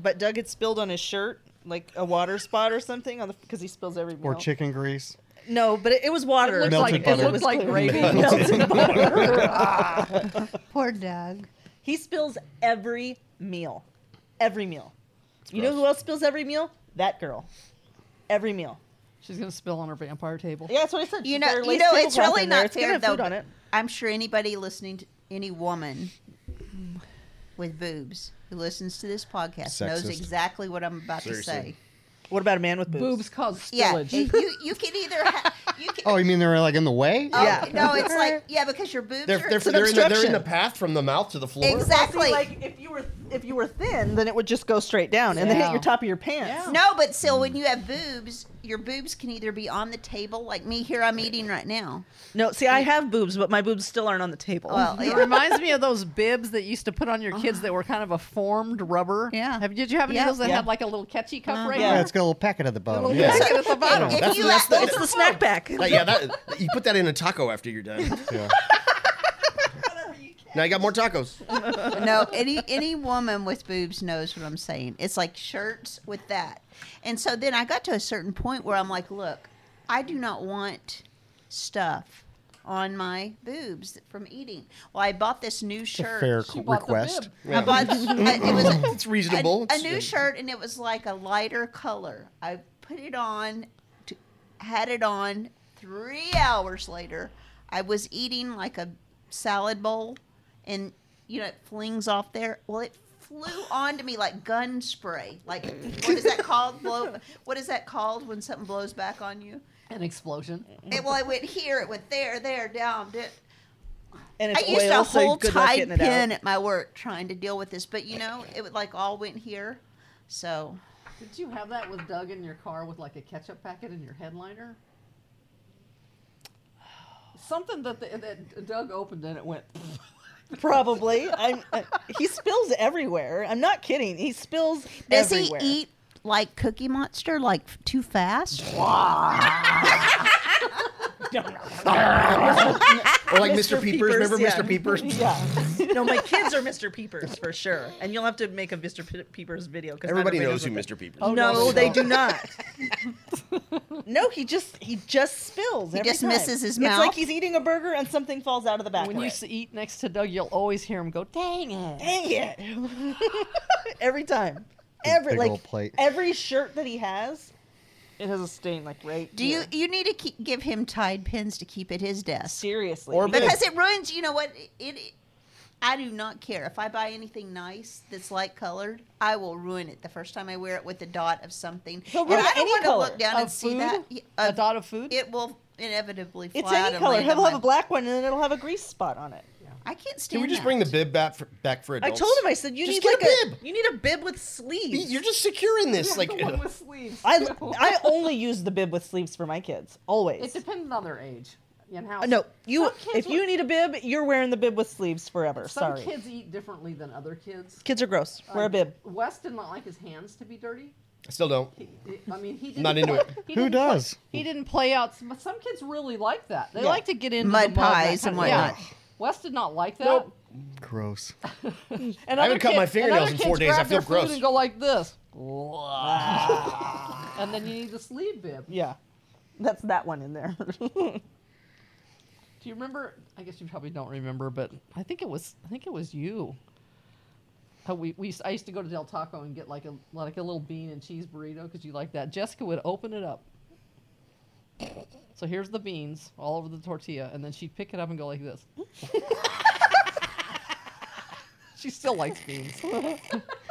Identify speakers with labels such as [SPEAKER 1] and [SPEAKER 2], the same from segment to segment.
[SPEAKER 1] but Doug had spilled on his shirt like a water spot or something on the because he spills every meal.
[SPEAKER 2] Or chicken grease.
[SPEAKER 1] No, but it, it was water.
[SPEAKER 3] It looked
[SPEAKER 2] Melted
[SPEAKER 3] like,
[SPEAKER 2] butter.
[SPEAKER 3] It looked like gravy.
[SPEAKER 1] Melted butter.
[SPEAKER 4] Poor Doug.
[SPEAKER 1] he spills every meal, every meal. You know who else spills every meal? That girl, every meal.
[SPEAKER 3] She's gonna spill on her vampire table.
[SPEAKER 1] Yeah, that's what I said.
[SPEAKER 4] You
[SPEAKER 1] She's
[SPEAKER 4] know,
[SPEAKER 1] got her
[SPEAKER 4] you
[SPEAKER 1] lace
[SPEAKER 4] know,
[SPEAKER 1] tablecloth
[SPEAKER 4] it's really
[SPEAKER 1] in there.
[SPEAKER 4] not
[SPEAKER 1] It's gonna
[SPEAKER 4] fair
[SPEAKER 1] have
[SPEAKER 4] though.
[SPEAKER 1] food on it.
[SPEAKER 4] I'm sure anybody listening to any woman with boobs who listens to this podcast knows
[SPEAKER 5] Sexist.
[SPEAKER 4] exactly what I'm about
[SPEAKER 5] Seriously.
[SPEAKER 4] to say.
[SPEAKER 1] What about a man with boobs?
[SPEAKER 3] Boobs cause
[SPEAKER 4] Yeah,
[SPEAKER 3] spillage.
[SPEAKER 4] it- you you can either ha- you can
[SPEAKER 2] Oh, you mean they're like in the way?
[SPEAKER 4] oh,
[SPEAKER 1] Yeah.
[SPEAKER 4] no, it's like yeah because your boobs
[SPEAKER 5] They're,
[SPEAKER 4] are
[SPEAKER 5] they're,
[SPEAKER 1] an
[SPEAKER 5] they're, in the, they're in the
[SPEAKER 1] obstruction.
[SPEAKER 5] path from the mouth to the floor.
[SPEAKER 4] exactly
[SPEAKER 1] like if you were if you were thin, then it would just go straight down and then hit
[SPEAKER 3] Yeah.
[SPEAKER 1] your top of your pants.
[SPEAKER 4] no, but still when you have boobs, your boobs can either be on the table like me here I'm eating right now.
[SPEAKER 1] No, see, I have boobs, but my boobs still aren't on the table.
[SPEAKER 4] Well,
[SPEAKER 3] It
[SPEAKER 4] yeah.
[SPEAKER 3] reminds me of those bibs that you used to put on your kids that were kind of a formed rubber.
[SPEAKER 4] Yeah.
[SPEAKER 3] Have, did you have any
[SPEAKER 4] Yeah. Uh-huh.
[SPEAKER 3] of those that
[SPEAKER 1] Yeah.
[SPEAKER 3] had like a little catchy cup right
[SPEAKER 1] Yeah.
[SPEAKER 2] Yeah,
[SPEAKER 3] here?
[SPEAKER 2] it's got a little packet at the bottom.
[SPEAKER 3] Little
[SPEAKER 2] Yeah.
[SPEAKER 3] packet at the bottom.
[SPEAKER 4] if
[SPEAKER 5] That's-
[SPEAKER 4] you
[SPEAKER 5] that's
[SPEAKER 4] let-
[SPEAKER 1] it's the snack pack.
[SPEAKER 5] Like, yeah, that, you put that in a taco after you're done.
[SPEAKER 2] Yeah.
[SPEAKER 5] Now you got more tacos.
[SPEAKER 4] no, any any woman with boobs knows what I'm saying. It's like shirts with that. And so then I got to a certain point where I'm like, look, I do not want stuff on my boobs from eating. Well, I bought this new shirt.
[SPEAKER 2] Fair
[SPEAKER 3] She bought the
[SPEAKER 2] request.
[SPEAKER 3] bib.
[SPEAKER 4] I bought it was a,
[SPEAKER 5] It's reasonable.
[SPEAKER 4] a, a
[SPEAKER 5] It's-
[SPEAKER 4] new shirt and it was like a lighter color. I put it on, to, had it on. Three hours later, I was eating like a salad bowl, and you know it flings off there. Well, it flew onto me like gun spray. Like what is that called? Blow. What is that called when something blows back on you?
[SPEAKER 3] An explosion.
[SPEAKER 4] It, well, it went here, it went there, there, down. Did,
[SPEAKER 1] and
[SPEAKER 4] I
[SPEAKER 1] it's
[SPEAKER 4] used
[SPEAKER 1] oil,
[SPEAKER 4] a
[SPEAKER 1] so
[SPEAKER 4] whole
[SPEAKER 1] good luck
[SPEAKER 4] Tide
[SPEAKER 1] getting it out.
[SPEAKER 4] pin at my work trying to deal with this, but you know, it would like all went here. So
[SPEAKER 3] Did you have that with Doug in your car with like a ketchup packet in your headliner? Something that, the, that Doug opened and it went.
[SPEAKER 1] Probably. I'm, uh, he spills everywhere. I'm not kidding. He spills
[SPEAKER 4] does
[SPEAKER 1] everywhere.
[SPEAKER 4] he eat like Cookie Monster, like f- too fast?
[SPEAKER 5] or like Mr. Peepers. Remember
[SPEAKER 1] yeah.
[SPEAKER 5] Mr. Peepers?
[SPEAKER 1] yeah. No, my kids are Mr. Peepers for sure. And you'll have to make a Mr. Pe- Peepers video because
[SPEAKER 5] Everybody knows who Mr. Peepers is.
[SPEAKER 1] No,
[SPEAKER 3] no,
[SPEAKER 1] they do not. no, he just he just spills. He
[SPEAKER 4] just misses
[SPEAKER 1] It's
[SPEAKER 4] his mouth?
[SPEAKER 1] like he's eating a burger and something falls out of the back.
[SPEAKER 3] When
[SPEAKER 1] of
[SPEAKER 3] you
[SPEAKER 1] it.
[SPEAKER 3] s- eat next to Doug, you'll always hear him go, "Dang it!"
[SPEAKER 1] Dang it! every time,
[SPEAKER 2] Big-
[SPEAKER 1] every
[SPEAKER 2] big
[SPEAKER 1] like
[SPEAKER 2] old plate.
[SPEAKER 1] every shirt that he has, it has a stain like right.
[SPEAKER 4] Do you you need to keep, give him Tide pins to keep at his desk?
[SPEAKER 1] seriously?
[SPEAKER 5] Or
[SPEAKER 4] Because it ruins. You know what? It, it. I do not care if I buy anything nice that's light colored. I will ruin it the first time I wear it with a dot of something.
[SPEAKER 1] He'll
[SPEAKER 4] And
[SPEAKER 1] ruin
[SPEAKER 4] I don't
[SPEAKER 1] any
[SPEAKER 4] want to
[SPEAKER 1] color
[SPEAKER 4] look down
[SPEAKER 3] Of
[SPEAKER 4] and see
[SPEAKER 3] food?
[SPEAKER 4] that. Yeah,
[SPEAKER 1] uh,
[SPEAKER 3] A
[SPEAKER 4] of-
[SPEAKER 3] dot of food.
[SPEAKER 4] It will inevitably fly
[SPEAKER 1] It's
[SPEAKER 4] out
[SPEAKER 1] any
[SPEAKER 4] and
[SPEAKER 1] color.
[SPEAKER 4] land
[SPEAKER 1] He'll
[SPEAKER 4] on
[SPEAKER 1] have
[SPEAKER 4] my-
[SPEAKER 1] a black one, and then it'll have a grease spot on it.
[SPEAKER 4] I can't stand.
[SPEAKER 5] Can we just
[SPEAKER 4] that.
[SPEAKER 5] bring the bib back for, back for
[SPEAKER 1] I
[SPEAKER 5] adults?
[SPEAKER 1] told him. I said you need
[SPEAKER 5] Just get
[SPEAKER 1] like
[SPEAKER 5] a
[SPEAKER 1] a,
[SPEAKER 5] bib.
[SPEAKER 1] you need a bib with sleeves.
[SPEAKER 5] You're just securing this. Like,
[SPEAKER 3] the one with sleeves.
[SPEAKER 1] I
[SPEAKER 3] too.
[SPEAKER 1] I only use the bib with sleeves for my kids
[SPEAKER 3] It
[SPEAKER 1] always.
[SPEAKER 3] depends on their age and how.
[SPEAKER 1] Uh, No, you
[SPEAKER 3] Some
[SPEAKER 1] if
[SPEAKER 3] kids
[SPEAKER 1] you
[SPEAKER 3] look-
[SPEAKER 1] need a bib, you're wearing the bib with sleeves forever.
[SPEAKER 3] some
[SPEAKER 1] Sorry,
[SPEAKER 3] kids eat differently than other kids.
[SPEAKER 1] Kids are gross. Wear a
[SPEAKER 3] Like,
[SPEAKER 1] bib.
[SPEAKER 3] Wes did not like his hands to be dirty.
[SPEAKER 5] I still don't.
[SPEAKER 3] He- I mean, he didn't
[SPEAKER 5] Not into it.
[SPEAKER 3] he
[SPEAKER 2] Who
[SPEAKER 3] didn't play-
[SPEAKER 2] does?
[SPEAKER 3] he didn't play out. Some, some kids really like that. They
[SPEAKER 1] Yeah.
[SPEAKER 3] like to get into
[SPEAKER 4] Mud
[SPEAKER 3] the that
[SPEAKER 4] pies
[SPEAKER 3] kind
[SPEAKER 4] and
[SPEAKER 3] of- yeah.
[SPEAKER 4] whatnot.
[SPEAKER 3] Wes did not like that.
[SPEAKER 5] Nope.
[SPEAKER 2] Gross.
[SPEAKER 3] And
[SPEAKER 5] I
[SPEAKER 3] other
[SPEAKER 5] haven't cut
[SPEAKER 3] kids-
[SPEAKER 5] my
[SPEAKER 3] and
[SPEAKER 5] fingernails
[SPEAKER 3] other
[SPEAKER 5] in
[SPEAKER 3] kids
[SPEAKER 5] four days. I
[SPEAKER 3] grab their
[SPEAKER 5] feel gross.
[SPEAKER 3] food And go like this. and then you need the sleeve bib.
[SPEAKER 1] Yeah, that's that one in there.
[SPEAKER 3] Do you remember? I guess you probably don't remember, but I think it was I think it was you. How we, we used- I used to go to Del Taco and get like a like a little bean and cheese burrito because you like that. Jessica would open it up. So here's the beans all over the tortilla, and then she'd pick it up and go like this. she still likes beans.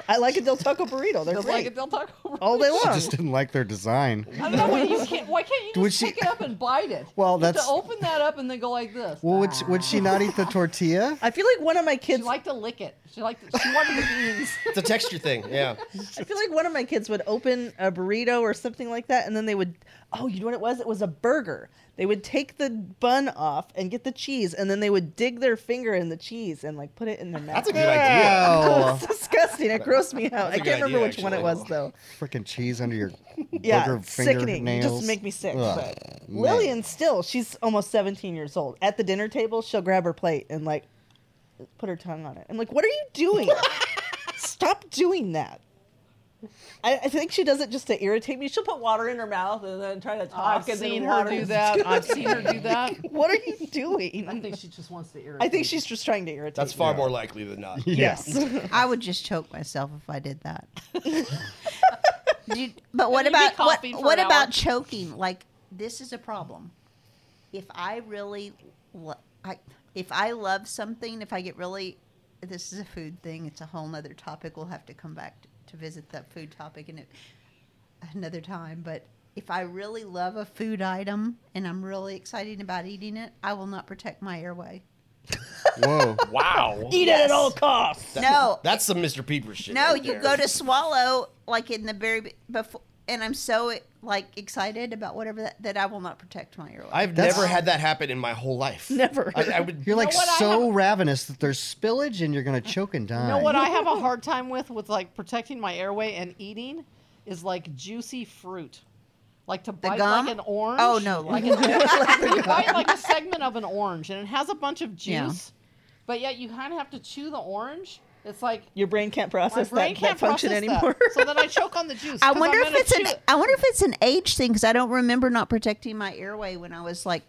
[SPEAKER 1] I like a Del Taco burrito. They're
[SPEAKER 3] Just
[SPEAKER 1] great
[SPEAKER 3] like a Del Taco.
[SPEAKER 1] all day
[SPEAKER 2] I
[SPEAKER 1] long.
[SPEAKER 2] just didn't like their design.
[SPEAKER 3] I don't know why you can't. Why can't you
[SPEAKER 2] Would
[SPEAKER 3] just
[SPEAKER 2] she-
[SPEAKER 3] pick it up and bite it?
[SPEAKER 2] Well,
[SPEAKER 3] You have
[SPEAKER 2] that's-
[SPEAKER 3] to open that up and then go like this.
[SPEAKER 2] Well, would she, would she not eat the tortilla?
[SPEAKER 1] I feel like one of my
[SPEAKER 3] She
[SPEAKER 1] kids.
[SPEAKER 3] liked to lick it. She liked. She wanted the beans.
[SPEAKER 5] It's a texture thing. Yeah.
[SPEAKER 1] I feel like one of my kids would open a burrito or something like that, and then they would. Oh, you know what it was? It was a burger. They would take the bun off and get the cheese, and then they would dig their finger in the cheese and like put it in their mouth.
[SPEAKER 5] That's a good idea.
[SPEAKER 2] Ow.
[SPEAKER 1] It's disgusting. It grossed me out.
[SPEAKER 5] That's a
[SPEAKER 1] I
[SPEAKER 5] good
[SPEAKER 1] can't remember
[SPEAKER 5] idea,
[SPEAKER 1] which one it
[SPEAKER 5] actually.
[SPEAKER 1] was though.
[SPEAKER 2] Freaking cheese under your
[SPEAKER 1] Yeah,
[SPEAKER 2] booger
[SPEAKER 1] sickening. You
[SPEAKER 2] fingernails.
[SPEAKER 1] Just make me sick.
[SPEAKER 2] Ugh,
[SPEAKER 1] but-
[SPEAKER 2] man.
[SPEAKER 1] Lillian still, she's almost 17 years old. At the dinner table, she'll grab her plate and like put her tongue on it. I'm like, what are you doing? Stop doing that. I, I think she does it just to irritate me. She'll put water in her mouth and then try to talk.
[SPEAKER 3] I've
[SPEAKER 1] and then
[SPEAKER 3] seen her
[SPEAKER 1] water
[SPEAKER 3] do
[SPEAKER 1] is
[SPEAKER 3] that.
[SPEAKER 1] good.
[SPEAKER 3] I've seen her do that.
[SPEAKER 1] What are you
[SPEAKER 3] I
[SPEAKER 1] doing?
[SPEAKER 3] think she just wants to irritate.
[SPEAKER 1] I think
[SPEAKER 3] you.
[SPEAKER 1] she's just trying to irritate.
[SPEAKER 5] That's
[SPEAKER 1] me.
[SPEAKER 5] far more likely than not.
[SPEAKER 1] Yes.
[SPEAKER 4] I would just choke myself if I did that. Do you- but what
[SPEAKER 3] you'd be
[SPEAKER 4] about what,
[SPEAKER 3] coughing for
[SPEAKER 4] what
[SPEAKER 3] an
[SPEAKER 4] about
[SPEAKER 3] hour.
[SPEAKER 4] choking? Like this is a problem. If I really, lo- I if I love something, if I get really, this is a food thing. It's a whole nother topic. We'll have to come back to, to visit that food topic in it, another time. But if I really love a food item and I'm really excited about eating it, I will not protect my airway.
[SPEAKER 2] Whoa.
[SPEAKER 5] Wow.
[SPEAKER 1] Eat it at all costs.
[SPEAKER 4] No,
[SPEAKER 5] That's some Mr. Peeper shit.
[SPEAKER 4] No,
[SPEAKER 5] right
[SPEAKER 4] you
[SPEAKER 5] there.
[SPEAKER 4] go to swallow like in the very be- before, and I'm so like excited about whatever that, that I will not protect my earlobe.
[SPEAKER 5] I've
[SPEAKER 2] That's-
[SPEAKER 5] never had that happen in my whole life.
[SPEAKER 1] Never.
[SPEAKER 5] I, I would.
[SPEAKER 2] You're like
[SPEAKER 3] what? I
[SPEAKER 2] so ravenous that there's spillage and you're gonna choke and die.
[SPEAKER 3] You know what I have a hard time with with like protecting my airway and eating is like juicy fruit. Like to bite
[SPEAKER 4] gum?
[SPEAKER 3] like an orange.
[SPEAKER 4] Oh, no,
[SPEAKER 3] Like
[SPEAKER 4] like-
[SPEAKER 3] an, you bite like a segment of an orange and it has a bunch of juice,
[SPEAKER 4] Yeah.
[SPEAKER 3] but yet you kind of have to chew the orange. It's like
[SPEAKER 1] Your brain can't
[SPEAKER 3] my
[SPEAKER 1] process
[SPEAKER 3] brain
[SPEAKER 1] that,
[SPEAKER 3] can't
[SPEAKER 1] that function
[SPEAKER 3] process that.
[SPEAKER 1] anymore.
[SPEAKER 3] So then I choke on the juice.
[SPEAKER 4] I
[SPEAKER 3] 'cause
[SPEAKER 4] wonder
[SPEAKER 3] I'm
[SPEAKER 4] if
[SPEAKER 3] gonna
[SPEAKER 4] it's an
[SPEAKER 3] chew it.
[SPEAKER 4] I wonder if it's an age thing because I don't remember not protecting my airway when I was like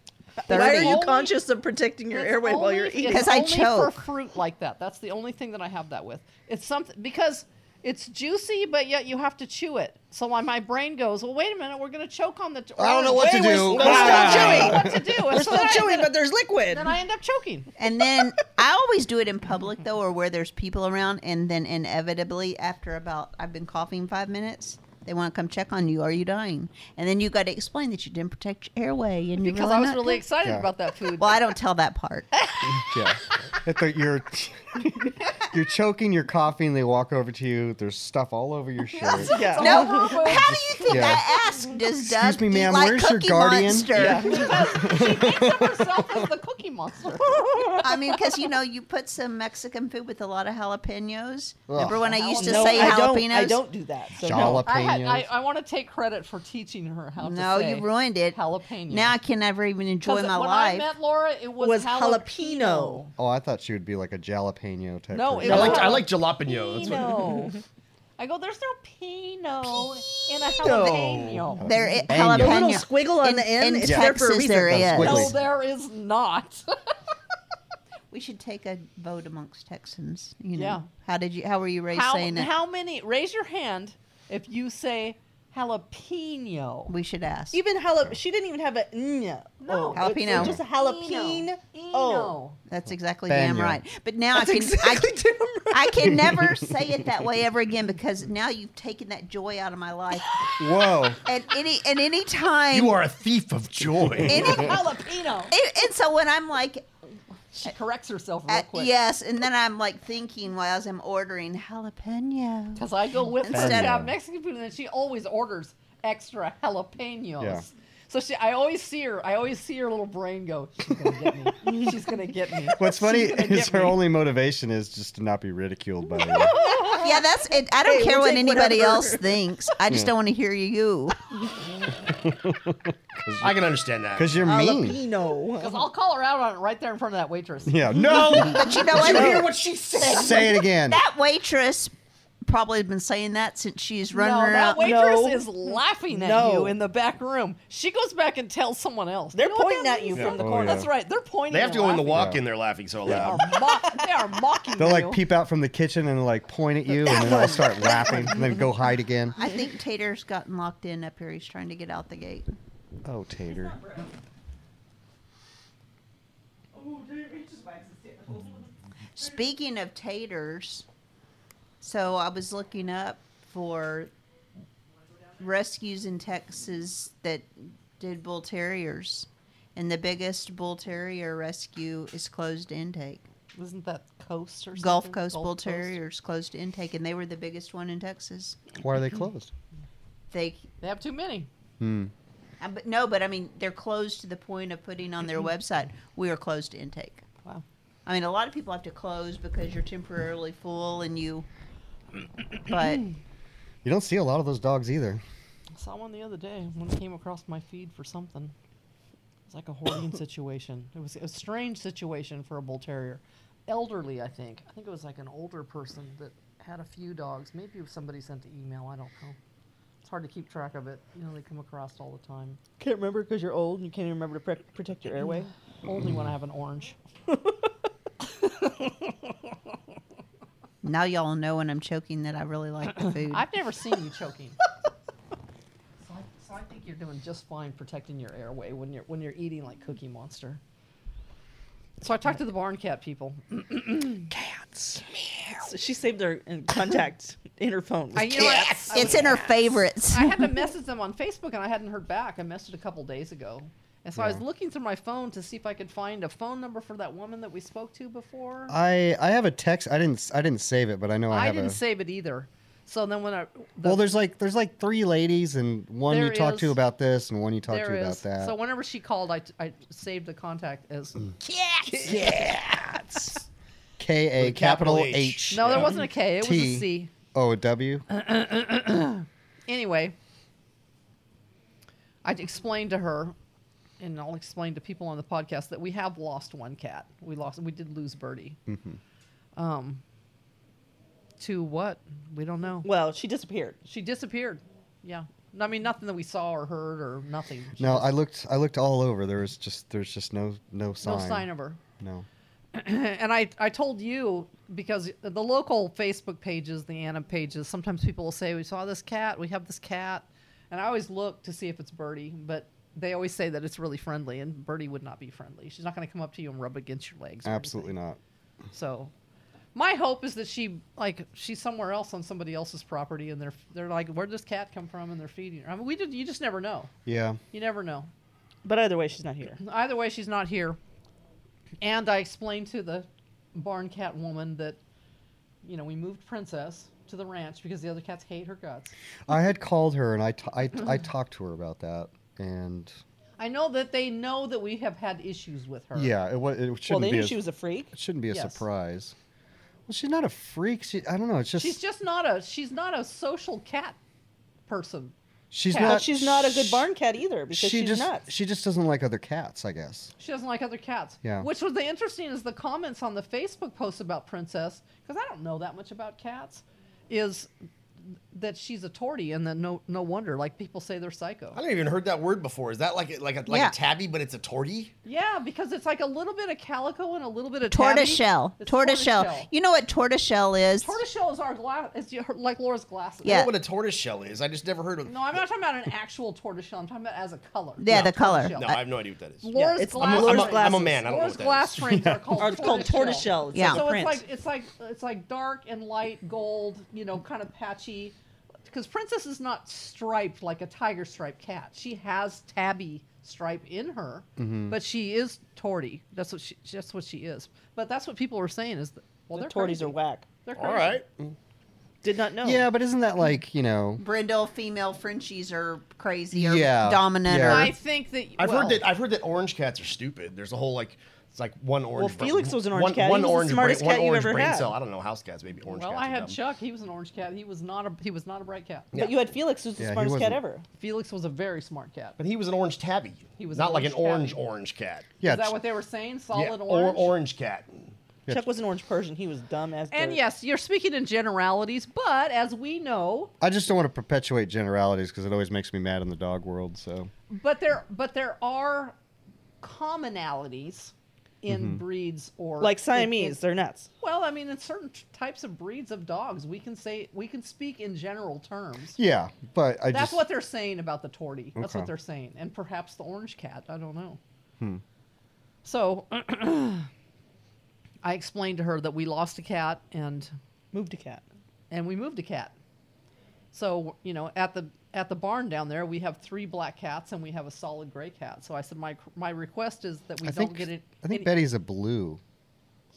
[SPEAKER 1] Why are
[SPEAKER 4] thirty.
[SPEAKER 1] you
[SPEAKER 3] only-
[SPEAKER 1] conscious of protecting your
[SPEAKER 3] It's
[SPEAKER 1] airway while
[SPEAKER 3] only-
[SPEAKER 1] you're eating?
[SPEAKER 3] it's
[SPEAKER 4] 'Cause I
[SPEAKER 3] only
[SPEAKER 4] choke.
[SPEAKER 3] for fruit like that. That's the only thing that I have that with. It's something because it's juicy, but yet you have to chew it. So my, my brain goes, well, wait a minute, we're gonna choke on the. T-
[SPEAKER 2] I don't know what to
[SPEAKER 5] Wait,
[SPEAKER 2] do.
[SPEAKER 5] we're- we're still
[SPEAKER 2] Ah.
[SPEAKER 3] I don't know what to do. And
[SPEAKER 1] We're
[SPEAKER 3] so
[SPEAKER 1] still
[SPEAKER 3] then I-
[SPEAKER 1] chewing, but there's liquid.
[SPEAKER 3] Then I end up choking.
[SPEAKER 4] And then I always do it in public though, or where there's people around, and then inevitably after about I've been coughing five minutes. They want to come check on you. Are you dying? And then you got to explain that you didn't protect your airway, and you're
[SPEAKER 3] Because
[SPEAKER 4] really
[SPEAKER 3] I was
[SPEAKER 4] not
[SPEAKER 3] really
[SPEAKER 4] doing-
[SPEAKER 3] excited
[SPEAKER 2] Yeah.
[SPEAKER 3] about that food.
[SPEAKER 4] Well, I don't tell that part.
[SPEAKER 2] Yeah. At the- you're you're choking, you're coughing, they walk over to you, there's stuff all over your shirt.
[SPEAKER 1] yeah.
[SPEAKER 4] No, how do you think
[SPEAKER 2] Yeah.
[SPEAKER 4] I asked? Does Doug
[SPEAKER 2] Excuse me,
[SPEAKER 4] eat
[SPEAKER 2] ma'am,
[SPEAKER 4] like
[SPEAKER 2] where's your
[SPEAKER 4] Cookie
[SPEAKER 2] guardian?
[SPEAKER 4] Monster?
[SPEAKER 3] Herself as the cookie monster.
[SPEAKER 4] I mean, because you know, you put some Mexican food with a lot of jalapenos.
[SPEAKER 2] Ugh.
[SPEAKER 4] Remember when I used to
[SPEAKER 1] No,
[SPEAKER 4] say
[SPEAKER 1] I
[SPEAKER 4] jalapenos?
[SPEAKER 1] don't, I don't do that. So no.
[SPEAKER 2] Jalapenos.
[SPEAKER 3] I, had, I, I want to take credit for teaching her how to
[SPEAKER 4] No,
[SPEAKER 3] say
[SPEAKER 4] you ruined it.
[SPEAKER 3] jalapeno.
[SPEAKER 4] Now I can never even enjoy
[SPEAKER 3] 'Cause
[SPEAKER 4] my
[SPEAKER 3] when
[SPEAKER 4] life.
[SPEAKER 3] I met Laura, it was,
[SPEAKER 1] Was jalapeno.
[SPEAKER 3] jalapeno.
[SPEAKER 2] Oh, I thought she would be like a jalapeno type.
[SPEAKER 3] No,
[SPEAKER 2] person.
[SPEAKER 5] I
[SPEAKER 3] it
[SPEAKER 5] like I like jalapeno. That's what,
[SPEAKER 3] I go, there's no pino in a jalapeno.
[SPEAKER 4] there, i-
[SPEAKER 2] Jalapeno.
[SPEAKER 1] The little
[SPEAKER 4] jalapeno.
[SPEAKER 1] squiggle on
[SPEAKER 4] in,
[SPEAKER 1] the end,
[SPEAKER 4] in
[SPEAKER 1] it's there for a
[SPEAKER 4] Texas,
[SPEAKER 1] reason.
[SPEAKER 4] there
[SPEAKER 2] That's
[SPEAKER 4] is.
[SPEAKER 3] No,
[SPEAKER 2] Squiggly.
[SPEAKER 3] there is not.
[SPEAKER 4] We should take a vote amongst Texans. You know,
[SPEAKER 3] Yeah.
[SPEAKER 4] how did you? How were you raised
[SPEAKER 3] how,
[SPEAKER 4] saying it?
[SPEAKER 3] how many? Raise your hand if you say jalapeno.
[SPEAKER 4] we should ask.
[SPEAKER 1] Even jalap- she didn't even have a no.
[SPEAKER 3] No.
[SPEAKER 4] Jalapeno.
[SPEAKER 1] Just a jalapeno. Oh.
[SPEAKER 3] Eno.
[SPEAKER 4] That's exactly damn
[SPEAKER 2] Banya.
[SPEAKER 4] right. But now
[SPEAKER 1] That's
[SPEAKER 4] I can.
[SPEAKER 1] exactly
[SPEAKER 4] I,
[SPEAKER 1] damn right.
[SPEAKER 4] I can never say it that way ever again because now you've taken that joy out of my life.
[SPEAKER 2] Whoa.
[SPEAKER 4] And any and any time
[SPEAKER 5] you are a thief of joy.
[SPEAKER 4] any, and,
[SPEAKER 3] jalapeno.
[SPEAKER 4] and so when I'm like
[SPEAKER 3] She corrects herself real
[SPEAKER 4] at,
[SPEAKER 3] quick.
[SPEAKER 4] yes, and then I'm like thinking while I'm ordering jalapeno.
[SPEAKER 3] Because I go with her
[SPEAKER 4] Instead
[SPEAKER 3] to
[SPEAKER 2] of-
[SPEAKER 3] have Mexican food, and then she always orders extra jalapenos.
[SPEAKER 2] Yeah.
[SPEAKER 3] So she, I always see her. I always see her little brain go. She's gonna get me. She's gonna get me.
[SPEAKER 2] What's funny
[SPEAKER 3] She's gonna
[SPEAKER 2] is
[SPEAKER 3] get
[SPEAKER 2] her
[SPEAKER 3] me.
[SPEAKER 2] only motivation is just to not be ridiculed by you.
[SPEAKER 4] Yeah, that's it. I don't
[SPEAKER 1] Hey,
[SPEAKER 4] care
[SPEAKER 1] we'll
[SPEAKER 4] what
[SPEAKER 1] take
[SPEAKER 4] anybody
[SPEAKER 1] whatever.
[SPEAKER 4] else thinks. I just don't want to hear you.
[SPEAKER 5] I can understand that.
[SPEAKER 2] Because you're
[SPEAKER 3] Oh,
[SPEAKER 2] mean.
[SPEAKER 3] Because
[SPEAKER 1] Jalapeno.
[SPEAKER 3] I'll call her out on it right there in front of that waitress.
[SPEAKER 2] Yeah. No.
[SPEAKER 1] Oh,
[SPEAKER 4] But you know
[SPEAKER 5] Did you hear
[SPEAKER 4] what?
[SPEAKER 5] what she said?
[SPEAKER 2] Say it again.
[SPEAKER 4] That waitress probably has been saying that since she's
[SPEAKER 3] No,
[SPEAKER 4] running
[SPEAKER 3] that
[SPEAKER 4] around.
[SPEAKER 3] waitress
[SPEAKER 1] No.
[SPEAKER 3] is laughing at
[SPEAKER 1] No.
[SPEAKER 3] you in the back room. She goes back and tells someone else.
[SPEAKER 1] They're
[SPEAKER 3] You know what
[SPEAKER 1] pointing
[SPEAKER 3] that
[SPEAKER 1] at you
[SPEAKER 3] means?
[SPEAKER 1] from the
[SPEAKER 2] Yeah. Oh,
[SPEAKER 1] corner.
[SPEAKER 2] yeah.
[SPEAKER 3] That's right. They're pointing.
[SPEAKER 5] They have to go in
[SPEAKER 3] and
[SPEAKER 5] the
[SPEAKER 3] laughing.
[SPEAKER 5] walk
[SPEAKER 2] Yeah.
[SPEAKER 5] in. They're laughing so
[SPEAKER 3] They are,
[SPEAKER 5] loud.
[SPEAKER 3] mock- they are mocking
[SPEAKER 2] They'll
[SPEAKER 3] you.
[SPEAKER 2] like peep out from the kitchen and like point at you, and then I'll start laughing, and then go hide again.
[SPEAKER 4] I think Tater's gotten locked in up here. He's trying to get out the gate.
[SPEAKER 2] Oh, Tater.
[SPEAKER 4] Speaking of taters, so I was looking up for rescues in Texas that did bull terriers, and the biggest bull terrier rescue is closed intake.
[SPEAKER 3] Isn't that coast or something?
[SPEAKER 4] Gulf Coast bull
[SPEAKER 3] Coast?
[SPEAKER 4] terriers closed intake, and they were the biggest one in Texas.
[SPEAKER 2] Why are they closed?
[SPEAKER 4] They,
[SPEAKER 3] They have too many.
[SPEAKER 2] Hmm.
[SPEAKER 4] uh, but no, but I mean they're closed to the point of putting on their website we are closed to intake.
[SPEAKER 3] Wow.
[SPEAKER 4] I mean, a lot of people have to close because you're temporarily full and you. But
[SPEAKER 2] You don't see a lot of those dogs either.
[SPEAKER 3] I saw one the other day when it came across my feed for something. It's like a hoarding situation. It was a strange situation for a bull terrier. Elderly, I think. I think it was like an older person that had a few dogs. Maybe somebody sent an email. I don't know. It's hard to keep track of it. You know, they come across all the time.
[SPEAKER 1] Can't remember because you're old and you can't even remember to pre- protect your airway.
[SPEAKER 3] Only when I have an orange.
[SPEAKER 4] Now y'all know when I'm choking that I really like the food.
[SPEAKER 3] I've never seen you choking. so, I, so I think you're doing just fine protecting your airway when you're when you're eating like Cookie Monster. So I talked to the barn cat people.
[SPEAKER 1] So she saved her in contact in her phone.
[SPEAKER 3] I, you know, I- I
[SPEAKER 4] it's
[SPEAKER 3] was-
[SPEAKER 4] in her favorites.
[SPEAKER 3] I had to message them on Facebook and I hadn't heard back. I messaged a couple days ago. And so I was looking through my phone to see if I could find a phone number for that woman that we spoke to before.
[SPEAKER 2] I I have a text. I didn't I didn't save it, but I know I,
[SPEAKER 3] I
[SPEAKER 2] have
[SPEAKER 3] didn't
[SPEAKER 2] a.
[SPEAKER 3] save it either. So then when I the-
[SPEAKER 2] well, there's like there's like three ladies, and one you
[SPEAKER 3] There
[SPEAKER 2] talk to
[SPEAKER 3] is.
[SPEAKER 2] about this, and one you talk
[SPEAKER 3] there
[SPEAKER 2] to about
[SPEAKER 3] is-
[SPEAKER 2] that. Mm.
[SPEAKER 3] So whenever she called, I, t- I saved the contact as
[SPEAKER 2] K A
[SPEAKER 5] With a capital
[SPEAKER 2] capital
[SPEAKER 5] H.
[SPEAKER 2] H
[SPEAKER 3] no, there wasn't a K, it was
[SPEAKER 2] T.
[SPEAKER 3] a C.
[SPEAKER 2] O W.
[SPEAKER 3] anyway, I explained to her, and I'll explain to people on the podcast that we have lost one cat. We lost, we did lose Birdie. Um, to what? We don't know.
[SPEAKER 1] well, she disappeared.
[SPEAKER 3] She disappeared. Yeah, I mean nothing that we saw or heard or nothing. She
[SPEAKER 2] No,
[SPEAKER 3] just-
[SPEAKER 2] I looked I looked all over. There was just there's just no no sign.
[SPEAKER 3] no sign of her.
[SPEAKER 2] No.
[SPEAKER 3] and I, I told you because the local Facebook pages, the Anna pages, sometimes people will say, We saw this cat, we have this cat. And I always look to see if it's Birdie, but they always say that it's really friendly, and Birdie would not be friendly. She's not going to come up to you and rub against your legs. or
[SPEAKER 2] Absolutely not.
[SPEAKER 3] anything. So. My hope is that she like she's somewhere else on somebody else's property, and they're they're like, where'd this cat come from? And they're feeding her. I mean, we did. You just never know.
[SPEAKER 2] Yeah.
[SPEAKER 3] You never know.
[SPEAKER 1] But either way, she's not here.
[SPEAKER 3] Either way, she's not here. And I explained to the barn cat woman that, you know, we moved Princess to the ranch because the other cats hate her guts.
[SPEAKER 2] I had called her and I ta- I I talked to her about that and
[SPEAKER 3] I know that they know that we have had issues with her.
[SPEAKER 2] yeah, it was it shouldn't
[SPEAKER 1] Well, they
[SPEAKER 2] be
[SPEAKER 1] knew
[SPEAKER 2] a,
[SPEAKER 1] she was a freak.
[SPEAKER 2] it shouldn't be a
[SPEAKER 3] Yes.
[SPEAKER 2] surprise. Well, she's not a freak. She, I don't know. It's just
[SPEAKER 3] She's just not a she's not a social cat person.
[SPEAKER 2] she's
[SPEAKER 3] cat.
[SPEAKER 2] not
[SPEAKER 1] But she's not a good
[SPEAKER 2] sh-
[SPEAKER 1] barn cat either because
[SPEAKER 2] she
[SPEAKER 1] she's
[SPEAKER 2] just
[SPEAKER 1] nuts.
[SPEAKER 2] she just doesn't like other cats, I guess.
[SPEAKER 3] She doesn't like other cats.
[SPEAKER 2] Yeah.
[SPEAKER 3] Which was the interesting is the comments on the Facebook post about Princess, because I don't know that much about cats, is that she's a tortie and that no no wonder. Like people say they're psycho.
[SPEAKER 5] I haven't even heard that word before. Is that like a, like a, like
[SPEAKER 4] Yeah.
[SPEAKER 5] a tabby, but it's a tortie?
[SPEAKER 3] Yeah, because it's like a little bit of calico and a little bit of tabby.
[SPEAKER 4] tortoiseshell.
[SPEAKER 3] It's
[SPEAKER 4] Tortoiseshell. You know what tortoiseshell is?
[SPEAKER 3] Tortoiseshell is our glass. It's your, like Laura's glasses.
[SPEAKER 5] I
[SPEAKER 4] Yeah.
[SPEAKER 5] know what a tortoise shell is. I just never heard of.
[SPEAKER 3] No, I'm not talking about an actual tortoiseshell. I'm talking about as a color.
[SPEAKER 4] Yeah, the color.
[SPEAKER 3] tortoiseshell.
[SPEAKER 5] No, I have no idea what that is.
[SPEAKER 3] Laura's
[SPEAKER 1] it's- I'm a-
[SPEAKER 3] glass.
[SPEAKER 1] I'm a-
[SPEAKER 5] I'm a man, I don't know
[SPEAKER 3] Laura's
[SPEAKER 5] what that
[SPEAKER 3] glass
[SPEAKER 5] is.
[SPEAKER 3] frames are called
[SPEAKER 1] Or it's called tortoiseshell. It's
[SPEAKER 4] Yeah.
[SPEAKER 1] like a
[SPEAKER 3] So it's
[SPEAKER 1] print.
[SPEAKER 3] like it's like it's like dark and light gold. You know, kind of patchy. Because Princess is not striped like a tiger stripe cat. She has tabby stripe in her,
[SPEAKER 5] Mm-hmm.
[SPEAKER 3] but she is tortie. That's what she. That's what she is. But that's what people were saying is that well,
[SPEAKER 1] the
[SPEAKER 3] they're
[SPEAKER 1] torties
[SPEAKER 3] crazy.
[SPEAKER 1] are whack.
[SPEAKER 3] They're crazy.
[SPEAKER 5] All right.
[SPEAKER 1] Did not
[SPEAKER 3] Oh.
[SPEAKER 1] know.
[SPEAKER 2] Yeah, but isn't that like, you know,
[SPEAKER 4] Brindle female Frenchies are crazy or
[SPEAKER 2] Yeah.
[SPEAKER 4] dominant
[SPEAKER 2] Yeah.
[SPEAKER 3] I
[SPEAKER 4] or
[SPEAKER 3] think that
[SPEAKER 5] I've
[SPEAKER 3] well,
[SPEAKER 5] heard that. I've heard that orange cats are stupid. There's a whole like. It's like one orange. bra-
[SPEAKER 1] Felix was an orange
[SPEAKER 5] one,
[SPEAKER 1] cat. He
[SPEAKER 5] One
[SPEAKER 1] was the
[SPEAKER 5] orange
[SPEAKER 1] smartest
[SPEAKER 5] brain,
[SPEAKER 1] cat
[SPEAKER 5] one
[SPEAKER 1] you
[SPEAKER 5] orange
[SPEAKER 1] ever
[SPEAKER 5] brain
[SPEAKER 1] had.
[SPEAKER 5] cell. I don't know house cats. Maybe orange
[SPEAKER 3] Well,
[SPEAKER 5] cats.
[SPEAKER 3] I
[SPEAKER 5] are
[SPEAKER 3] had
[SPEAKER 5] dumb.
[SPEAKER 3] Chuck. He was an orange cat. He was not a he was not a bright cat.
[SPEAKER 1] But you had Felix, who's the
[SPEAKER 2] Yeah, he
[SPEAKER 1] smartest cat
[SPEAKER 2] wasn't-
[SPEAKER 1] ever.
[SPEAKER 3] Felix was a very smart cat.
[SPEAKER 5] But he was an orange tabby.
[SPEAKER 3] He was
[SPEAKER 5] not
[SPEAKER 3] an
[SPEAKER 5] like an
[SPEAKER 3] orange
[SPEAKER 5] orange
[SPEAKER 3] tabby.
[SPEAKER 5] orange cat.
[SPEAKER 2] yeah,
[SPEAKER 3] Is that
[SPEAKER 2] ch-
[SPEAKER 3] what they were saying? Solid
[SPEAKER 5] Yeah, or
[SPEAKER 3] orange.
[SPEAKER 5] orange cat.
[SPEAKER 1] Chuck was an orange Persian. He was dumb as
[SPEAKER 3] And
[SPEAKER 1] dirt.
[SPEAKER 3] yes, you're speaking in generalities, but as we know,
[SPEAKER 2] I just don't want to perpetuate generalities because it always makes me mad in the dog world. So
[SPEAKER 3] but there but there are commonalities in
[SPEAKER 2] Mm-hmm.
[SPEAKER 3] breeds or
[SPEAKER 1] like
[SPEAKER 3] in- in-
[SPEAKER 1] Siamese, they're nuts.
[SPEAKER 3] well, I mean, in certain t- types of breeds of dogs, we can say we can speak in general terms.
[SPEAKER 2] yeah, but I
[SPEAKER 3] That's
[SPEAKER 2] just
[SPEAKER 3] what they're saying about the tortie. That's
[SPEAKER 2] Okay. Hmm.
[SPEAKER 3] what they're saying, and perhaps the orange cat. I don't know. So, I explained to her that we lost a cat and
[SPEAKER 1] Moved a cat.
[SPEAKER 3] and we moved a cat. So you know, at the at the barn down there, we have three black cats and we have a solid gray cat. So I said, my my request is that we
[SPEAKER 2] I
[SPEAKER 3] don't
[SPEAKER 2] think
[SPEAKER 3] get it.
[SPEAKER 2] I think
[SPEAKER 3] any-
[SPEAKER 2] Betty's a blue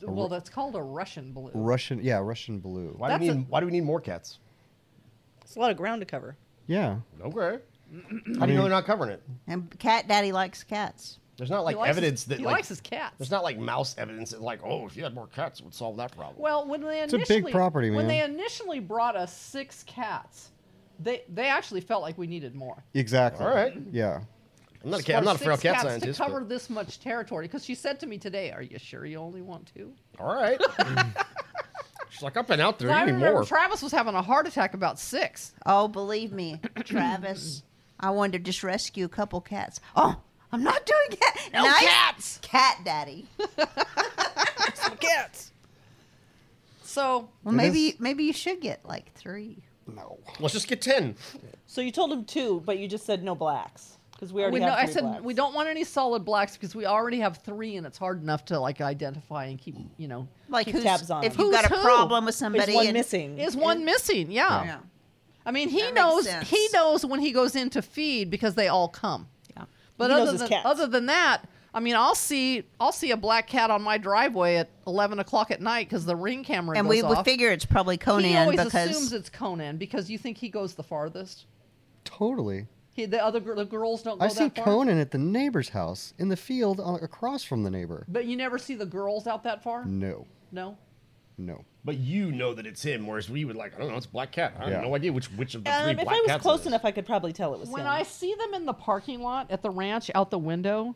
[SPEAKER 3] well, that's called a Russian blue.
[SPEAKER 2] Russian. Yeah, Russian blue.
[SPEAKER 5] Why
[SPEAKER 3] That's
[SPEAKER 5] do we
[SPEAKER 3] a-
[SPEAKER 5] need? why do we need more cats?
[SPEAKER 1] It's a lot of ground to cover.
[SPEAKER 2] Yeah,
[SPEAKER 5] Okay. How do you know they're not covering it?
[SPEAKER 4] and cat daddy likes cats.
[SPEAKER 5] There's not
[SPEAKER 3] He
[SPEAKER 5] like
[SPEAKER 3] likes his-
[SPEAKER 5] evidence that
[SPEAKER 3] he
[SPEAKER 5] like,
[SPEAKER 3] likes his cats.
[SPEAKER 5] There's not like mouse evidence that like oh if you had more cats it would solve that problem.
[SPEAKER 3] Well, when they
[SPEAKER 2] a
[SPEAKER 3] initially
[SPEAKER 2] big property,
[SPEAKER 3] when they
[SPEAKER 2] man.
[SPEAKER 3] initially brought us six cats, they they actually felt like we needed more.
[SPEAKER 2] exactly.
[SPEAKER 5] All right.
[SPEAKER 2] Yeah.
[SPEAKER 5] I'm not a cat. I'm
[SPEAKER 3] for
[SPEAKER 5] not a
[SPEAKER 3] six
[SPEAKER 5] feral cat
[SPEAKER 3] cats
[SPEAKER 5] scientist.
[SPEAKER 3] To cover
[SPEAKER 5] but-
[SPEAKER 3] this much territory, because she said to me today, "Are you sure you only want two?
[SPEAKER 5] all right. She's like, I've been out there
[SPEAKER 3] Well, I
[SPEAKER 5] eating
[SPEAKER 3] remember
[SPEAKER 5] more.
[SPEAKER 3] Travis was having a heart attack about six.
[SPEAKER 4] Oh, believe me, Travis, I wanted to just rescue a couple cats. Oh, I'm not doing that.
[SPEAKER 3] No cats!
[SPEAKER 4] Cat daddy.
[SPEAKER 3] Cats. So
[SPEAKER 4] Well,
[SPEAKER 2] It
[SPEAKER 4] maybe
[SPEAKER 2] is-
[SPEAKER 4] maybe you should get like three.
[SPEAKER 2] No.
[SPEAKER 5] Let's just get ten.
[SPEAKER 1] So you told him two, but you just said no blacks because we already
[SPEAKER 3] we
[SPEAKER 1] have
[SPEAKER 3] know, I
[SPEAKER 1] three
[SPEAKER 3] said
[SPEAKER 1] blacks.
[SPEAKER 3] we don't want any solid blacks because we already have three, and it's hard enough to like identify and keep. You know,
[SPEAKER 4] Like
[SPEAKER 1] Keep
[SPEAKER 4] who's,
[SPEAKER 1] tabs on
[SPEAKER 4] if
[SPEAKER 1] them.
[SPEAKER 4] you've got a
[SPEAKER 3] Who's who?
[SPEAKER 4] problem with
[SPEAKER 1] There's
[SPEAKER 4] somebody
[SPEAKER 1] one
[SPEAKER 4] and-
[SPEAKER 1] missing.
[SPEAKER 3] is one missing? Yeah.
[SPEAKER 4] Yeah.
[SPEAKER 3] I mean, he
[SPEAKER 4] That makes
[SPEAKER 3] knows
[SPEAKER 4] sense.
[SPEAKER 3] he knows when he goes in to feed because they all come.
[SPEAKER 4] Yeah.
[SPEAKER 3] But
[SPEAKER 1] He knows
[SPEAKER 3] other
[SPEAKER 1] his
[SPEAKER 3] than
[SPEAKER 1] cats.
[SPEAKER 3] other than that, I mean, I'll see I'll see a black cat on my driveway at eleven o'clock at night because the ring camera
[SPEAKER 4] And
[SPEAKER 3] goes
[SPEAKER 4] we would
[SPEAKER 3] off.
[SPEAKER 4] figure it's probably Conan
[SPEAKER 3] he always
[SPEAKER 4] because
[SPEAKER 3] assumes it's Conan because you think he goes the farthest.
[SPEAKER 2] Totally.
[SPEAKER 3] He, the other gir- the girls don't go
[SPEAKER 2] I've
[SPEAKER 3] that
[SPEAKER 2] seen
[SPEAKER 3] far.
[SPEAKER 2] Conan at the neighbor's house in the field on, across from the neighbor.
[SPEAKER 3] but you never see the girls out that far.
[SPEAKER 1] Mm.
[SPEAKER 2] No.
[SPEAKER 3] No.
[SPEAKER 2] No.
[SPEAKER 5] But you know that it's him, whereas we would like, I don't know, it's a black cat. I have
[SPEAKER 2] Yeah.
[SPEAKER 5] no idea which which of the three
[SPEAKER 1] Um, if
[SPEAKER 5] black
[SPEAKER 1] I was
[SPEAKER 5] cats. it
[SPEAKER 1] close
[SPEAKER 5] is.
[SPEAKER 1] enough, I could probably tell it was
[SPEAKER 3] When
[SPEAKER 1] him.
[SPEAKER 3] I see them in the parking lot at the ranch out the window,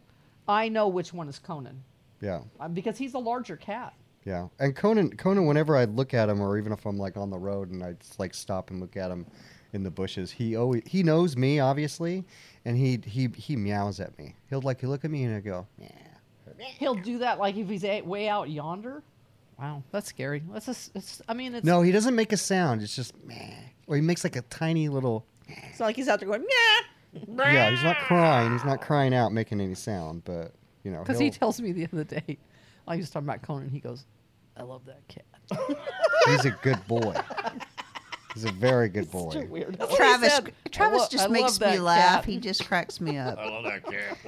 [SPEAKER 3] I know which one is Conan
[SPEAKER 2] Yeah.
[SPEAKER 3] Uh, because he's a larger cat.
[SPEAKER 2] Yeah. And Conan Conan whenever I look at him or even if I'm like on the road and I just like stop and look at him in the bushes, he always he knows me obviously and he he he meows at me. He'll like he'll look at me and he'll go, "Meh."
[SPEAKER 3] He'll do that like if he's a- way out yonder. Wow, that's scary. That's a s it's, I mean, it's
[SPEAKER 2] No, he doesn't make a sound. It's just meh. Or he makes like a tiny little
[SPEAKER 1] it's not like he's out there going, yeah.
[SPEAKER 2] Yeah, he's not crying. He's not crying out making any sound, but you know,
[SPEAKER 3] because he
[SPEAKER 2] he'll-
[SPEAKER 3] tells me the other day. I was talking about Conan. He goes, "I love that cat."
[SPEAKER 2] he's a good boy. He's a very good boy.
[SPEAKER 3] Weird.
[SPEAKER 4] Travis
[SPEAKER 3] I
[SPEAKER 4] Travis
[SPEAKER 3] lo- I
[SPEAKER 4] just
[SPEAKER 3] love
[SPEAKER 4] makes me
[SPEAKER 3] that
[SPEAKER 4] laugh.
[SPEAKER 3] cat.
[SPEAKER 4] He just cracks me up.
[SPEAKER 5] I love that cat.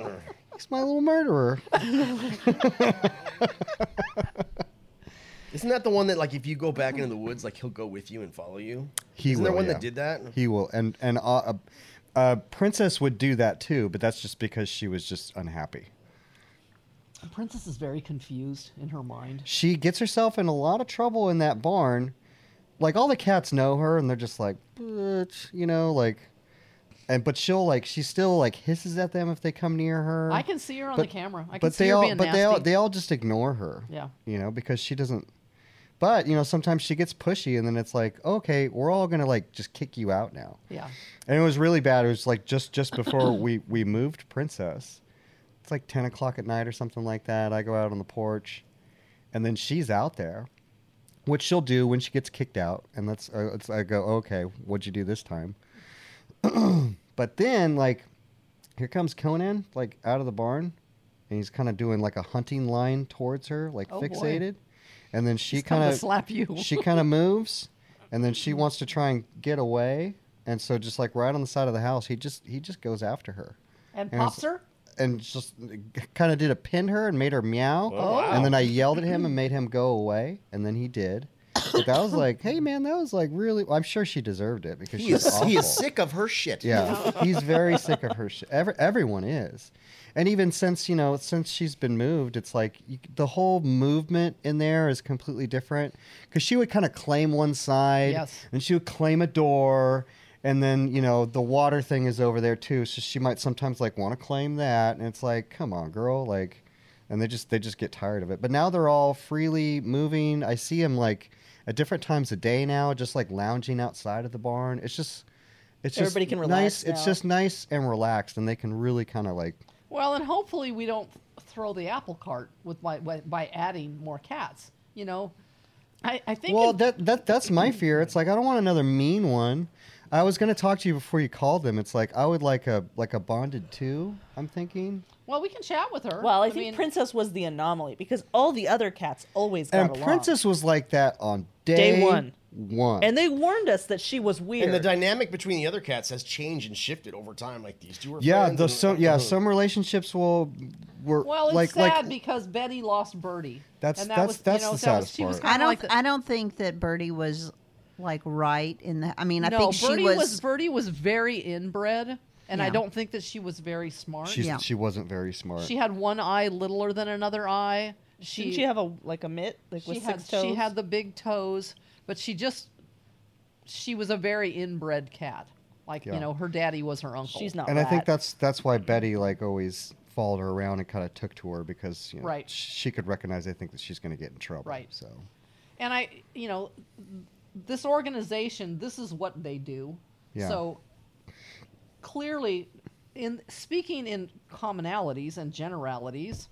[SPEAKER 2] He's my little murderer.
[SPEAKER 5] Isn't that the one that like if you go back into the woods, like he'll go with you and follow you?
[SPEAKER 2] He
[SPEAKER 5] Isn't
[SPEAKER 2] will,
[SPEAKER 5] there one
[SPEAKER 2] yeah.
[SPEAKER 5] that did that?
[SPEAKER 2] He will, and and uh, uh, uh, Princess would do that too, but that's just because she was just unhappy.
[SPEAKER 3] Princess is very confused in her mind.
[SPEAKER 2] She gets herself in a lot of trouble in that barn. Like all the cats know her, and they're just like, "Bitch," you know, like, and but she'll like she still like hisses at them if they come near her.
[SPEAKER 3] I can see her on
[SPEAKER 2] But-
[SPEAKER 3] the camera. I can
[SPEAKER 2] but
[SPEAKER 3] see
[SPEAKER 2] they
[SPEAKER 3] her
[SPEAKER 2] all,
[SPEAKER 3] being
[SPEAKER 2] but they all,
[SPEAKER 3] nasty.
[SPEAKER 2] they all just ignore her.
[SPEAKER 3] Yeah.
[SPEAKER 2] you know, because she doesn't. But you know, sometimes she gets pushy, and then it's like, okay, we're all gonna like just kick you out now.
[SPEAKER 3] yeah.
[SPEAKER 2] And it was really bad. It was like just just before we we moved Princess. It's like ten o'clock at night or something like that. I go out on the porch, and then she's out there, which she'll do when she gets kicked out. And that's uh, it's, I go, okay, what'd you do this time? but then like, here comes Conan like out of the barn, and he's kind of doing like a hunting line towards her, like
[SPEAKER 3] Oh, boy.
[SPEAKER 2] fixated. And then she
[SPEAKER 3] He's come to
[SPEAKER 2] kind of
[SPEAKER 3] slap you.
[SPEAKER 2] she kind of moves, and then she wants to try and get away, and so just like right on the side of the house, he just he just goes after her,
[SPEAKER 3] And
[SPEAKER 2] it was-
[SPEAKER 3] pops her.
[SPEAKER 2] and just kind of did a pin her and made her meow,
[SPEAKER 5] Oh, wow.
[SPEAKER 2] and then I yelled at him and made him go away, and then he did. But that was like, hey man, that was like really. I'm sure she deserved it because
[SPEAKER 5] He
[SPEAKER 2] she's
[SPEAKER 5] is, he is
[SPEAKER 2] awful.
[SPEAKER 5] sick of her shit.
[SPEAKER 2] Yeah, he's very sick of her shit. Every, everyone is, and even since you know, since she's been moved, it's like you, the whole movement in there is completely different. Because she would kind of claim one side,
[SPEAKER 3] Yes.
[SPEAKER 2] and she would claim a door, and then you know the water thing is over there too. So she might sometimes like want to claim that, and it's like, come on, girl, like, and they just they just get tired of it. But now they're all freely moving. I see him like. At different times of day now, just like lounging outside of the barn. It's just, it's just
[SPEAKER 1] Everybody can
[SPEAKER 2] nice.
[SPEAKER 1] relax
[SPEAKER 2] It's
[SPEAKER 1] now.
[SPEAKER 2] just nice and relaxed, and they can really kind of like
[SPEAKER 3] Well, and hopefully we don't throw the apple cart with by, by, by adding more cats. You know, I, I think.
[SPEAKER 2] well
[SPEAKER 3] in-
[SPEAKER 2] that that that's my fear it's like i don't want another mean one i was going to talk to you before you called them it's like i would like a like a bonded two i'm thinking
[SPEAKER 3] well, we can chat with her.
[SPEAKER 1] Well, I, think
[SPEAKER 3] mean,
[SPEAKER 1] Princess was the anomaly because all the other cats always got
[SPEAKER 2] and
[SPEAKER 1] along.
[SPEAKER 2] princess was like that on day,
[SPEAKER 1] Day one.
[SPEAKER 2] one
[SPEAKER 1] And they warned us that she was weird.
[SPEAKER 5] And the dynamic between the other cats has changed and shifted over time. Like these two are
[SPEAKER 2] yeah
[SPEAKER 5] friends
[SPEAKER 2] the
[SPEAKER 5] and-
[SPEAKER 2] some yeah some relationships will were
[SPEAKER 3] Well, it's
[SPEAKER 2] like
[SPEAKER 3] sad
[SPEAKER 2] like
[SPEAKER 3] because Betty lost Birdie.
[SPEAKER 2] That's-
[SPEAKER 3] and
[SPEAKER 2] that's- that's the
[SPEAKER 3] that was-
[SPEAKER 2] saddest
[SPEAKER 3] she was
[SPEAKER 2] part.
[SPEAKER 3] kinda
[SPEAKER 4] I don't
[SPEAKER 3] like the-
[SPEAKER 4] I don't think that Birdie was like right in the I mean I
[SPEAKER 3] no,
[SPEAKER 4] think she
[SPEAKER 3] Birdie
[SPEAKER 4] was,
[SPEAKER 3] Birdie was very inbred, and I
[SPEAKER 4] Yeah.
[SPEAKER 3] don't think that she was very smart.
[SPEAKER 2] she's,
[SPEAKER 4] yeah.
[SPEAKER 2] she wasn't very smart
[SPEAKER 3] She had one eye littler than another eye. She
[SPEAKER 1] Didn't she have a like a mitt like
[SPEAKER 3] she
[SPEAKER 1] with
[SPEAKER 3] had
[SPEAKER 1] six toes?
[SPEAKER 3] she had the big toes, but she just she was a very inbred cat. Like
[SPEAKER 2] Yeah.
[SPEAKER 3] you know, her daddy was her uncle.
[SPEAKER 1] She's not.
[SPEAKER 2] and I think
[SPEAKER 1] rat.
[SPEAKER 2] that's that's why Betty like always followed her around and kind of took to her because you know,
[SPEAKER 3] Right.
[SPEAKER 2] she could recognize I think that she's going to get in trouble.
[SPEAKER 3] Right.
[SPEAKER 2] So
[SPEAKER 3] and I, you know, this organization, this is what they do.
[SPEAKER 2] Yeah.
[SPEAKER 3] So clearly, in speaking in commonalities and generalities,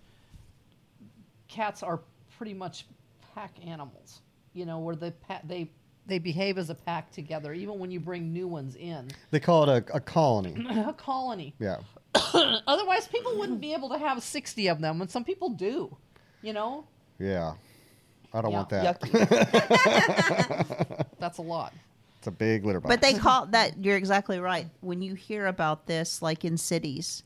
[SPEAKER 3] cats are pretty much pack animals. You know, where they pa- they they behave as a pack together, even when you bring new ones in.
[SPEAKER 2] They call it a, a colony.
[SPEAKER 3] a colony.
[SPEAKER 2] Yeah.
[SPEAKER 3] Otherwise, people wouldn't be able to have sixty of them, and some people do. You know,
[SPEAKER 2] Yeah. I don't
[SPEAKER 3] Yeah.
[SPEAKER 2] want that.
[SPEAKER 3] that's a lot.
[SPEAKER 2] It's a big litter box.
[SPEAKER 4] But they call that. You're exactly right. When you hear about this, like in cities,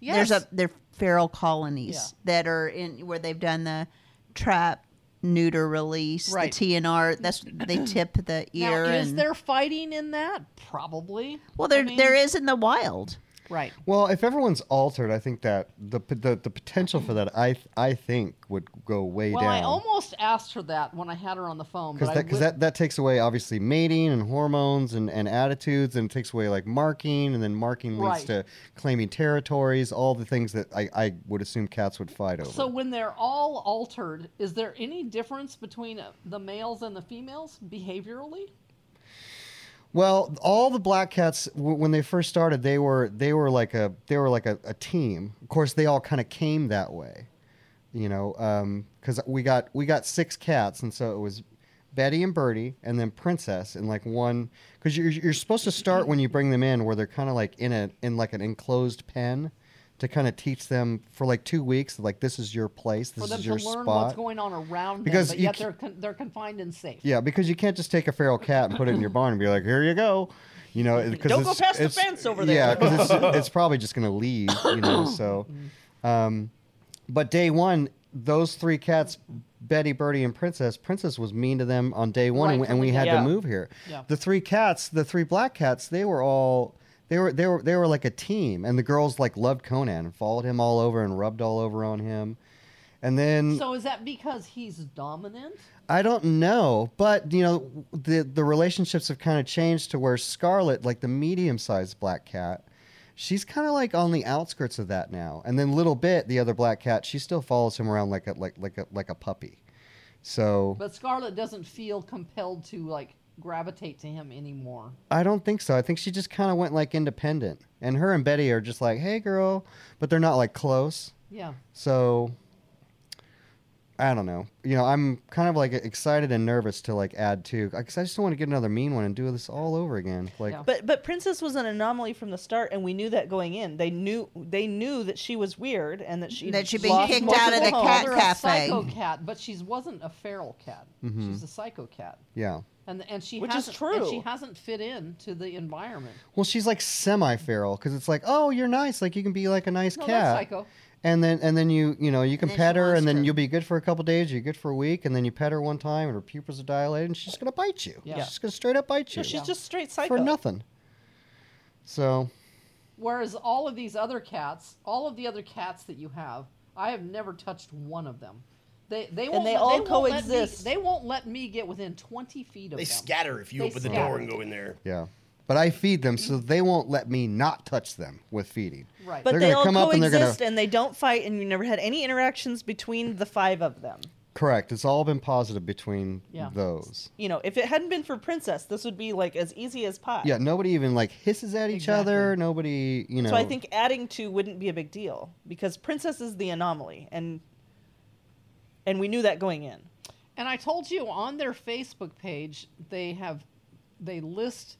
[SPEAKER 3] Yes.
[SPEAKER 4] there's a they're feral colonies that are in where they've done the trap, neuter release,
[SPEAKER 3] Right.
[SPEAKER 4] the TNR. That's they tip the ear.
[SPEAKER 3] now, is
[SPEAKER 4] and-
[SPEAKER 3] there fighting in that? Probably.
[SPEAKER 4] Well, there
[SPEAKER 3] I mean,
[SPEAKER 4] there is in the wild.
[SPEAKER 3] Right.
[SPEAKER 2] well, if everyone's altered, I think that the p- the, the potential for that I th- I think would go way
[SPEAKER 3] Well, I
[SPEAKER 2] down.
[SPEAKER 3] almost asked her that when I had her on the phone, Um, but
[SPEAKER 2] Because
[SPEAKER 3] I
[SPEAKER 2] that, cause
[SPEAKER 3] would-
[SPEAKER 2] that, that takes away obviously mating and hormones and, and attitudes and it takes away like marking and then marking leads to
[SPEAKER 3] Right.
[SPEAKER 2] claiming territories, all the things that I, I would assume cats would fight over.
[SPEAKER 3] So when they're all altered, is there any difference between uh, the males and the females behaviorally?
[SPEAKER 2] Well, all the black cats w- when they first started, they were they were like a they were like a, a team. Of course, they all kind of came that way, you know, because we got we got six cats, and so it was Betty and Birdie, and then Princess, and like one because you're you're supposed to start when you bring them in, where they're kind of like in a in like an enclosed pen. To kind of teach them for like two weeks, like this is your place,
[SPEAKER 3] For
[SPEAKER 2] this
[SPEAKER 3] them
[SPEAKER 2] is
[SPEAKER 3] to
[SPEAKER 2] your
[SPEAKER 3] learn
[SPEAKER 2] spot.
[SPEAKER 3] what's going on around
[SPEAKER 2] Because
[SPEAKER 3] them, but
[SPEAKER 2] you
[SPEAKER 3] yet
[SPEAKER 2] ca-
[SPEAKER 3] they're con- they're confined and safe.
[SPEAKER 2] Yeah, because you can't just take a feral cat and put it in your barn and be like, "Here you go," you know, because
[SPEAKER 1] Don't go
[SPEAKER 2] it's-
[SPEAKER 1] past the
[SPEAKER 2] it's-
[SPEAKER 1] fence over there.
[SPEAKER 2] Yeah, because it's, it's probably just gonna leave, you know. So, um, but day one, those three cats, Betty, Birdie, and Princess. Princess was mean to them on day one, and,
[SPEAKER 3] Right
[SPEAKER 2] we- and
[SPEAKER 3] from
[SPEAKER 2] we
[SPEAKER 3] the
[SPEAKER 2] had
[SPEAKER 1] get-go.
[SPEAKER 2] to move here.
[SPEAKER 3] Yeah.
[SPEAKER 2] The three cats, the three black cats, they were all. They were, they were they were like a team, and the girls like loved Conan and followed him all over and rubbed all over on him, and then
[SPEAKER 3] So is that because he's dominant?
[SPEAKER 2] I don't know, but you know the the relationships have kind of changed to where Scarlet, like the medium sized black cat, she's kind of like on the outskirts of that now. And then Little Bit, the other black cat, she still follows him around like a like like a like a puppy. So
[SPEAKER 3] But Scarlet doesn't feel compelled to like gravitate to him anymore.
[SPEAKER 2] I don't think so. I think she just kind of went like independent, and her and Betty are just like, "Hey, girl," but they're not like close.
[SPEAKER 3] Yeah.
[SPEAKER 2] So I don't know. You know, I'm kind of like excited and nervous to like add two because I just don't want to get another mean one and do this all over again. Like,
[SPEAKER 3] Yeah.
[SPEAKER 1] But but Princess was an anomaly from the start, and we knew that going in. They knew they knew that she was weird and that she
[SPEAKER 4] That she'd been
[SPEAKER 1] lost
[SPEAKER 4] kicked
[SPEAKER 1] multiple
[SPEAKER 4] out of the
[SPEAKER 1] homes.
[SPEAKER 4] cat
[SPEAKER 3] They're a
[SPEAKER 4] cafe.
[SPEAKER 3] psycho cat, but she wasn't a feral cat. She's a psycho cat.
[SPEAKER 2] yeah.
[SPEAKER 3] And, and she
[SPEAKER 1] Which is
[SPEAKER 3] hasn't, And she
[SPEAKER 1] true.
[SPEAKER 3] hasn't fit in to the environment.
[SPEAKER 2] Well, she's like semi-feral because it's like, oh, you're nice. Like you can be like a nice
[SPEAKER 3] No,
[SPEAKER 2] cat.
[SPEAKER 3] that's psycho.
[SPEAKER 2] And then and then you you know you can
[SPEAKER 4] then she
[SPEAKER 2] pet her
[SPEAKER 4] wants
[SPEAKER 2] and then
[SPEAKER 4] to.
[SPEAKER 2] you'll be good for a couple days. You're good for a week and then you pet her one time and her pupils are dilated and she's gonna bite you.
[SPEAKER 3] Yeah.
[SPEAKER 2] She's gonna straight up bite you
[SPEAKER 1] So she's just straight psycho.
[SPEAKER 2] for nothing. So
[SPEAKER 3] Whereas all of these other cats, all of the other cats that you have, I have never touched one of them. They they won't
[SPEAKER 1] they
[SPEAKER 3] let-
[SPEAKER 1] all
[SPEAKER 3] won't let me-
[SPEAKER 1] coexist.
[SPEAKER 3] they won't let me get within twenty feet of
[SPEAKER 5] They
[SPEAKER 3] them.
[SPEAKER 5] scatter if you
[SPEAKER 3] They
[SPEAKER 5] open the
[SPEAKER 3] scatter.
[SPEAKER 5] door and go in there.
[SPEAKER 2] yeah. But I feed them so they won't let me not touch them with feeding.
[SPEAKER 3] Right.
[SPEAKER 1] But
[SPEAKER 2] They're
[SPEAKER 1] they
[SPEAKER 2] gonna
[SPEAKER 1] all
[SPEAKER 2] come up and they're
[SPEAKER 1] coexist
[SPEAKER 2] gonna-
[SPEAKER 1] and they don't fight, and you never had any interactions between the five of them.
[SPEAKER 2] Correct. It's all been positive between
[SPEAKER 3] Yeah.
[SPEAKER 2] those.
[SPEAKER 1] You know, if it hadn't been for Princess, this would be like as easy as pie.
[SPEAKER 2] Yeah, nobody even like hisses at each other. Nobody, you know.
[SPEAKER 1] So I think adding two wouldn't be a big deal because Princess is the anomaly, and and we knew that going in.
[SPEAKER 3] And I told you on their Facebook page, they have they list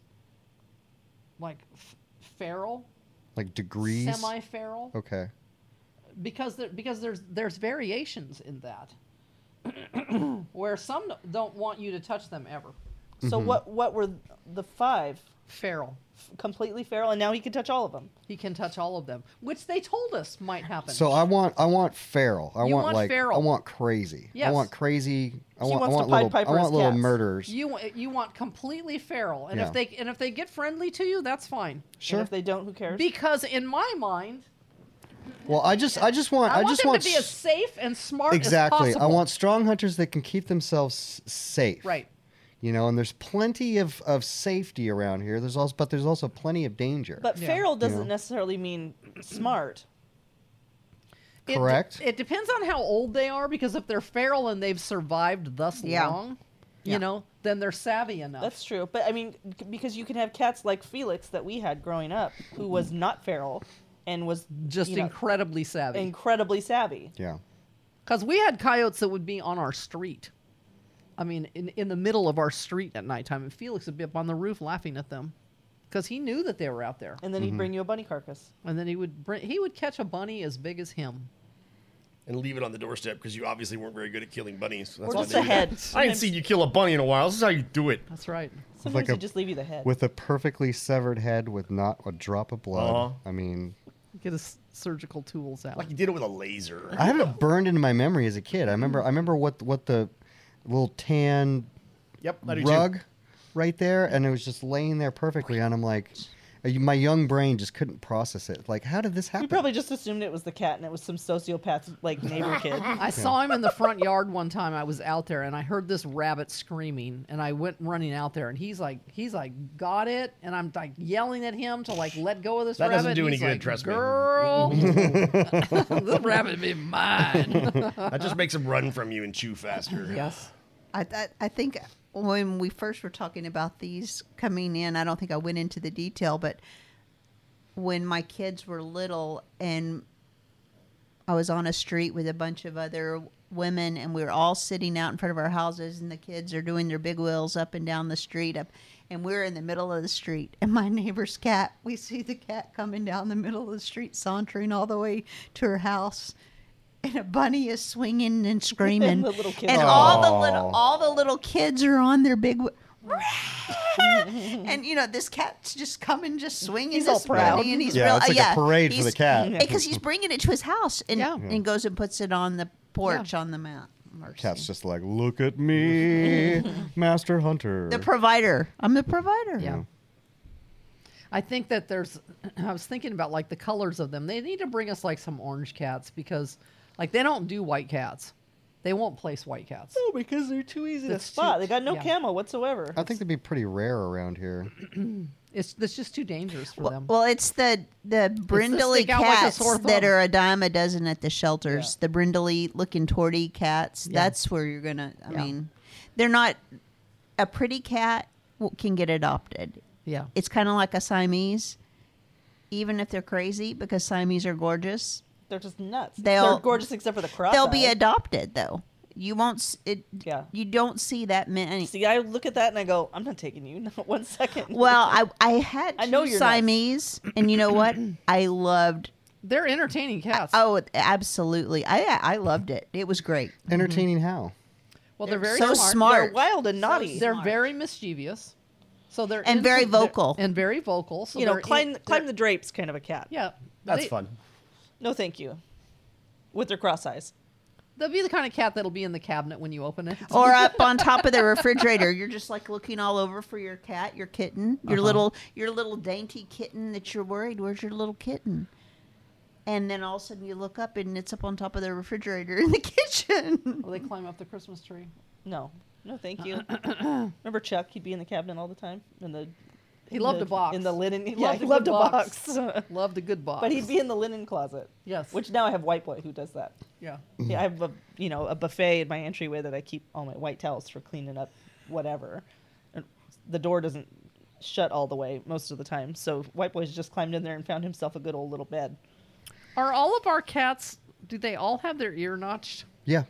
[SPEAKER 3] like f- feral,
[SPEAKER 2] like degrees.
[SPEAKER 3] semi-feral,
[SPEAKER 2] okay.
[SPEAKER 3] because there, because there's there's variations in that, where some don't want you to touch them ever.
[SPEAKER 1] So
[SPEAKER 2] Mm-hmm.
[SPEAKER 1] what what were the five
[SPEAKER 3] Feral,
[SPEAKER 1] F- completely feral, and now he can touch all of them?
[SPEAKER 3] he can touch all of them, which they told us might happen.
[SPEAKER 2] So I want I want feral. I
[SPEAKER 3] You
[SPEAKER 2] want,
[SPEAKER 3] want
[SPEAKER 2] like I
[SPEAKER 3] feral.
[SPEAKER 2] want crazy. I
[SPEAKER 3] Yes.
[SPEAKER 2] want crazy. I
[SPEAKER 1] He
[SPEAKER 2] want I
[SPEAKER 1] wants to
[SPEAKER 2] want
[SPEAKER 1] Pied
[SPEAKER 2] little
[SPEAKER 1] Piper
[SPEAKER 2] I
[SPEAKER 1] his
[SPEAKER 2] want little
[SPEAKER 1] cats.
[SPEAKER 2] murderers.
[SPEAKER 3] You wa- you want completely feral, and
[SPEAKER 2] Yeah.
[SPEAKER 3] if they and if they get friendly to you, that's fine.
[SPEAKER 1] And
[SPEAKER 2] sure.
[SPEAKER 1] if they don't, who cares?
[SPEAKER 3] Because in my mind,
[SPEAKER 2] Well, I just I just want
[SPEAKER 3] I,
[SPEAKER 2] I,
[SPEAKER 3] want
[SPEAKER 2] just
[SPEAKER 3] them
[SPEAKER 2] want
[SPEAKER 3] to be as
[SPEAKER 2] s-
[SPEAKER 3] safe and smart as
[SPEAKER 2] exactly.
[SPEAKER 3] possible.
[SPEAKER 2] I want strong hunters that can keep themselves s- safe.
[SPEAKER 3] right.
[SPEAKER 2] You know, and there's plenty of, of safety around here. There's also but there's also plenty of danger.
[SPEAKER 1] but
[SPEAKER 3] Yeah.
[SPEAKER 1] feral doesn't
[SPEAKER 2] know.
[SPEAKER 1] necessarily mean smart.
[SPEAKER 3] It de-
[SPEAKER 2] Correct.
[SPEAKER 3] It, depends on how old they are because if they're feral and they've survived thus
[SPEAKER 4] Yeah.
[SPEAKER 3] long,
[SPEAKER 4] Yeah.
[SPEAKER 3] you know, then they're savvy enough.
[SPEAKER 1] That's true. But I mean, c- because you can have cats like Felix that we had growing up, who was not feral and was
[SPEAKER 3] just
[SPEAKER 1] you know,
[SPEAKER 3] incredibly savvy.
[SPEAKER 1] incredibly savvy.
[SPEAKER 2] Yeah.
[SPEAKER 3] Because we had coyotes that would be on our street. I mean, in, in the middle of our street at nighttime, and Felix would be up on the roof laughing at them because he knew that they were out there.
[SPEAKER 1] And then he'd bring you a bunny carcass.
[SPEAKER 3] And then he would bring, he would catch a bunny as big as him.
[SPEAKER 5] and leave it on the doorstep because you obviously weren't very good at killing bunnies. That's
[SPEAKER 1] Or
[SPEAKER 5] why
[SPEAKER 1] just
[SPEAKER 5] they
[SPEAKER 1] a
[SPEAKER 5] do that.
[SPEAKER 1] head.
[SPEAKER 5] I ain't
[SPEAKER 1] Sometimes-
[SPEAKER 5] seen you kill a bunny in a while. This is how you do it.
[SPEAKER 3] That's right.
[SPEAKER 1] Sometimes
[SPEAKER 2] a-
[SPEAKER 1] they just leave you the head.
[SPEAKER 2] With a perfectly severed head with not a drop of blood.
[SPEAKER 5] Uh-huh.
[SPEAKER 2] I mean,
[SPEAKER 3] Get his surgical tools out.
[SPEAKER 5] Like you did it with a laser.
[SPEAKER 2] I have it burned into my memory as a kid. I remember I remember what what the little tan
[SPEAKER 5] yep. I do too.
[SPEAKER 2] rug right there and it was just laying there perfectly and I'm like uh, my young brain just couldn't process it. Like how did this happen?
[SPEAKER 1] you probably just assumed it was the cat and it was some sociopath like neighbor kid.
[SPEAKER 3] I saw him in the front yard one time. I was out there and I heard this rabbit screaming and I went running out there and he's like he's like got it and I'm like yelling at him to like let go of this
[SPEAKER 5] That
[SPEAKER 3] rabbit.
[SPEAKER 5] doesn't do
[SPEAKER 3] and
[SPEAKER 5] any
[SPEAKER 3] he's like,
[SPEAKER 5] good, trust me.
[SPEAKER 3] Girl, this rabbit be mine.
[SPEAKER 5] That just makes them run from you and chew faster.
[SPEAKER 3] yes.
[SPEAKER 4] I, th- I think when we first were talking about these coming in, I don't think I went into the detail, but when my kids were little and I was on a street with a bunch of other women and we were all sitting out in front of our houses and the kids are doing their big wheels up and down the street up and we're in the middle of the street and my neighbor's cat we see the cat coming down the middle of the street sauntering all the way to her house and a bunny is swinging and screaming
[SPEAKER 1] And the little kids
[SPEAKER 4] and
[SPEAKER 1] are-
[SPEAKER 4] all the little
[SPEAKER 2] Aw.
[SPEAKER 4] all the little kids are on their big wh- and you know this cat's just coming just swinging
[SPEAKER 1] He's all
[SPEAKER 4] this
[SPEAKER 1] proud.
[SPEAKER 4] bunny and he's
[SPEAKER 2] Yeah,
[SPEAKER 4] real, uh,
[SPEAKER 2] it's like a
[SPEAKER 4] yeah,
[SPEAKER 2] parade for the
[SPEAKER 4] he's-
[SPEAKER 2] cat. Yeah.
[SPEAKER 4] because he's bringing it to his house and,
[SPEAKER 3] Yeah.
[SPEAKER 4] and goes and puts it on the porch on the mat. Mercy.
[SPEAKER 2] Cat's just like, look at me, Master Hunter.
[SPEAKER 4] the provider. I'm the provider.
[SPEAKER 3] Yeah. I think that there's. I was thinking about like the colors of them. They need to bring us like some orange cats because, like, they don't do white cats. They won't place white cats.
[SPEAKER 1] No, because they're too easy to
[SPEAKER 3] That's too-
[SPEAKER 1] spot. They got no
[SPEAKER 3] yeah.
[SPEAKER 1] camo whatsoever.
[SPEAKER 2] I think they'd be pretty rare around here.
[SPEAKER 3] It's that's just too dangerous for
[SPEAKER 4] Well,
[SPEAKER 3] them.
[SPEAKER 4] well, it's the the brindley
[SPEAKER 3] stick out like a
[SPEAKER 4] cats
[SPEAKER 3] sore
[SPEAKER 4] that
[SPEAKER 3] thumb.
[SPEAKER 4] are a dime a dozen at the shelters. The brindley looking torty cats.
[SPEAKER 3] Yeah.
[SPEAKER 4] That's where you're gonna. I
[SPEAKER 3] Yeah.
[SPEAKER 4] mean, they're not a pretty cat w- can get adopted.
[SPEAKER 3] yeah.
[SPEAKER 4] It's kind of like a Siamese, even if they're crazy because Siamese are gorgeous.
[SPEAKER 1] They're just nuts.
[SPEAKER 4] They'll-
[SPEAKER 1] They're gorgeous except for the cross.
[SPEAKER 4] They'll be adopted though. You won't. s- It,
[SPEAKER 1] Yeah.
[SPEAKER 4] You don't see that many.
[SPEAKER 1] See, I look at that and I go, I'm not taking you. Not one second.
[SPEAKER 4] Well, I I had
[SPEAKER 1] I know
[SPEAKER 4] two
[SPEAKER 1] you're nuts.
[SPEAKER 4] Siamese, and you know what? I loved.
[SPEAKER 3] They're entertaining cats.
[SPEAKER 4] Oh, absolutely! I I loved it. It was great.
[SPEAKER 2] Entertaining how?
[SPEAKER 3] well, they're very
[SPEAKER 4] so smart.
[SPEAKER 1] they're wild and naughty.
[SPEAKER 3] They're
[SPEAKER 4] Smart.
[SPEAKER 3] very mischievous. So they're
[SPEAKER 4] And very
[SPEAKER 3] they're-
[SPEAKER 4] vocal.
[SPEAKER 3] and very vocal. So
[SPEAKER 1] you know,
[SPEAKER 3] they're
[SPEAKER 1] climb
[SPEAKER 3] in-
[SPEAKER 1] climb
[SPEAKER 3] they're-
[SPEAKER 1] the drapes kind of a cat.
[SPEAKER 3] yeah.
[SPEAKER 5] That's
[SPEAKER 3] they-
[SPEAKER 5] fun.
[SPEAKER 1] No, thank you. With their cross eyes.
[SPEAKER 3] They'll be the kind of cat that'll be in the cabinet when you open it.
[SPEAKER 4] Or up on top of the refrigerator, you're just like looking all over for your cat, your kitten, your
[SPEAKER 3] Uh-huh.
[SPEAKER 4] little your little dainty kitten that you're worried. Where's your little kitten? And then all of a sudden you look up and it's up on top of the refrigerator in the kitchen.
[SPEAKER 3] Or they climb up the Christmas tree.
[SPEAKER 1] No, no, thank you. Remember Chuck? He'd be in the cabinet all the time. In the
[SPEAKER 3] He
[SPEAKER 1] in
[SPEAKER 3] loved
[SPEAKER 1] the-
[SPEAKER 3] a box.
[SPEAKER 1] in the linen. He
[SPEAKER 3] Yeah,
[SPEAKER 1] loved, he loved a
[SPEAKER 3] good
[SPEAKER 1] box.
[SPEAKER 3] loved a good box.
[SPEAKER 1] but he'd be in the linen closet.
[SPEAKER 3] Yes.
[SPEAKER 1] Which now I have white boy who does that.
[SPEAKER 3] yeah.
[SPEAKER 1] Yeah, I have a you know a buffet in my entryway that I keep all my white towels for cleaning up whatever. And the door doesn't shut all the way most of the time, so white boy's just climbed in there and found himself a good old little bed.
[SPEAKER 3] Are all of our cats? Do they all have their ear notched?
[SPEAKER 2] Yeah.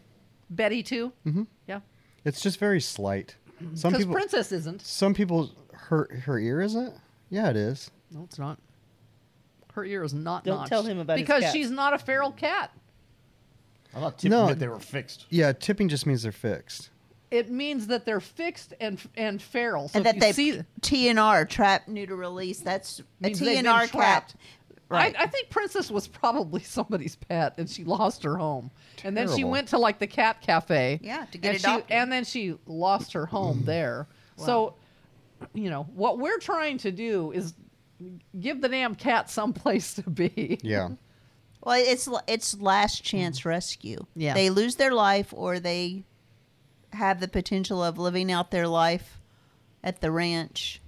[SPEAKER 3] Betty too. Mm-hmm. Yeah.
[SPEAKER 2] It's just very slight. Some
[SPEAKER 3] Because
[SPEAKER 2] people
[SPEAKER 3] Princess isn't.
[SPEAKER 2] some people her her ear isn't? Yeah, it is.
[SPEAKER 3] No, it's not. Her ear is not
[SPEAKER 1] Don't
[SPEAKER 3] notched.
[SPEAKER 1] tell him about his
[SPEAKER 3] because
[SPEAKER 1] cat.
[SPEAKER 3] she's not a feral cat.
[SPEAKER 5] I thought Tip
[SPEAKER 2] No.
[SPEAKER 5] that they were fixed.
[SPEAKER 2] Yeah, tipping just means they're fixed.
[SPEAKER 3] It means that they're fixed and and feral. So
[SPEAKER 4] and
[SPEAKER 3] if
[SPEAKER 4] that
[SPEAKER 3] you
[SPEAKER 4] they
[SPEAKER 3] see,
[SPEAKER 4] TNR trap neuter release. That's a
[SPEAKER 3] Means they've been
[SPEAKER 4] TNR cat.
[SPEAKER 3] trapped.
[SPEAKER 4] Right.
[SPEAKER 3] I, I think Princess was probably somebody's pet, and she lost her home. And then she
[SPEAKER 2] Terrible.
[SPEAKER 3] went to like the cat cafe.
[SPEAKER 4] Yeah, to get Mm.
[SPEAKER 3] and
[SPEAKER 4] adopted.
[SPEAKER 3] She, and then she lost her home there. So, you know, what we're trying to do is give the damn cat some place to be.
[SPEAKER 2] Yeah.
[SPEAKER 4] well, it's l- it's last chance rescue.
[SPEAKER 3] Mm-hmm. Yeah.
[SPEAKER 4] They lose their life or they have the potential of living out their life at the ranch.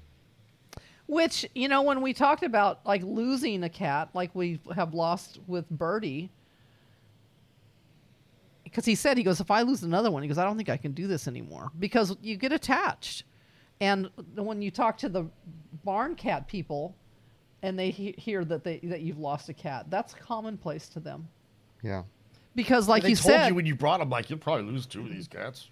[SPEAKER 3] Which, you know, when we talked about like losing a cat, like we have lost with Birdie, because he said he goes if i lose another one he goes i don't think i can do this anymore because you get attached and when you talk to the barn cat people and they he- hear that they that you've lost a cat that's commonplace to them
[SPEAKER 2] Yeah.
[SPEAKER 3] because like
[SPEAKER 5] they
[SPEAKER 3] you
[SPEAKER 5] told
[SPEAKER 3] said
[SPEAKER 5] you when you brought them, like you'll probably lose two of these cats.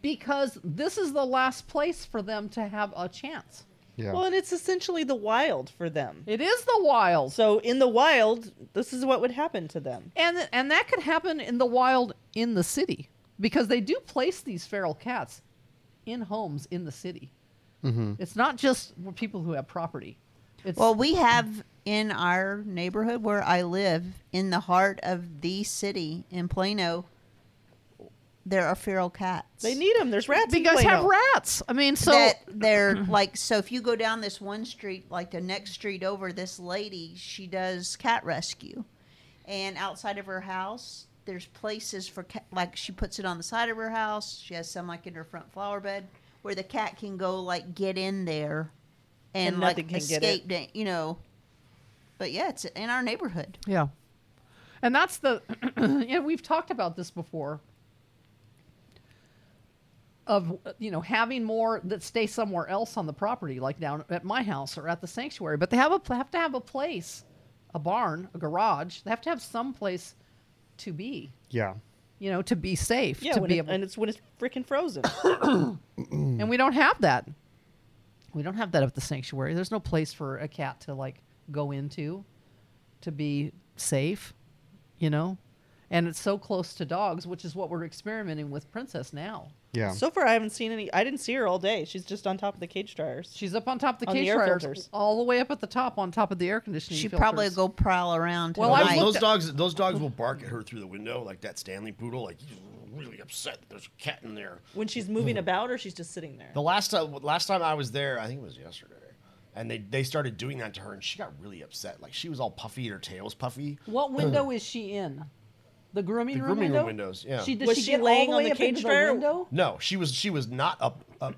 [SPEAKER 3] because this is the last place for them to have a chance
[SPEAKER 2] Yeah.
[SPEAKER 1] Well, and it's essentially the wild for them.
[SPEAKER 3] it is the wild
[SPEAKER 1] So in the wild, this is what would happen to them.
[SPEAKER 3] and and that could happen in the wild in the city because they do place these feral cats in homes in the city
[SPEAKER 1] Mm-hmm.
[SPEAKER 3] it's not just people who have property it's
[SPEAKER 4] Well, we have in our neighborhood where I live, in the heart of the city in Plano, there are feral cats.
[SPEAKER 1] They need them. There's rats. in
[SPEAKER 3] because have
[SPEAKER 1] Plano.
[SPEAKER 3] rats i mean so
[SPEAKER 4] that they're like so if you go down this one street like the next street over this lady she does cat rescue and outside of her house there's places for cat like she puts it on the side of her house she has some like in her front flower bed where the cat can go like get in there and,
[SPEAKER 1] And
[SPEAKER 4] like
[SPEAKER 1] nothing can get it.
[SPEAKER 4] escape da- you know but yeah it's in our neighborhood
[SPEAKER 3] Yeah. And that's the yeah, we've talked about this before. Of you know, having more that stay somewhere else on the property, like down at my house or at the sanctuary, but they have a have to have a place, a barn, a garage. They have to have some place to be,
[SPEAKER 2] yeah.
[SPEAKER 3] you know, to be safe,
[SPEAKER 1] Yeah,
[SPEAKER 3] to
[SPEAKER 1] when
[SPEAKER 3] be
[SPEAKER 1] it-
[SPEAKER 3] able,
[SPEAKER 1] and it's when it's freaking frozen.
[SPEAKER 3] and we don't have that. We don't have that at the sanctuary. There's no place for a cat to like go into to be safe, you know? And it's so close to dogs, which is what we're experimenting with Princess now.
[SPEAKER 2] Yeah.
[SPEAKER 1] so far, I haven't seen any. I didn't see her all day. She's just on top of the cage dryers.
[SPEAKER 3] She's up on top of the
[SPEAKER 1] On the
[SPEAKER 3] cage
[SPEAKER 1] air
[SPEAKER 3] dryers,
[SPEAKER 1] filters.
[SPEAKER 3] all the way up at the top on top of the air conditioning.
[SPEAKER 4] she
[SPEAKER 3] filters.
[SPEAKER 4] probably go prowl around
[SPEAKER 3] Well,
[SPEAKER 5] Those,
[SPEAKER 3] Oh, I
[SPEAKER 4] tonight.
[SPEAKER 5] those
[SPEAKER 3] looked-
[SPEAKER 5] dogs, those dogs will bark at her through the window, like that Stanley poodle. Like he's really upset that there's a cat in there.
[SPEAKER 1] When she's
[SPEAKER 4] Mm.
[SPEAKER 1] moving about, or she's just sitting there.
[SPEAKER 5] The last time, last time I was there, I think it was yesterday, and they they started doing that to her, and she got really upset. Like she was all puffy, her tail's puffy.
[SPEAKER 3] What window is she in? The grooming
[SPEAKER 5] The
[SPEAKER 3] room
[SPEAKER 5] grooming
[SPEAKER 3] window?
[SPEAKER 5] room windows, yeah.
[SPEAKER 3] She, did
[SPEAKER 1] Was
[SPEAKER 3] she,
[SPEAKER 1] she
[SPEAKER 3] get
[SPEAKER 1] laying
[SPEAKER 3] all
[SPEAKER 1] on
[SPEAKER 3] the way
[SPEAKER 1] the
[SPEAKER 3] up
[SPEAKER 1] cage
[SPEAKER 3] into
[SPEAKER 1] dryer?
[SPEAKER 3] the window?
[SPEAKER 5] No, she was she was not up. up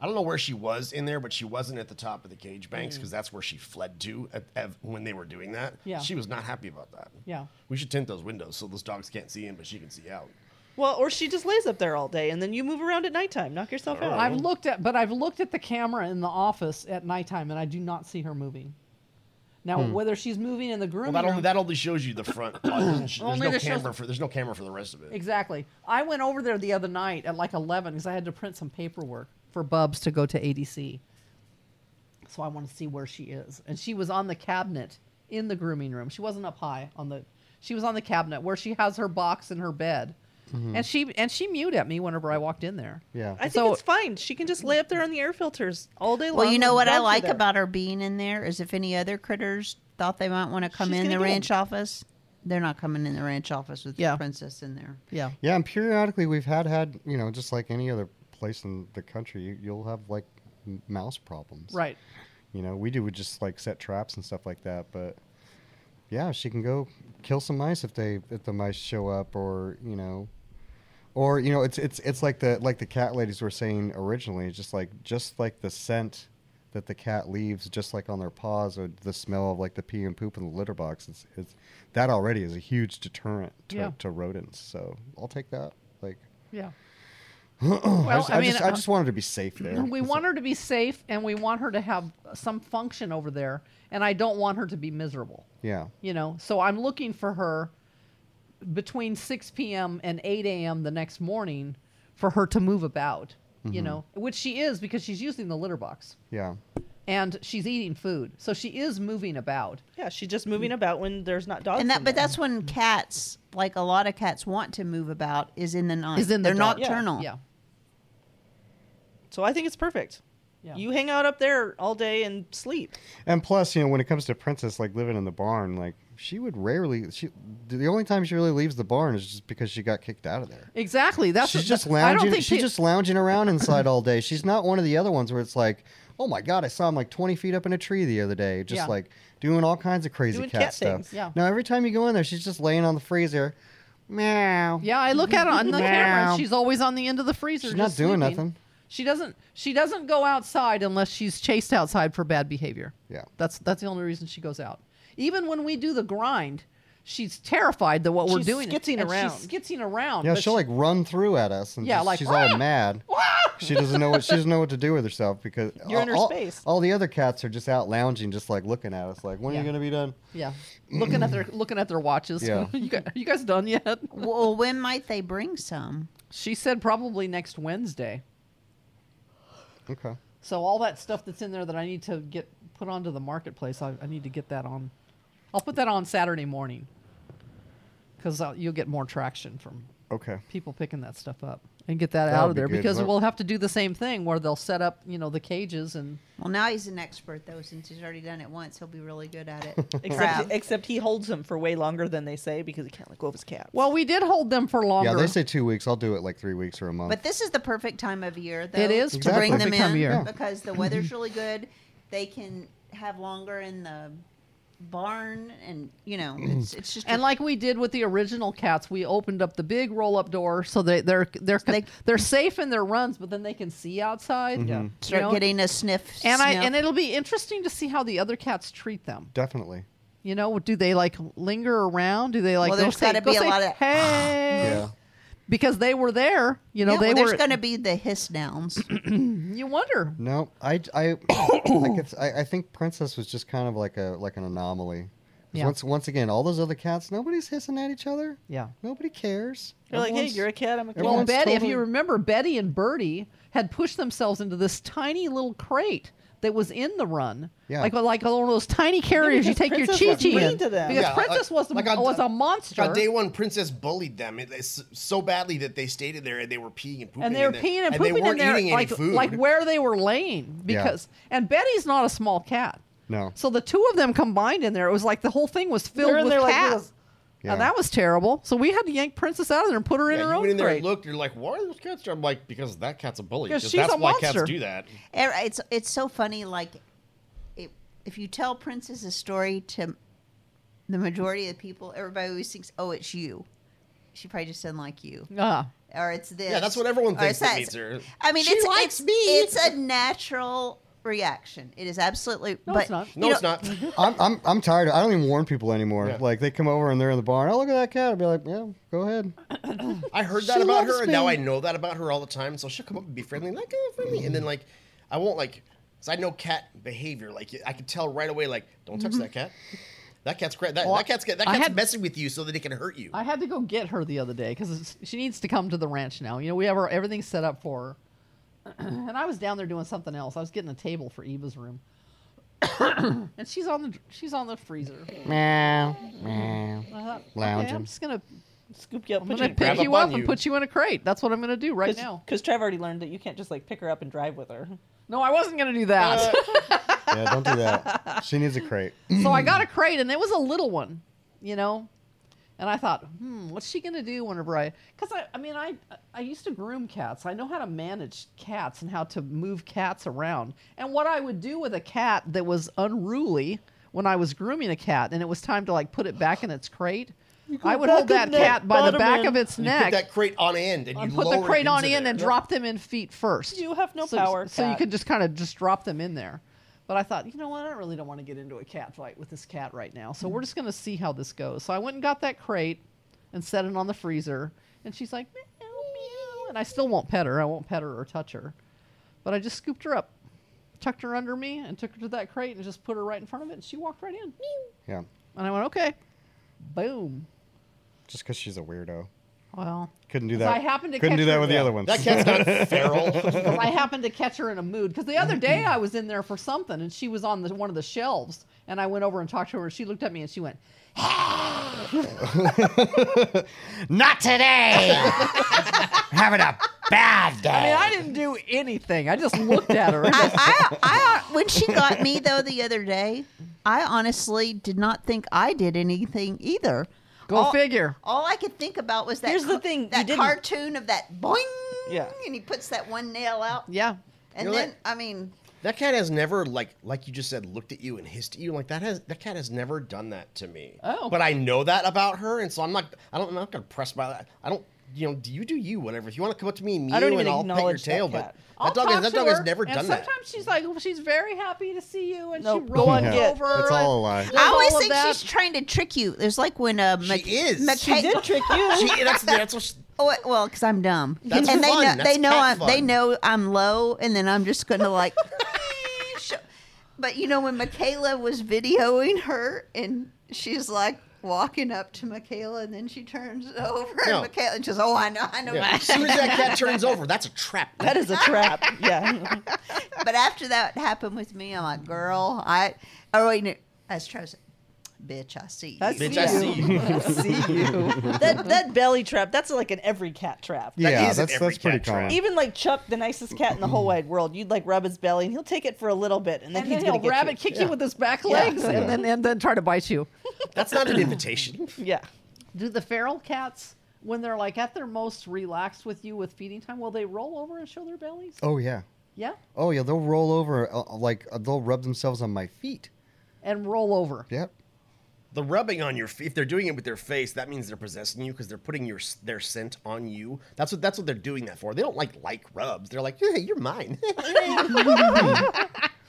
[SPEAKER 5] I don't know where she was in there, but she wasn't at the top of the cage banks because that's where she fled to at, at- when they were doing that.
[SPEAKER 3] Mm. Yeah.
[SPEAKER 5] she was not happy about that.
[SPEAKER 3] Yeah.
[SPEAKER 5] we should tint those windows so those dogs can't see in, but she can see out.
[SPEAKER 1] Well, or she just lays up there all day, and then you move around at nighttime. Knock yourself
[SPEAKER 4] Oh.
[SPEAKER 1] out.
[SPEAKER 2] Oh.
[SPEAKER 3] I've looked at, but I've looked at the camera in the office at nighttime, and I do not see her moving. Now,
[SPEAKER 2] Hmm.
[SPEAKER 3] whether she's moving in the grooming
[SPEAKER 5] Well, that only
[SPEAKER 3] room-
[SPEAKER 5] that only shows you the front. uh, doesn't sh- there's
[SPEAKER 3] Only
[SPEAKER 5] no
[SPEAKER 3] that shows-
[SPEAKER 5] camera for there's no camera for the rest of it.
[SPEAKER 3] exactly. I went over there the other night at like eleven because I had to print some paperwork for Bubs to go to ADC. So I want to see where she is, and she was on the cabinet in the grooming room. She wasn't up high on the. She was on the cabinet where she has her box in her bed, and she and she mewed at me whenever I walked in there.
[SPEAKER 2] Mm-hmm. Yeah.
[SPEAKER 1] I think
[SPEAKER 3] So-
[SPEAKER 1] it's fine. She can just lay up there on the air filters all day long.
[SPEAKER 4] Well, you know
[SPEAKER 1] The
[SPEAKER 4] what I
[SPEAKER 1] dogs are
[SPEAKER 4] like
[SPEAKER 1] there.
[SPEAKER 4] about her being in there is if any other critters thought they might want to come
[SPEAKER 1] She's
[SPEAKER 4] in
[SPEAKER 1] gonna get
[SPEAKER 4] the
[SPEAKER 1] 'em.
[SPEAKER 4] ranch office, they're not coming in the ranch office with
[SPEAKER 3] Yeah.
[SPEAKER 4] the princess in there.
[SPEAKER 3] Yeah.
[SPEAKER 2] Yeah, and periodically we've had had you know just like any other place in the country, you, you'll have like m- mouse problems.
[SPEAKER 3] Right.
[SPEAKER 2] You know, we do would just like set traps and stuff like that, but yeah, she can go kill some mice if they if the mice show up, or you know, or you know, it's it's it's like the like the cat ladies were saying originally, it's just like just like the scent that the cat leaves, just like on their paws, or the smell of like the pee and poop in the litter box, it's, it's that already is a huge deterrent to,
[SPEAKER 3] Yeah.
[SPEAKER 2] to rodents. So I'll take that. Like,
[SPEAKER 3] Yeah.
[SPEAKER 2] I
[SPEAKER 3] well,
[SPEAKER 2] just,
[SPEAKER 3] I, mean,
[SPEAKER 2] just, I just wanted to be safe there.
[SPEAKER 3] we want her to be safe and we want her to have some function over there and i don't want her to be miserable
[SPEAKER 2] Yeah.
[SPEAKER 3] you know so i'm looking for her between 6 p.m and 8 a.m the next morning for her to move about
[SPEAKER 2] Mm-hmm.
[SPEAKER 3] you know which she is because she's using the litter box
[SPEAKER 2] Yeah.
[SPEAKER 3] and she's eating food so she is moving about
[SPEAKER 1] Yeah, she's just moving about when there's not dogs.
[SPEAKER 4] Mm. and that,
[SPEAKER 1] in
[SPEAKER 4] but
[SPEAKER 1] there.
[SPEAKER 4] that's
[SPEAKER 3] Mm-hmm.
[SPEAKER 4] when cats, like a lot of cats, want to move about is in the night.
[SPEAKER 3] Is in the
[SPEAKER 4] They're
[SPEAKER 3] dark.
[SPEAKER 1] Yeah.
[SPEAKER 4] nocturnal.
[SPEAKER 3] yeah
[SPEAKER 1] so I think it's perfect.
[SPEAKER 3] Yeah.
[SPEAKER 1] You hang out up there all day and sleep.
[SPEAKER 2] And plus, you know, when it comes to Princess, like living in the barn, like she would rarely. She the only time she really leaves the barn is just because she got kicked out of there.
[SPEAKER 3] exactly that's
[SPEAKER 2] She's just
[SPEAKER 3] i don't
[SPEAKER 2] lounging.
[SPEAKER 3] think
[SPEAKER 2] She's
[SPEAKER 3] pe-
[SPEAKER 2] just lounging around inside all day. She's not one of the other ones where it's like, oh my god, I saw him like twenty feet up in a tree the other day, just
[SPEAKER 3] Yeah.
[SPEAKER 2] like doing all kinds of crazy
[SPEAKER 1] Doing
[SPEAKER 2] cat,
[SPEAKER 1] cat
[SPEAKER 2] stuff.
[SPEAKER 1] things,
[SPEAKER 3] yeah.
[SPEAKER 2] Now every time you go in there, she's just laying on the freezer, meow.
[SPEAKER 3] Yeah, I look at her on the camera.
[SPEAKER 2] Meow.
[SPEAKER 3] and She's always on the end of the freezer.
[SPEAKER 2] She's not
[SPEAKER 3] just
[SPEAKER 2] doing
[SPEAKER 3] sleeping.
[SPEAKER 2] nothing.
[SPEAKER 3] She doesn't. She doesn't go outside unless she's chased outside for bad behavior.
[SPEAKER 2] Yeah.
[SPEAKER 3] that's that's the only reason she goes out. Even when we do the grind, she's terrified that what we're
[SPEAKER 1] She's
[SPEAKER 3] doing
[SPEAKER 1] skitzing
[SPEAKER 3] and
[SPEAKER 1] around.
[SPEAKER 3] She's skitzing around.
[SPEAKER 2] Yeah,
[SPEAKER 3] but
[SPEAKER 2] she'll like
[SPEAKER 3] she-
[SPEAKER 2] run through at us, and
[SPEAKER 3] Yeah,
[SPEAKER 2] just-
[SPEAKER 3] like,
[SPEAKER 2] she's
[SPEAKER 3] "Wah!"
[SPEAKER 2] all mad. She doesn't know what she doesn't know what to do with herself because
[SPEAKER 1] You're
[SPEAKER 2] all,
[SPEAKER 1] in her
[SPEAKER 2] all-
[SPEAKER 1] space.
[SPEAKER 2] All, the other cats are just out lounging, just like looking at us, like, when are
[SPEAKER 3] Yeah.
[SPEAKER 2] you gonna be done?
[SPEAKER 3] yeah, looking at their looking at their watches.
[SPEAKER 2] Yeah.
[SPEAKER 3] you guys, you guys done yet?
[SPEAKER 4] Well, when might they bring some?
[SPEAKER 3] She said probably next Wednesday.
[SPEAKER 2] Okay.
[SPEAKER 3] So all that stuff that's in there that I need to get put onto the marketplace, I, I need to get that on. I'll put that on Saturday morning because you'll get more traction from
[SPEAKER 2] Okay.
[SPEAKER 3] people picking that stuff up and get that,
[SPEAKER 2] That
[SPEAKER 3] out
[SPEAKER 2] would
[SPEAKER 3] of
[SPEAKER 2] be
[SPEAKER 3] there
[SPEAKER 2] good.
[SPEAKER 3] because
[SPEAKER 2] What-
[SPEAKER 3] we'll have to do the same thing where they'll set up, you know, the cages and
[SPEAKER 4] Well, now he's an expert though, since he's already done it once. He'll be really good at it.
[SPEAKER 1] Except,
[SPEAKER 4] Proud.
[SPEAKER 1] except he holds them for way longer than they say because he can't let go of his cat.
[SPEAKER 3] well, we did hold them for longer.
[SPEAKER 2] Yeah, they say two weeks. I'll do it like three weeks or a month.
[SPEAKER 4] But this is the perfect time of year, though.
[SPEAKER 3] It is
[SPEAKER 4] to
[SPEAKER 2] Exactly.
[SPEAKER 4] bring them
[SPEAKER 3] perfect time
[SPEAKER 4] in
[SPEAKER 3] of year. Yeah.
[SPEAKER 4] because the weather's really good. They can have longer in the barn, and you know, it's, it's just
[SPEAKER 3] and
[SPEAKER 4] a-
[SPEAKER 3] like we did with the original cats, we opened up the big roll-up door so they they're they're
[SPEAKER 4] They-
[SPEAKER 3] they're safe in their runs, but then they can see outside.
[SPEAKER 2] Mm-hmm.
[SPEAKER 3] Yeah,
[SPEAKER 4] start getting a sniff.
[SPEAKER 3] and I
[SPEAKER 4] sniff.
[SPEAKER 3] and it'll be interesting to see how the other cats treat them.
[SPEAKER 2] Definitely.
[SPEAKER 3] You know, do they like linger around? Do they like
[SPEAKER 4] Well,
[SPEAKER 3] go
[SPEAKER 4] there's
[SPEAKER 3] say-
[SPEAKER 4] gotta
[SPEAKER 3] go
[SPEAKER 4] be a
[SPEAKER 3] say,
[SPEAKER 4] lot of-
[SPEAKER 3] hey,
[SPEAKER 2] Yeah.
[SPEAKER 3] because they were there. You know,
[SPEAKER 4] Yeah,
[SPEAKER 3] they
[SPEAKER 4] well,
[SPEAKER 3] were.
[SPEAKER 4] there's going to be the hiss downs.
[SPEAKER 3] you wonder.
[SPEAKER 2] No, I, I, I, guess, I, I think Princess was just kind of like a like an anomaly. 'Cause
[SPEAKER 3] Yeah.
[SPEAKER 2] Once once again, all those other cats, nobody's hissing at each other.
[SPEAKER 3] Yeah.
[SPEAKER 2] Nobody cares.
[SPEAKER 1] You're like, hey,
[SPEAKER 2] Everyone's-
[SPEAKER 1] you're a cat. I'm a cat.
[SPEAKER 3] Well,
[SPEAKER 2] Everyone's
[SPEAKER 3] Betty, if
[SPEAKER 2] totally-
[SPEAKER 3] you remember, Betty and Bertie had pushed themselves into this tiny little crate that was in the run.
[SPEAKER 2] Yeah.
[SPEAKER 3] Like like one of those tiny carriers you
[SPEAKER 1] because
[SPEAKER 3] take your
[SPEAKER 1] Princess
[SPEAKER 3] chi
[SPEAKER 1] was
[SPEAKER 3] chi in.
[SPEAKER 1] mean to them.
[SPEAKER 3] Because
[SPEAKER 5] Yeah, like-
[SPEAKER 3] Princess was, the-
[SPEAKER 5] like on-
[SPEAKER 3] was a monster.
[SPEAKER 5] On day one, Princess bullied them it- it's so badly that they stayed in there and they were peeing and pooping.
[SPEAKER 3] and they were peeing
[SPEAKER 5] in there,
[SPEAKER 3] and pooping
[SPEAKER 5] they
[SPEAKER 3] in
[SPEAKER 5] weren't
[SPEAKER 3] there,
[SPEAKER 5] eating
[SPEAKER 3] like
[SPEAKER 5] any food.
[SPEAKER 3] like where they were laying.
[SPEAKER 2] Yeah.
[SPEAKER 3] Because and Betty's not a small cat.
[SPEAKER 2] No.
[SPEAKER 3] So the two of them combined in there, it was like the whole thing was filled
[SPEAKER 1] They're in
[SPEAKER 3] with
[SPEAKER 1] there like
[SPEAKER 3] cats.
[SPEAKER 1] this.
[SPEAKER 2] Yeah.
[SPEAKER 3] And that was terrible. So we had to yank Princess out of there and put her in
[SPEAKER 5] yeah,
[SPEAKER 3] her
[SPEAKER 5] you
[SPEAKER 3] own
[SPEAKER 5] went in there
[SPEAKER 3] crate.
[SPEAKER 5] and looked. You're like, why are those cats? there?" I'm like, because that cat's a bully.
[SPEAKER 3] 'Cause
[SPEAKER 5] 'cause
[SPEAKER 3] she's
[SPEAKER 5] that's
[SPEAKER 3] a
[SPEAKER 5] why
[SPEAKER 3] monster.
[SPEAKER 5] cats do that.
[SPEAKER 4] Er- It's it's so funny. Like, it, if you tell Princess a story to the majority of the people, everybody always thinks, "Oh, it's you." She probably just doesn't like you,
[SPEAKER 3] Ah.
[SPEAKER 4] or it's this.
[SPEAKER 5] that's what everyone
[SPEAKER 4] or
[SPEAKER 5] thinks
[SPEAKER 4] it's
[SPEAKER 5] that
[SPEAKER 4] that.
[SPEAKER 5] means her.
[SPEAKER 4] I mean,
[SPEAKER 5] She
[SPEAKER 4] it's,
[SPEAKER 5] likes
[SPEAKER 4] it's,
[SPEAKER 5] me.
[SPEAKER 4] It's a natural reaction. It is absolutely.
[SPEAKER 3] No,
[SPEAKER 4] but
[SPEAKER 3] it's not.
[SPEAKER 5] No,
[SPEAKER 4] you
[SPEAKER 5] it's
[SPEAKER 4] know,
[SPEAKER 5] not.
[SPEAKER 2] I'm, I'm, I'm tired. of- I don't even warn people anymore.
[SPEAKER 5] Yeah.
[SPEAKER 2] Like they come over and they're in the barn. Oh, look at that cat. I'd be like, yeah, go ahead.
[SPEAKER 5] I heard that about her, and now I know that about her all the time. So she'll come up and be friendly, like, oh, friendly. And then, like, I won't, like, because I know cat behavior. Like, I could tell right away, like, don't touch that cat. That cat's cra- that, that cat's, that
[SPEAKER 3] Mm-hmm. I
[SPEAKER 5] cat's
[SPEAKER 3] had-
[SPEAKER 5] messing with you so that it can hurt you.
[SPEAKER 3] I had to go get her the other day because she needs to come to the ranch now. You know, we have our, everything set up for her. and I was down there doing something else. I was getting a table for Eva's room. and she's on the she's on the freezer.
[SPEAKER 2] Meow, meow.
[SPEAKER 3] And I thought, Okay, I'm
[SPEAKER 2] Lounging.
[SPEAKER 3] just gonna
[SPEAKER 1] Scoop you up.
[SPEAKER 3] I'm
[SPEAKER 1] Put
[SPEAKER 3] gonna
[SPEAKER 1] you,
[SPEAKER 5] grab
[SPEAKER 3] pick you
[SPEAKER 5] up
[SPEAKER 3] up
[SPEAKER 5] on
[SPEAKER 3] and
[SPEAKER 5] you.
[SPEAKER 3] put you in a crate. That's what I'm gonna do right now.
[SPEAKER 1] Because Trev already learned that you can't just like pick her up and drive with her.
[SPEAKER 3] No, I wasn't gonna do
[SPEAKER 5] Uh,
[SPEAKER 3] that.
[SPEAKER 2] Yeah, don't do that. She needs a crate.
[SPEAKER 3] so I
[SPEAKER 1] Mm.
[SPEAKER 3] got a crate, and it was a little one, you know. And I thought, hmm, what's she gonna do whenever I? Because I, I mean, I, I used to groom cats. I know how to manage cats and how to move cats around. And what I would do with a cat that was unruly when I was grooming a cat, and it was time to like put it back in its crate, I would
[SPEAKER 1] back
[SPEAKER 3] hold
[SPEAKER 1] in
[SPEAKER 3] that
[SPEAKER 1] that
[SPEAKER 3] cat by the
[SPEAKER 1] bottom
[SPEAKER 3] back
[SPEAKER 1] end.
[SPEAKER 3] of its
[SPEAKER 5] you put
[SPEAKER 3] neck
[SPEAKER 5] that crate on end, and you
[SPEAKER 3] and put
[SPEAKER 5] lower
[SPEAKER 3] the
[SPEAKER 5] it
[SPEAKER 3] crate on
[SPEAKER 5] into
[SPEAKER 3] in
[SPEAKER 5] there.
[SPEAKER 3] and drop them in feet first.
[SPEAKER 1] You have no
[SPEAKER 3] so,
[SPEAKER 1] power,
[SPEAKER 3] So you
[SPEAKER 1] cat.
[SPEAKER 3] could just kind of just drop them in there. But I thought, you know what? I really don't want to get into a cat fight with this cat right now. So we're just going to see how this goes. So I went and got that crate and set it on the freezer. And she's like, meow, meow. And I still won't pet her. I won't pet her or touch her. But I just scooped her up, tucked her under me, and took her to that crate and just put her right in front of it. And she walked right in.
[SPEAKER 2] Yeah,
[SPEAKER 3] And I went, okay. Boom.
[SPEAKER 2] just because she's a weirdo.
[SPEAKER 3] Well,
[SPEAKER 2] Couldn't do
[SPEAKER 3] 'Cause
[SPEAKER 2] that.
[SPEAKER 3] I happened to
[SPEAKER 2] Couldn't do
[SPEAKER 3] catch
[SPEAKER 2] that
[SPEAKER 3] her-
[SPEAKER 2] with
[SPEAKER 3] Yeah.
[SPEAKER 2] the other ones.
[SPEAKER 5] That cat's not feral.
[SPEAKER 3] Because I happened to catch her in a mood. Because the other day I was in there for something, and she was on the, one of the shelves, and I went over and talked to her. and She looked at me and she went,
[SPEAKER 2] not today. Having a bad day.
[SPEAKER 3] "I mean, I didn't do anything. I just looked at her."
[SPEAKER 4] I, I, I, when she got me though the other day, I honestly did not think I did anything either.
[SPEAKER 3] Go
[SPEAKER 4] All-
[SPEAKER 3] figure.
[SPEAKER 4] All I could think about was that.
[SPEAKER 1] Here's the
[SPEAKER 4] ca-
[SPEAKER 1] thing, you
[SPEAKER 4] that
[SPEAKER 1] didn't-
[SPEAKER 4] cartoon of that boing.
[SPEAKER 1] Yeah.
[SPEAKER 4] And he puts that one nail out.
[SPEAKER 3] Yeah,
[SPEAKER 4] And
[SPEAKER 5] You know
[SPEAKER 4] then
[SPEAKER 5] what?
[SPEAKER 4] I mean,
[SPEAKER 5] That cat has never like like you just said looked at you and hissed at you like that has that cat has never done that to me.
[SPEAKER 3] Oh.
[SPEAKER 5] But I know that about her and so I'm not I don't I'm not going to press my I don't you know, do you do you whatever. If you want to come up to me and meet
[SPEAKER 1] I don't
[SPEAKER 5] you,
[SPEAKER 1] even
[SPEAKER 5] and I'll pet your
[SPEAKER 1] acknowledge that
[SPEAKER 5] tail,
[SPEAKER 1] cat.
[SPEAKER 5] but
[SPEAKER 3] I'll
[SPEAKER 5] that dog,
[SPEAKER 3] talk
[SPEAKER 5] has, that
[SPEAKER 3] to
[SPEAKER 5] dog has
[SPEAKER 3] her,
[SPEAKER 5] never
[SPEAKER 3] and
[SPEAKER 5] done
[SPEAKER 3] sometimes
[SPEAKER 5] that.
[SPEAKER 3] she's like, well, she's very happy to see you, and
[SPEAKER 1] Nope,
[SPEAKER 3] she
[SPEAKER 1] go
[SPEAKER 3] rolls
[SPEAKER 1] on, get.
[SPEAKER 3] over.
[SPEAKER 2] It's all a lie.
[SPEAKER 3] and does
[SPEAKER 4] I always
[SPEAKER 3] all of
[SPEAKER 4] think
[SPEAKER 3] that.
[SPEAKER 4] she's trying to trick you. There's like when uh,
[SPEAKER 5] She
[SPEAKER 4] Mac-
[SPEAKER 5] is.
[SPEAKER 4] Mac-
[SPEAKER 1] She did trick you.
[SPEAKER 5] She, that's, that's what she,
[SPEAKER 4] Oh, well, because I'm dumb.
[SPEAKER 5] That's
[SPEAKER 4] and they
[SPEAKER 5] fun.
[SPEAKER 4] know
[SPEAKER 5] That's
[SPEAKER 4] they know
[SPEAKER 5] cat
[SPEAKER 4] I'm, they
[SPEAKER 5] fun.
[SPEAKER 4] know I'm low, and then I'm just gonna like. show- but you know when Michaela was videoing her, and she's like walking up to Michaela, and then she turns over,
[SPEAKER 5] No.
[SPEAKER 4] and Michaela and she's oh I know I know.
[SPEAKER 5] yeah. As soon as that cat turns over, that's a trap.
[SPEAKER 1] That is a trap. Yeah.
[SPEAKER 4] but after that happened with me, I'm like, girl, I oh wait, no, that's Trozen. Bitch, I see you.
[SPEAKER 1] That's
[SPEAKER 5] Bitch,
[SPEAKER 1] you.
[SPEAKER 5] I see you.
[SPEAKER 1] see you. That that belly trap. That's like an every cat trap.
[SPEAKER 5] is
[SPEAKER 2] yeah,
[SPEAKER 5] an
[SPEAKER 2] that's
[SPEAKER 5] every
[SPEAKER 2] that's pretty
[SPEAKER 5] cat trap.
[SPEAKER 2] common.
[SPEAKER 1] Even like Chuck, the nicest cat in the whole wide world, you'd like rub his belly and he'll take it for a little bit and then
[SPEAKER 3] And
[SPEAKER 1] he's
[SPEAKER 3] then he'll
[SPEAKER 1] gonna get
[SPEAKER 3] rabbit
[SPEAKER 1] you.
[SPEAKER 3] kick you with his back legs,
[SPEAKER 2] Yeah.
[SPEAKER 3] and then and then try to bite you.
[SPEAKER 5] That's not an invitation.
[SPEAKER 1] Yeah.
[SPEAKER 3] Do the feral cats, when they're like at their most relaxed with you with feeding time, will they roll over and show their bellies?
[SPEAKER 2] Oh yeah.
[SPEAKER 3] Yeah,
[SPEAKER 2] Oh yeah, they'll roll over uh, like uh, they'll rub themselves on my feet.
[SPEAKER 3] and roll over.
[SPEAKER 2] Yep.
[SPEAKER 5] The rubbing on your feet, if they're doing it with their face, that means they're possessing you because they're putting your s- their scent on you. That's what that's what they're doing that for. They don't like like rubs. They're like, hey, you're mine.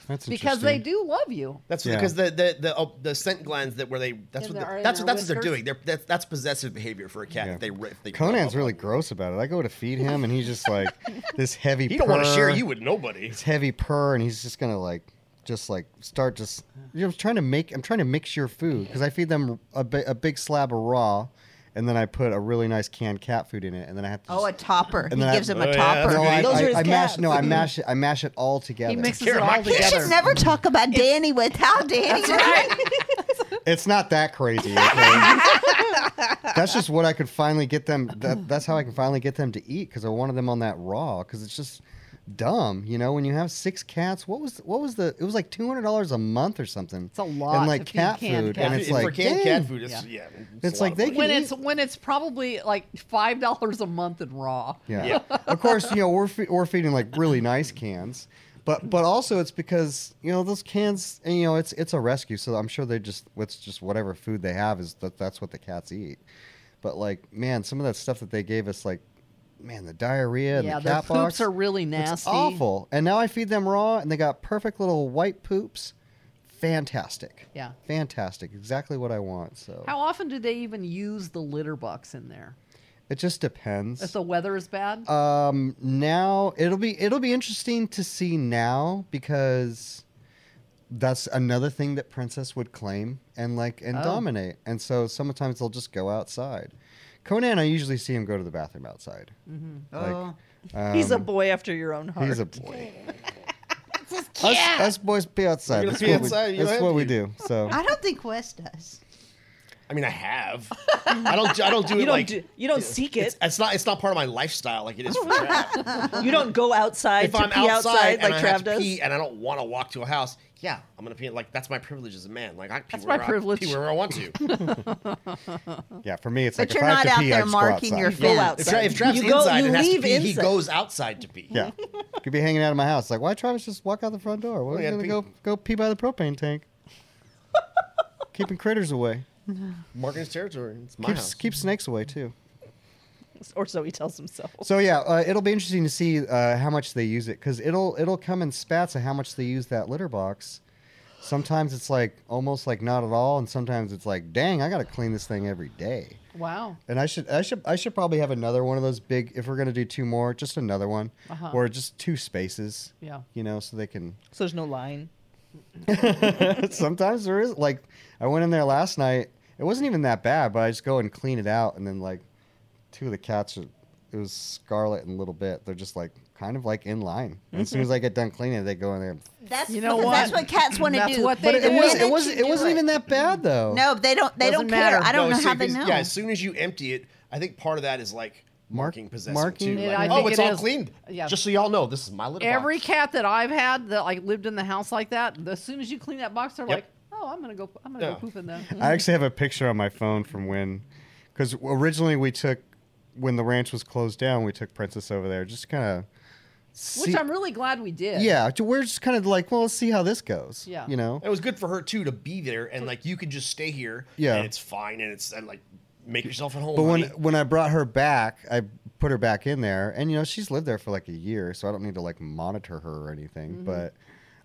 [SPEAKER 2] That's
[SPEAKER 3] because they
[SPEAKER 2] interesting.
[SPEAKER 3] do love you.
[SPEAKER 5] that's
[SPEAKER 2] Yeah.
[SPEAKER 5] because the the the, oh, the scent glands that where they that's
[SPEAKER 3] And they're-
[SPEAKER 5] what the-
[SPEAKER 3] are in
[SPEAKER 5] that's
[SPEAKER 3] their
[SPEAKER 5] what that's what they're
[SPEAKER 3] whiskers?
[SPEAKER 5] doing. They're that's, that's possessive behavior for a cat.
[SPEAKER 2] Yeah.
[SPEAKER 5] If they, ri- if they rub
[SPEAKER 2] Conan's
[SPEAKER 5] up
[SPEAKER 2] really
[SPEAKER 5] on you.
[SPEAKER 2] gross about it. I go to feed him, and he's just like this heavy.
[SPEAKER 5] He don't want to share
[SPEAKER 2] purr.
[SPEAKER 5] you with nobody.
[SPEAKER 2] this heavy purr and he's just gonna like just like start just you know I'm trying to make I'm trying to mix your food because I feed them a, bi- a big slab of raw and then I put a really nice canned cat food in it and then I have to
[SPEAKER 4] Oh, a
[SPEAKER 2] just,
[SPEAKER 4] topper.
[SPEAKER 2] And
[SPEAKER 4] he
[SPEAKER 2] then I-
[SPEAKER 4] gives him
[SPEAKER 5] Oh,
[SPEAKER 4] a
[SPEAKER 5] yeah,
[SPEAKER 4] topper.
[SPEAKER 5] that's
[SPEAKER 2] no I,
[SPEAKER 5] Those
[SPEAKER 1] are
[SPEAKER 2] I,
[SPEAKER 1] his
[SPEAKER 2] I mash
[SPEAKER 1] cats.
[SPEAKER 2] no I mash it I mash it all together
[SPEAKER 3] He mixes
[SPEAKER 5] Here,
[SPEAKER 3] it
[SPEAKER 5] my
[SPEAKER 3] all
[SPEAKER 5] cat-
[SPEAKER 4] He
[SPEAKER 3] together.
[SPEAKER 4] should never talk about Danny without Danny.
[SPEAKER 2] it's not that crazy okay? that's just what I could finally get them that, that's how I can finally get them to eat because I wanted them on that raw because it's just dumb you know when you have six cats what was what was the it was like $200 a month or something
[SPEAKER 3] It's a lot
[SPEAKER 2] and
[SPEAKER 3] to
[SPEAKER 2] like
[SPEAKER 3] feed
[SPEAKER 2] cat
[SPEAKER 3] canned
[SPEAKER 2] food
[SPEAKER 3] cats.
[SPEAKER 2] and
[SPEAKER 5] If-
[SPEAKER 2] it's
[SPEAKER 5] if
[SPEAKER 2] like
[SPEAKER 5] for canned
[SPEAKER 2] dang.
[SPEAKER 5] cat food, it's, yeah.
[SPEAKER 2] It's
[SPEAKER 5] a lot
[SPEAKER 2] like
[SPEAKER 5] of
[SPEAKER 2] they
[SPEAKER 5] money.
[SPEAKER 2] can
[SPEAKER 3] When it's
[SPEAKER 2] eat-
[SPEAKER 3] when it's probably like five dollars a month in raw.
[SPEAKER 2] Yeah.
[SPEAKER 5] Yeah.
[SPEAKER 2] of course, you know we're fe- we're feeding like really nice cans, but but also it's because you know those cans and you know it's it's a rescue, so I'm sure they just it's just whatever food they have is that that's what the cats eat. But like man, some of that stuff that they gave us like. Man, the diarrhea and
[SPEAKER 3] Yeah,
[SPEAKER 2] the
[SPEAKER 3] their
[SPEAKER 2] cat
[SPEAKER 3] poops
[SPEAKER 2] box
[SPEAKER 3] are really
[SPEAKER 2] It's
[SPEAKER 3] nasty.
[SPEAKER 2] awful. And now I feed them raw, and they got perfect little white poops. Fantastic.
[SPEAKER 3] Yeah.
[SPEAKER 2] fantastic. Exactly what I want. So
[SPEAKER 3] How often do they even use the litter box in there?
[SPEAKER 2] it just depends.
[SPEAKER 3] If the weather is bad,
[SPEAKER 2] um now it'll be it'll be interesting to see now because that's another thing that princess would claim and like and
[SPEAKER 3] Oh.
[SPEAKER 2] dominate and so sometimes they'll just go outside conan i usually see him go to the bathroom outside
[SPEAKER 5] Mm-hmm.
[SPEAKER 4] Oh.
[SPEAKER 1] He's a
[SPEAKER 2] um,
[SPEAKER 1] boy after your own heart.
[SPEAKER 2] he's a boy us, us boys be outside
[SPEAKER 5] You're
[SPEAKER 2] that's,
[SPEAKER 5] gonna be
[SPEAKER 2] what,
[SPEAKER 5] outside,
[SPEAKER 2] we,
[SPEAKER 5] you
[SPEAKER 2] that's
[SPEAKER 5] have
[SPEAKER 2] what we
[SPEAKER 5] to.
[SPEAKER 2] do so
[SPEAKER 4] I don't think Wes does.
[SPEAKER 5] I mean, I have. I don't. I don't do it
[SPEAKER 1] you don't
[SPEAKER 5] like.
[SPEAKER 1] do, you don't seek it.
[SPEAKER 5] it's, it's not. It's not part of my lifestyle. Like it is for Trav.
[SPEAKER 1] You don't go outside
[SPEAKER 5] if
[SPEAKER 1] to
[SPEAKER 5] I'm
[SPEAKER 1] pee outside,
[SPEAKER 5] outside,
[SPEAKER 1] like
[SPEAKER 5] and I
[SPEAKER 1] Trav
[SPEAKER 5] have to
[SPEAKER 1] does.
[SPEAKER 5] pee and I don't want to walk to a house, yeah, I'm gonna pee. Like that's my privilege as a man. Like I can pee,
[SPEAKER 3] That's my
[SPEAKER 5] wherever I-
[SPEAKER 3] privilege.
[SPEAKER 5] pee wherever I want to. If
[SPEAKER 2] yeah for me it's
[SPEAKER 4] But
[SPEAKER 2] like
[SPEAKER 4] you're
[SPEAKER 2] if i have
[SPEAKER 4] not
[SPEAKER 2] to
[SPEAKER 4] out
[SPEAKER 2] pee, I
[SPEAKER 4] there
[SPEAKER 2] just go
[SPEAKER 4] marking
[SPEAKER 2] outside.
[SPEAKER 4] your
[SPEAKER 1] Go
[SPEAKER 4] fence.
[SPEAKER 1] outside.
[SPEAKER 5] Tra- if Trav's
[SPEAKER 1] you go,
[SPEAKER 5] inside
[SPEAKER 1] you
[SPEAKER 5] and has to
[SPEAKER 1] leave
[SPEAKER 5] pee, he
[SPEAKER 1] inside.
[SPEAKER 5] goes outside to pee.
[SPEAKER 2] yeah could be hanging out of my house like why travis just walk out the front door why are
[SPEAKER 5] yeah,
[SPEAKER 2] you gonna
[SPEAKER 5] pee.
[SPEAKER 2] go go pee by the propane tank keeping critters away
[SPEAKER 5] marking his territory. It's my
[SPEAKER 2] keep,
[SPEAKER 5] house.
[SPEAKER 2] keep snakes away too.
[SPEAKER 1] or so he tells himself.
[SPEAKER 2] So yeah, uh, it'll be interesting to see uh, how much they use it because it'll it'll come in spats of how much they use that litter box. Sometimes it's like almost like not at all, and sometimes it's like, dang, I gotta clean this thing every day.
[SPEAKER 3] wow.
[SPEAKER 2] And I should I should I should probably have another one of those big. If we're gonna do two more, just another one,
[SPEAKER 3] Uh-huh.
[SPEAKER 2] or just two spaces.
[SPEAKER 3] Yeah.
[SPEAKER 2] you know, so they can
[SPEAKER 1] So there's no line.
[SPEAKER 2] sometimes there is like I went in there last night. It wasn't even that bad, but I just go and clean it out, and then like two of the cats are. It was Scarlet and Little Bit. They're just like kind of like in line. And As soon as I get done cleaning, they go in there.
[SPEAKER 4] That's
[SPEAKER 3] You know
[SPEAKER 4] because
[SPEAKER 3] what?
[SPEAKER 4] That's what cats want to
[SPEAKER 3] That's
[SPEAKER 4] do.
[SPEAKER 3] what they
[SPEAKER 2] But it,
[SPEAKER 3] But it do.
[SPEAKER 2] was
[SPEAKER 3] wasn't-
[SPEAKER 2] it
[SPEAKER 4] Minute
[SPEAKER 2] was
[SPEAKER 4] you
[SPEAKER 2] it
[SPEAKER 4] do
[SPEAKER 2] wasn't even that bad though.
[SPEAKER 4] No, they don't. They
[SPEAKER 3] Doesn't
[SPEAKER 4] don't care.
[SPEAKER 3] matter.
[SPEAKER 4] I don't know
[SPEAKER 5] No, as
[SPEAKER 4] how
[SPEAKER 5] soon
[SPEAKER 4] they
[SPEAKER 5] as-
[SPEAKER 4] know.
[SPEAKER 5] Yeah, as soon as you empty it, I think part of that is like
[SPEAKER 2] Mark-
[SPEAKER 5] marking possessive
[SPEAKER 2] marking-
[SPEAKER 5] too.
[SPEAKER 2] Yeah,
[SPEAKER 5] Like,
[SPEAKER 3] I think
[SPEAKER 5] oh, it's
[SPEAKER 3] it
[SPEAKER 5] all
[SPEAKER 3] is.
[SPEAKER 5] cleaned.
[SPEAKER 3] Yeah.
[SPEAKER 5] Just so y'all know, this is my little
[SPEAKER 3] Every
[SPEAKER 5] box.
[SPEAKER 3] cat that I've had that like lived in the house like that, as soon as you clean that box, they're
[SPEAKER 5] Yep.
[SPEAKER 3] like, "Oh, I'm gonna go. I'm gonna
[SPEAKER 5] Yeah.
[SPEAKER 3] go poop in there."
[SPEAKER 2] I actually have a picture on my phone from when, because originally we took when the ranch was closed down, we took Princess over there just kind of.
[SPEAKER 3] Which I'm really glad we did.
[SPEAKER 2] Yeah, to- we're just kind of like, well, let's see how this goes.
[SPEAKER 3] Yeah.
[SPEAKER 2] you know.
[SPEAKER 5] It was good for her too to be there, and like you could just stay here.
[SPEAKER 2] Yeah.
[SPEAKER 5] and it's fine, and it's and like Make yourself at home.
[SPEAKER 2] But when
[SPEAKER 5] honey.
[SPEAKER 2] when I brought her back, I put her back in there, and you know she's lived there for like a year, so I don't need to like monitor her or anything.
[SPEAKER 3] Mm-hmm.
[SPEAKER 2] But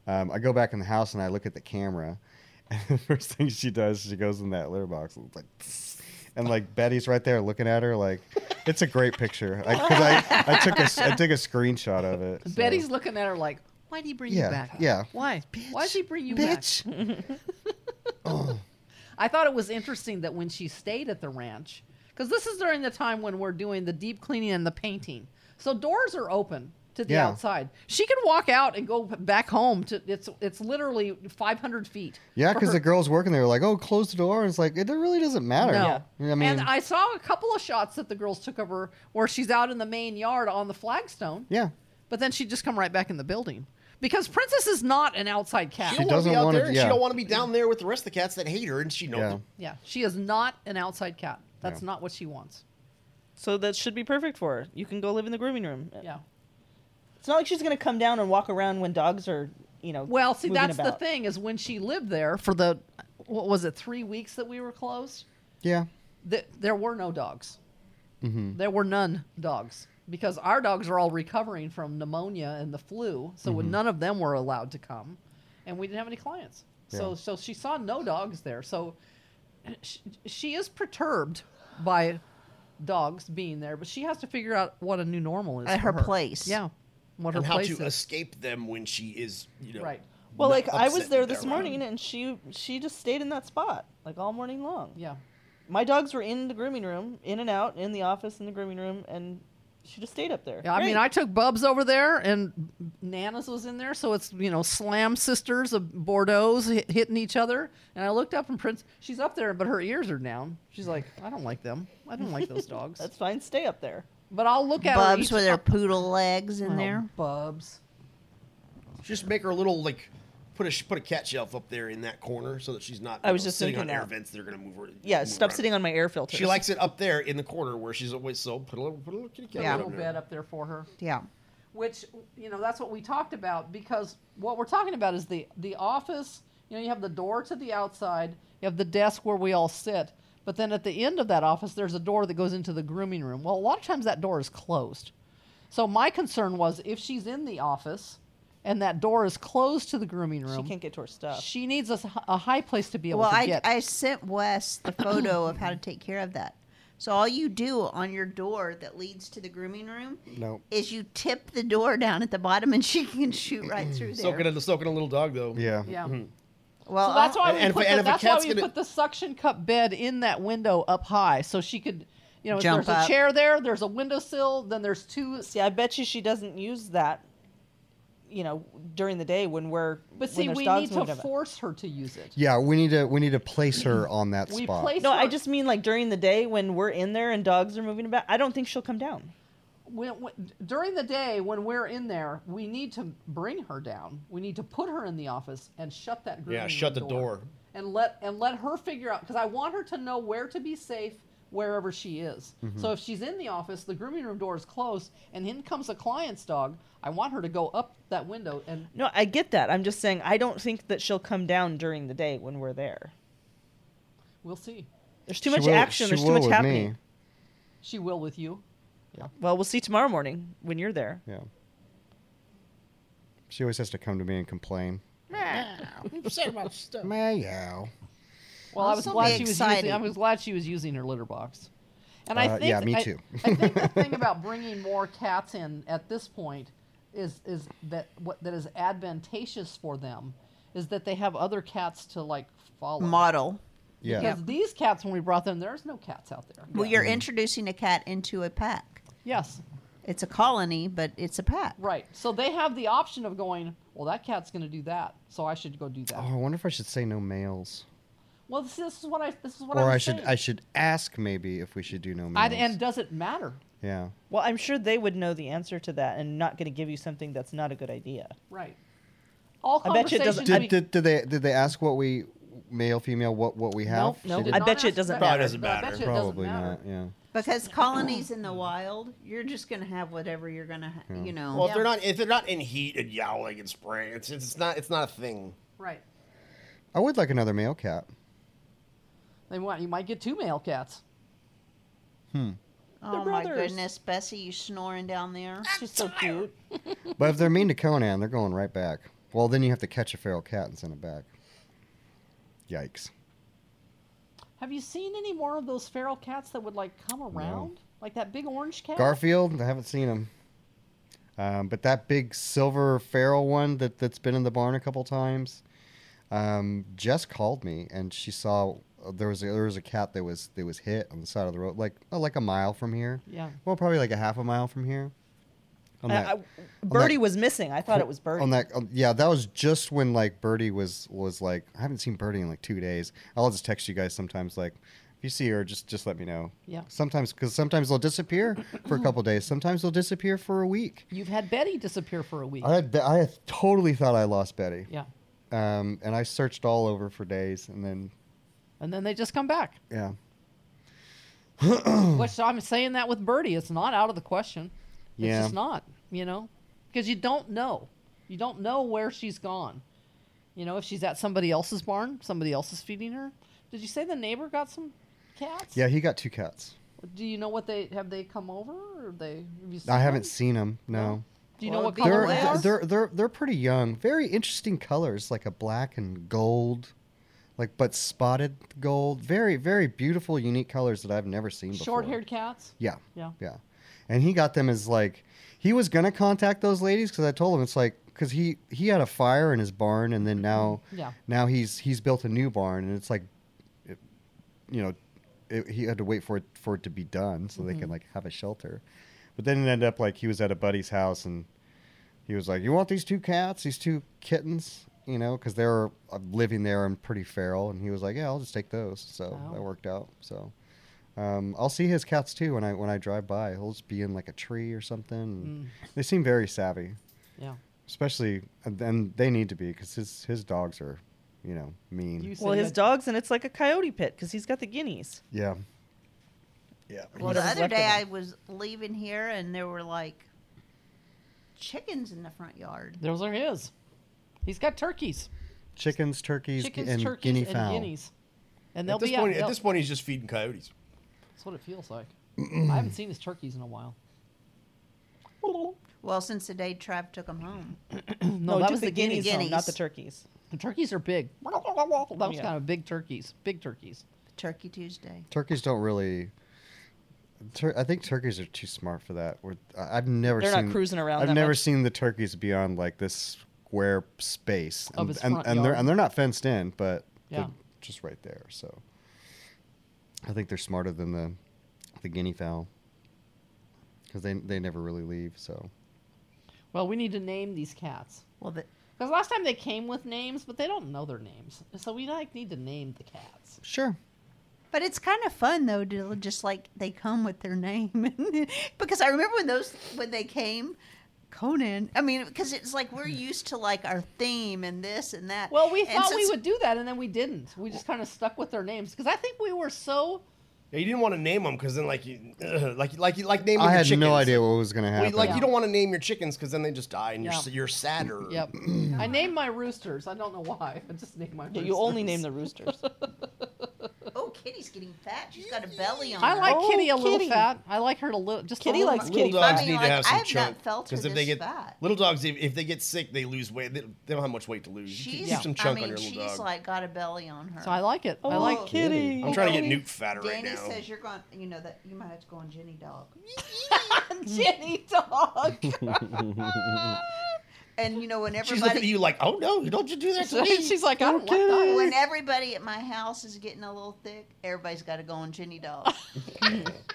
[SPEAKER 2] um, I go back in the house and I look at the camera, and the first thing she does, she goes in that litter box and it's like, "Tss," and like Betty's right there looking at her like, it's a great picture. I, 'cause I, I took a s- I took a screenshot of it. so-
[SPEAKER 3] Betty's looking at her like, why'd he bring
[SPEAKER 2] Yeah,
[SPEAKER 3] you back?
[SPEAKER 2] yeah.
[SPEAKER 3] Why? Why would he bring you
[SPEAKER 2] bitch.
[SPEAKER 3] back? I thought it was interesting that when she stayed at the ranch, because this is during the time when we're doing the deep cleaning and the painting, so doors are open to the
[SPEAKER 2] Yeah.
[SPEAKER 3] outside. She can walk out and go back home to it's it's literally 500 feet.
[SPEAKER 2] Yeah,
[SPEAKER 3] for
[SPEAKER 2] because
[SPEAKER 3] her-
[SPEAKER 2] the girls working there were like, "Oh, close the door," and it's like it really doesn't matter.
[SPEAKER 3] No.
[SPEAKER 2] I mean,
[SPEAKER 3] and I saw a couple of shots that the girls took of her where she's out in the main yard on the flagstone.
[SPEAKER 2] yeah,
[SPEAKER 3] But then she'd just come right back in the building. Because Princess is not an outside cat.
[SPEAKER 2] She
[SPEAKER 5] she don't want to
[SPEAKER 2] doesn't
[SPEAKER 5] be out
[SPEAKER 2] wanna-
[SPEAKER 5] there. and She
[SPEAKER 2] yeah.
[SPEAKER 5] don't want to be down there with the rest of the cats that hate her, and she knows.
[SPEAKER 2] yeah.
[SPEAKER 5] it.
[SPEAKER 3] yeah, she is not an outside cat. That's
[SPEAKER 2] Yeah.
[SPEAKER 3] not what she wants.
[SPEAKER 1] So that should be perfect for her. You can go live in the grooming room.
[SPEAKER 3] Yeah.
[SPEAKER 1] It's not like she's gonna come down and walk around when dogs are, you know.
[SPEAKER 3] Well, see,
[SPEAKER 1] moving
[SPEAKER 3] that's
[SPEAKER 1] about.
[SPEAKER 3] the thing is when she lived there for the, what was it, three weeks that we were closed?
[SPEAKER 2] yeah.
[SPEAKER 3] Th- there were no dogs.
[SPEAKER 1] Mm-hmm.
[SPEAKER 3] There were none dogs because our dogs are all recovering from pneumonia and the flu, so
[SPEAKER 1] Mm-hmm.
[SPEAKER 3] when none of them were allowed to come, and we didn't have any clients. So
[SPEAKER 2] Yeah.
[SPEAKER 3] so she saw no dogs there. So she, she is perturbed by dogs being there, but she has to figure out what a new normal is
[SPEAKER 4] At
[SPEAKER 3] for
[SPEAKER 4] her place.
[SPEAKER 3] Yeah, what
[SPEAKER 5] And
[SPEAKER 3] her
[SPEAKER 5] how
[SPEAKER 3] place
[SPEAKER 5] to
[SPEAKER 3] is.
[SPEAKER 5] escape them when she is, you know.
[SPEAKER 3] Right.
[SPEAKER 1] Well,
[SPEAKER 5] not
[SPEAKER 1] like I was
[SPEAKER 5] upset
[SPEAKER 1] there
[SPEAKER 5] that
[SPEAKER 1] this
[SPEAKER 5] they're
[SPEAKER 1] morning,
[SPEAKER 5] around.
[SPEAKER 1] and she she just stayed in that spot like all morning long.
[SPEAKER 3] yeah.
[SPEAKER 1] My dogs were in the grooming room, in and out, in the office, in the grooming room, and she just stayed up there.
[SPEAKER 3] Yeah, I mean,
[SPEAKER 1] Great.
[SPEAKER 3] I took Bubs over there, and Nana's was in there, so it's you know Slam Sisters of Bordeaux's hit, hitting each other. And I looked up, and Prince, she's up there, but her ears are down. She's like, I don't like them. I don't like those dogs.
[SPEAKER 1] that's fine. Stay up there.
[SPEAKER 3] but I'll look at her
[SPEAKER 4] Bubs
[SPEAKER 3] each
[SPEAKER 4] with their
[SPEAKER 3] time-
[SPEAKER 4] poodle legs in
[SPEAKER 3] Oh,
[SPEAKER 4] there.
[SPEAKER 3] Bubs.
[SPEAKER 5] Just make her a little like, put a sh- put a cat shelf up there in that corner so that she's not.
[SPEAKER 1] I
[SPEAKER 5] you
[SPEAKER 1] was
[SPEAKER 5] know,
[SPEAKER 1] just
[SPEAKER 5] sitting on
[SPEAKER 1] thinking
[SPEAKER 5] air
[SPEAKER 1] that.
[SPEAKER 5] vents. They're gonna move her.
[SPEAKER 1] Yeah,
[SPEAKER 5] move
[SPEAKER 1] stop
[SPEAKER 5] around.
[SPEAKER 1] sitting on my air filter.
[SPEAKER 5] She likes it up there in the corner where she's always so. Put a little, put a little kitty cat.
[SPEAKER 4] Yeah.
[SPEAKER 5] up
[SPEAKER 3] Little
[SPEAKER 5] there.
[SPEAKER 3] bed up there for her.
[SPEAKER 4] Yeah.
[SPEAKER 3] which you know that's what we talked about because what we're talking about is the the office you know you have the door to the outside you have the desk where we all sit but then at the end of that office there's a door that goes into the grooming room well a lot of times that door is closed so my concern was if she's in the office and that door is closed to the grooming
[SPEAKER 1] She
[SPEAKER 3] room
[SPEAKER 1] can't get to her stuff.
[SPEAKER 3] she needs a, s- a high place to be able
[SPEAKER 4] Well,
[SPEAKER 3] to
[SPEAKER 4] I,
[SPEAKER 3] get
[SPEAKER 4] I sent Wes the photo of how to take care of that. So all you do on your door that leads to the grooming room
[SPEAKER 2] No.
[SPEAKER 4] is you tip the door down at the bottom and she can shoot right through there.
[SPEAKER 5] Soaking a soaking a little dog though.
[SPEAKER 2] Yeah.
[SPEAKER 3] yeah
[SPEAKER 4] Well,
[SPEAKER 3] So that's
[SPEAKER 4] I-
[SPEAKER 3] why
[SPEAKER 5] And
[SPEAKER 3] we, put,
[SPEAKER 5] if- and
[SPEAKER 3] the,
[SPEAKER 5] if a
[SPEAKER 3] that's why
[SPEAKER 5] cat's
[SPEAKER 3] we
[SPEAKER 5] gonna-
[SPEAKER 3] put the suction cup bed in that window up high so she could, you know, if
[SPEAKER 4] Jump
[SPEAKER 3] there's
[SPEAKER 4] up.
[SPEAKER 3] a chair there, there's a windowsill, then there's two.
[SPEAKER 1] See, I bet you she doesn't use that. You know, during the day when we're
[SPEAKER 3] But
[SPEAKER 1] when
[SPEAKER 3] see,
[SPEAKER 1] there's
[SPEAKER 3] we
[SPEAKER 1] dogs
[SPEAKER 3] need to
[SPEAKER 1] moving about.
[SPEAKER 3] force her to use it.
[SPEAKER 2] Yeah, we need to we need to place her on that
[SPEAKER 3] We
[SPEAKER 2] spot.
[SPEAKER 3] place
[SPEAKER 1] No, I
[SPEAKER 3] her-
[SPEAKER 1] just mean like during the day when we're in there and dogs are moving about. I don't think she'll come down.
[SPEAKER 3] when, when- during the day when we're in there, we need to bring her down. We need to put her in the office and shut that.
[SPEAKER 5] Yeah,
[SPEAKER 3] grooming
[SPEAKER 5] shut the
[SPEAKER 3] room
[SPEAKER 5] door.
[SPEAKER 3] and let and let her figure out because I want her to know where to be safe wherever she is.
[SPEAKER 2] Mm-hmm.
[SPEAKER 3] So if she's in the office, the grooming room door is closed, and in comes a client's dog. I want her to go up that window and
[SPEAKER 1] No, I get that. I'm just saying I don't think that she'll come down during the day when we're there.
[SPEAKER 3] we'll see.
[SPEAKER 1] There's too
[SPEAKER 2] She
[SPEAKER 1] much
[SPEAKER 2] will-
[SPEAKER 1] action.
[SPEAKER 2] she
[SPEAKER 1] There's too
[SPEAKER 2] will
[SPEAKER 1] much
[SPEAKER 2] with
[SPEAKER 1] happening.
[SPEAKER 2] me.
[SPEAKER 3] She will with you.
[SPEAKER 1] Well, we'll see tomorrow morning when you're there.
[SPEAKER 2] Yeah. She always has to come to me and complain. Mayo.
[SPEAKER 3] Well, I was
[SPEAKER 4] This'll
[SPEAKER 3] glad
[SPEAKER 4] be
[SPEAKER 3] she was
[SPEAKER 4] exciting.
[SPEAKER 3] using. I was glad she was using her litter box. And I
[SPEAKER 2] Uh,
[SPEAKER 3] think
[SPEAKER 2] yeah, me
[SPEAKER 3] I-
[SPEAKER 2] too.
[SPEAKER 3] I, think the thing about bringing more cats in at this point is is that what that is advantageous for them is that they have other cats to like follow.
[SPEAKER 4] model.
[SPEAKER 2] Yeah.
[SPEAKER 3] Because these cats, when we brought them, there's no cats out there.
[SPEAKER 4] Well, you're introducing a cat into a pack.
[SPEAKER 3] Yes,
[SPEAKER 4] It's a colony, but it's a pack.
[SPEAKER 3] right. So they have the option of going. Well, that cat's going to do that, so I should go do that.
[SPEAKER 2] Oh, I wonder if I should say no males.
[SPEAKER 3] Well, this, this is what I. This is what I.
[SPEAKER 2] or
[SPEAKER 3] was
[SPEAKER 2] I should
[SPEAKER 3] saying.
[SPEAKER 2] I should ask maybe if we should do no males.
[SPEAKER 3] I'd- and does it matter?
[SPEAKER 2] yeah.
[SPEAKER 1] Well, I'm sure they would know the answer to that and not going to give you something that's not a good idea.
[SPEAKER 3] Right. All
[SPEAKER 1] I bet you it
[SPEAKER 3] conversations.
[SPEAKER 1] doesn't-
[SPEAKER 3] we-
[SPEAKER 2] Did, did, did they did they ask what we male female what what we have?
[SPEAKER 1] Nope, nope.
[SPEAKER 2] She
[SPEAKER 1] I
[SPEAKER 2] did-
[SPEAKER 1] bet
[SPEAKER 3] not
[SPEAKER 1] you it
[SPEAKER 3] ask
[SPEAKER 1] doesn't
[SPEAKER 3] that.
[SPEAKER 5] Probably doesn't
[SPEAKER 3] No, I bet
[SPEAKER 5] matter.
[SPEAKER 3] you it doesn't
[SPEAKER 2] Probably
[SPEAKER 3] matter.
[SPEAKER 2] not. Yeah.
[SPEAKER 4] Because colonies in the wild, you're just going to have whatever you're going to, ha- you know.
[SPEAKER 5] Well, if they're not if they're not in heat and yowling and spraying, it's it's not it's not a thing.
[SPEAKER 3] Right.
[SPEAKER 2] I would like another male cat.
[SPEAKER 3] They want you might get two male cats.
[SPEAKER 4] Oh my
[SPEAKER 1] brothers.
[SPEAKER 4] goodness, Bessie, you snoring down there?
[SPEAKER 3] She's so cute.
[SPEAKER 2] But if they're mean to Conan, they're going right back. Well, then you have to catch a feral cat and send it back. Yikes.
[SPEAKER 3] Have you seen any more of those feral cats that would like come around? Like that big orange cat?
[SPEAKER 2] Garfield, I haven't seen him. Um, but that big silver feral one that, that's been in the barn a couple times, um, Jess called me and she saw uh, there was a, there was a cat that was that was hit on the side of the road, like oh, like a mile from here.
[SPEAKER 3] Yeah.
[SPEAKER 2] Well, probably like a half a mile from here. On
[SPEAKER 1] I- I- Birdie was missing. I thought it was Birdie.
[SPEAKER 2] on that on- yeah that was just when like birdie was was like i haven't seen birdie in like two days i'll just text you guys sometimes like if you see her just just let me know
[SPEAKER 3] Yeah.
[SPEAKER 2] sometimes because sometimes they'll disappear for a couple days sometimes they'll disappear for a week
[SPEAKER 3] You've had Betty disappear for a week.
[SPEAKER 2] i had i had totally thought i lost betty
[SPEAKER 3] yeah.
[SPEAKER 2] um and i searched all over for days and then
[SPEAKER 3] And then they just come back.
[SPEAKER 2] yeah
[SPEAKER 3] Which I'm saying that with Birdie. It's not out of the question. It's
[SPEAKER 2] Yeah.
[SPEAKER 3] just not, you know? Because you don't know. You don't know where she's gone. You know, if she's at somebody else's barn, somebody else is feeding her. Did you say the neighbor got some cats?
[SPEAKER 2] yeah he got two cats
[SPEAKER 3] Do you know what they have they come over or they have you seen
[SPEAKER 2] i haven't
[SPEAKER 3] them?
[SPEAKER 2] seen him no
[SPEAKER 3] Do you know
[SPEAKER 4] Well,
[SPEAKER 3] what
[SPEAKER 4] it'd be
[SPEAKER 3] color
[SPEAKER 2] they're,
[SPEAKER 3] they
[SPEAKER 4] hilarious.
[SPEAKER 3] are?
[SPEAKER 2] they're they're they're pretty young. Very interesting colors, like a black and gold, like but spotted gold. Very very beautiful, unique colors that I've never seen before.
[SPEAKER 3] Short-haired cats?
[SPEAKER 2] Yeah,
[SPEAKER 3] Yeah.
[SPEAKER 2] yeah. And he got them as like he was gonna contact those ladies because I told him it's like because he he had a fire in his barn and then now
[SPEAKER 3] Mm-hmm. Yeah.
[SPEAKER 2] now he's he's built a new barn and it's like, it, you know, it, he had to wait for it for it to be done so
[SPEAKER 3] Mm-hmm.
[SPEAKER 2] they can like have a shelter, but then it ended up like he was at a buddy's house and he was like, "You want these two cats, these two kittens?" You know, because they were uh, living there and pretty feral, and he was like, "Yeah, I'll just take those." So
[SPEAKER 3] Wow.
[SPEAKER 2] that worked out. So um, I'll see his cats too when I when I drive by. He'll just be in like a tree or
[SPEAKER 3] Mm.
[SPEAKER 2] something. They seem very savvy,
[SPEAKER 3] Yeah.
[SPEAKER 2] especially and- and they need to be because his his dogs are, you know, mean.
[SPEAKER 3] You
[SPEAKER 1] well,
[SPEAKER 3] said
[SPEAKER 1] his
[SPEAKER 3] that-
[SPEAKER 1] dog's and it's like a coyote pit because he's got the guineas.
[SPEAKER 2] yeah,
[SPEAKER 5] Yeah.
[SPEAKER 4] Well, the
[SPEAKER 1] Whatever's
[SPEAKER 4] other
[SPEAKER 1] left of
[SPEAKER 4] day I
[SPEAKER 1] them.
[SPEAKER 4] was leaving here and there were like chickens in the front yard.
[SPEAKER 3] Those are his. He's got turkeys.
[SPEAKER 2] chickens, turkeys, gu-
[SPEAKER 3] Chickens,
[SPEAKER 2] and
[SPEAKER 3] turkeys,
[SPEAKER 2] guinea
[SPEAKER 3] and
[SPEAKER 2] fowl.
[SPEAKER 3] guineas. And they'll
[SPEAKER 5] At this
[SPEAKER 3] be
[SPEAKER 5] point,
[SPEAKER 3] out.
[SPEAKER 5] at this point, he's just feeding coyotes.
[SPEAKER 3] That's what it feels like. I haven't seen his turkeys in a while. no,
[SPEAKER 4] Well, since the day Trav took them home.
[SPEAKER 3] that
[SPEAKER 1] just
[SPEAKER 3] was the guineas.
[SPEAKER 1] though, not
[SPEAKER 4] Guineas.
[SPEAKER 1] the turkeys.
[SPEAKER 3] The turkeys are big. That was
[SPEAKER 1] Yeah.
[SPEAKER 3] kind of big turkeys. Big turkeys.
[SPEAKER 4] Turkey Tuesday.
[SPEAKER 2] Turkeys don't really. Tur- I think turkeys are too smart for that. We're, I- I've never
[SPEAKER 1] They're not
[SPEAKER 2] seen
[SPEAKER 1] cruising around
[SPEAKER 2] I've
[SPEAKER 1] that
[SPEAKER 2] never
[SPEAKER 1] much.
[SPEAKER 2] seen the turkeys beyond like this square space,
[SPEAKER 3] Of
[SPEAKER 2] and,
[SPEAKER 3] his
[SPEAKER 2] and,
[SPEAKER 3] front
[SPEAKER 2] and they're
[SPEAKER 3] yard.
[SPEAKER 2] and they're not fenced in, but
[SPEAKER 3] Yeah.
[SPEAKER 2] they're just right there. So I think they're smarter than the the guinea fowl because they they never really leave. So
[SPEAKER 3] Well, we need to name these cats.
[SPEAKER 4] Well, the,
[SPEAKER 3] Because last time they came with names, but they don't know their names. So we like need to name the cats.
[SPEAKER 2] sure,
[SPEAKER 4] but it's kind of fun though to just like they come with their name because I remember when those when they came. Conan. I mean, because it's like we're used to like our theme and this and that.
[SPEAKER 3] Well, we
[SPEAKER 4] And
[SPEAKER 3] thought we
[SPEAKER 4] since-
[SPEAKER 3] would do that, and then we didn't. We just kind of stuck with their names because I think we were so
[SPEAKER 5] Yeah, you didn't want to name them because then, like, you, like, like, like naming
[SPEAKER 2] I
[SPEAKER 5] your
[SPEAKER 2] had
[SPEAKER 5] chickens.
[SPEAKER 2] no idea what was gonna
[SPEAKER 5] Well,
[SPEAKER 2] happen.
[SPEAKER 5] like,
[SPEAKER 3] Yeah.
[SPEAKER 5] you don't want to name your chickens because then they just die and
[SPEAKER 3] Yeah.
[SPEAKER 5] you're, s- you're sadder.
[SPEAKER 3] Yep. I named my roosters. I don't know why. I just named my roosters.
[SPEAKER 1] you only name the roosters.
[SPEAKER 4] Oh, Kitty's getting fat. She's got a belly on.
[SPEAKER 3] I
[SPEAKER 4] her.
[SPEAKER 3] like
[SPEAKER 1] Oh,
[SPEAKER 3] Kitty a little
[SPEAKER 1] Kitty.
[SPEAKER 3] fat. I like her a little. Just
[SPEAKER 1] Kitty
[SPEAKER 3] a little,
[SPEAKER 1] likes
[SPEAKER 3] bit.
[SPEAKER 5] Little
[SPEAKER 1] Kitty
[SPEAKER 5] dogs
[SPEAKER 1] fat.
[SPEAKER 4] I mean,
[SPEAKER 5] need
[SPEAKER 4] like,
[SPEAKER 5] to have
[SPEAKER 4] I
[SPEAKER 5] some
[SPEAKER 4] have
[SPEAKER 5] chunk
[SPEAKER 4] not felt her
[SPEAKER 5] if they
[SPEAKER 4] this
[SPEAKER 5] get
[SPEAKER 4] fat.
[SPEAKER 5] little dogs, if, if they get sick, they lose weight. They, they don't have much weight to lose. You keep-
[SPEAKER 4] She's.
[SPEAKER 5] keep some
[SPEAKER 4] I
[SPEAKER 5] chunk
[SPEAKER 4] mean,
[SPEAKER 5] on your little
[SPEAKER 4] she's
[SPEAKER 5] dog.
[SPEAKER 4] like got a belly on her.
[SPEAKER 3] So I like it. I
[SPEAKER 1] Oh,
[SPEAKER 3] like.
[SPEAKER 1] kitty.
[SPEAKER 5] I'm trying to get
[SPEAKER 4] Danny-
[SPEAKER 5] Newt fatter right
[SPEAKER 4] Danny
[SPEAKER 5] now.
[SPEAKER 4] says you're going. You know that you might have to go on Jenny Dog.
[SPEAKER 3] Jenny dog.
[SPEAKER 4] And you know when
[SPEAKER 5] She's looking at
[SPEAKER 4] everybody
[SPEAKER 5] you like, oh no, don't you do that to me.
[SPEAKER 3] She's like, I don't like
[SPEAKER 1] Okay.
[SPEAKER 3] that.
[SPEAKER 4] when everybody at my house is getting a little thick, everybody's got to go on Jenny Dog.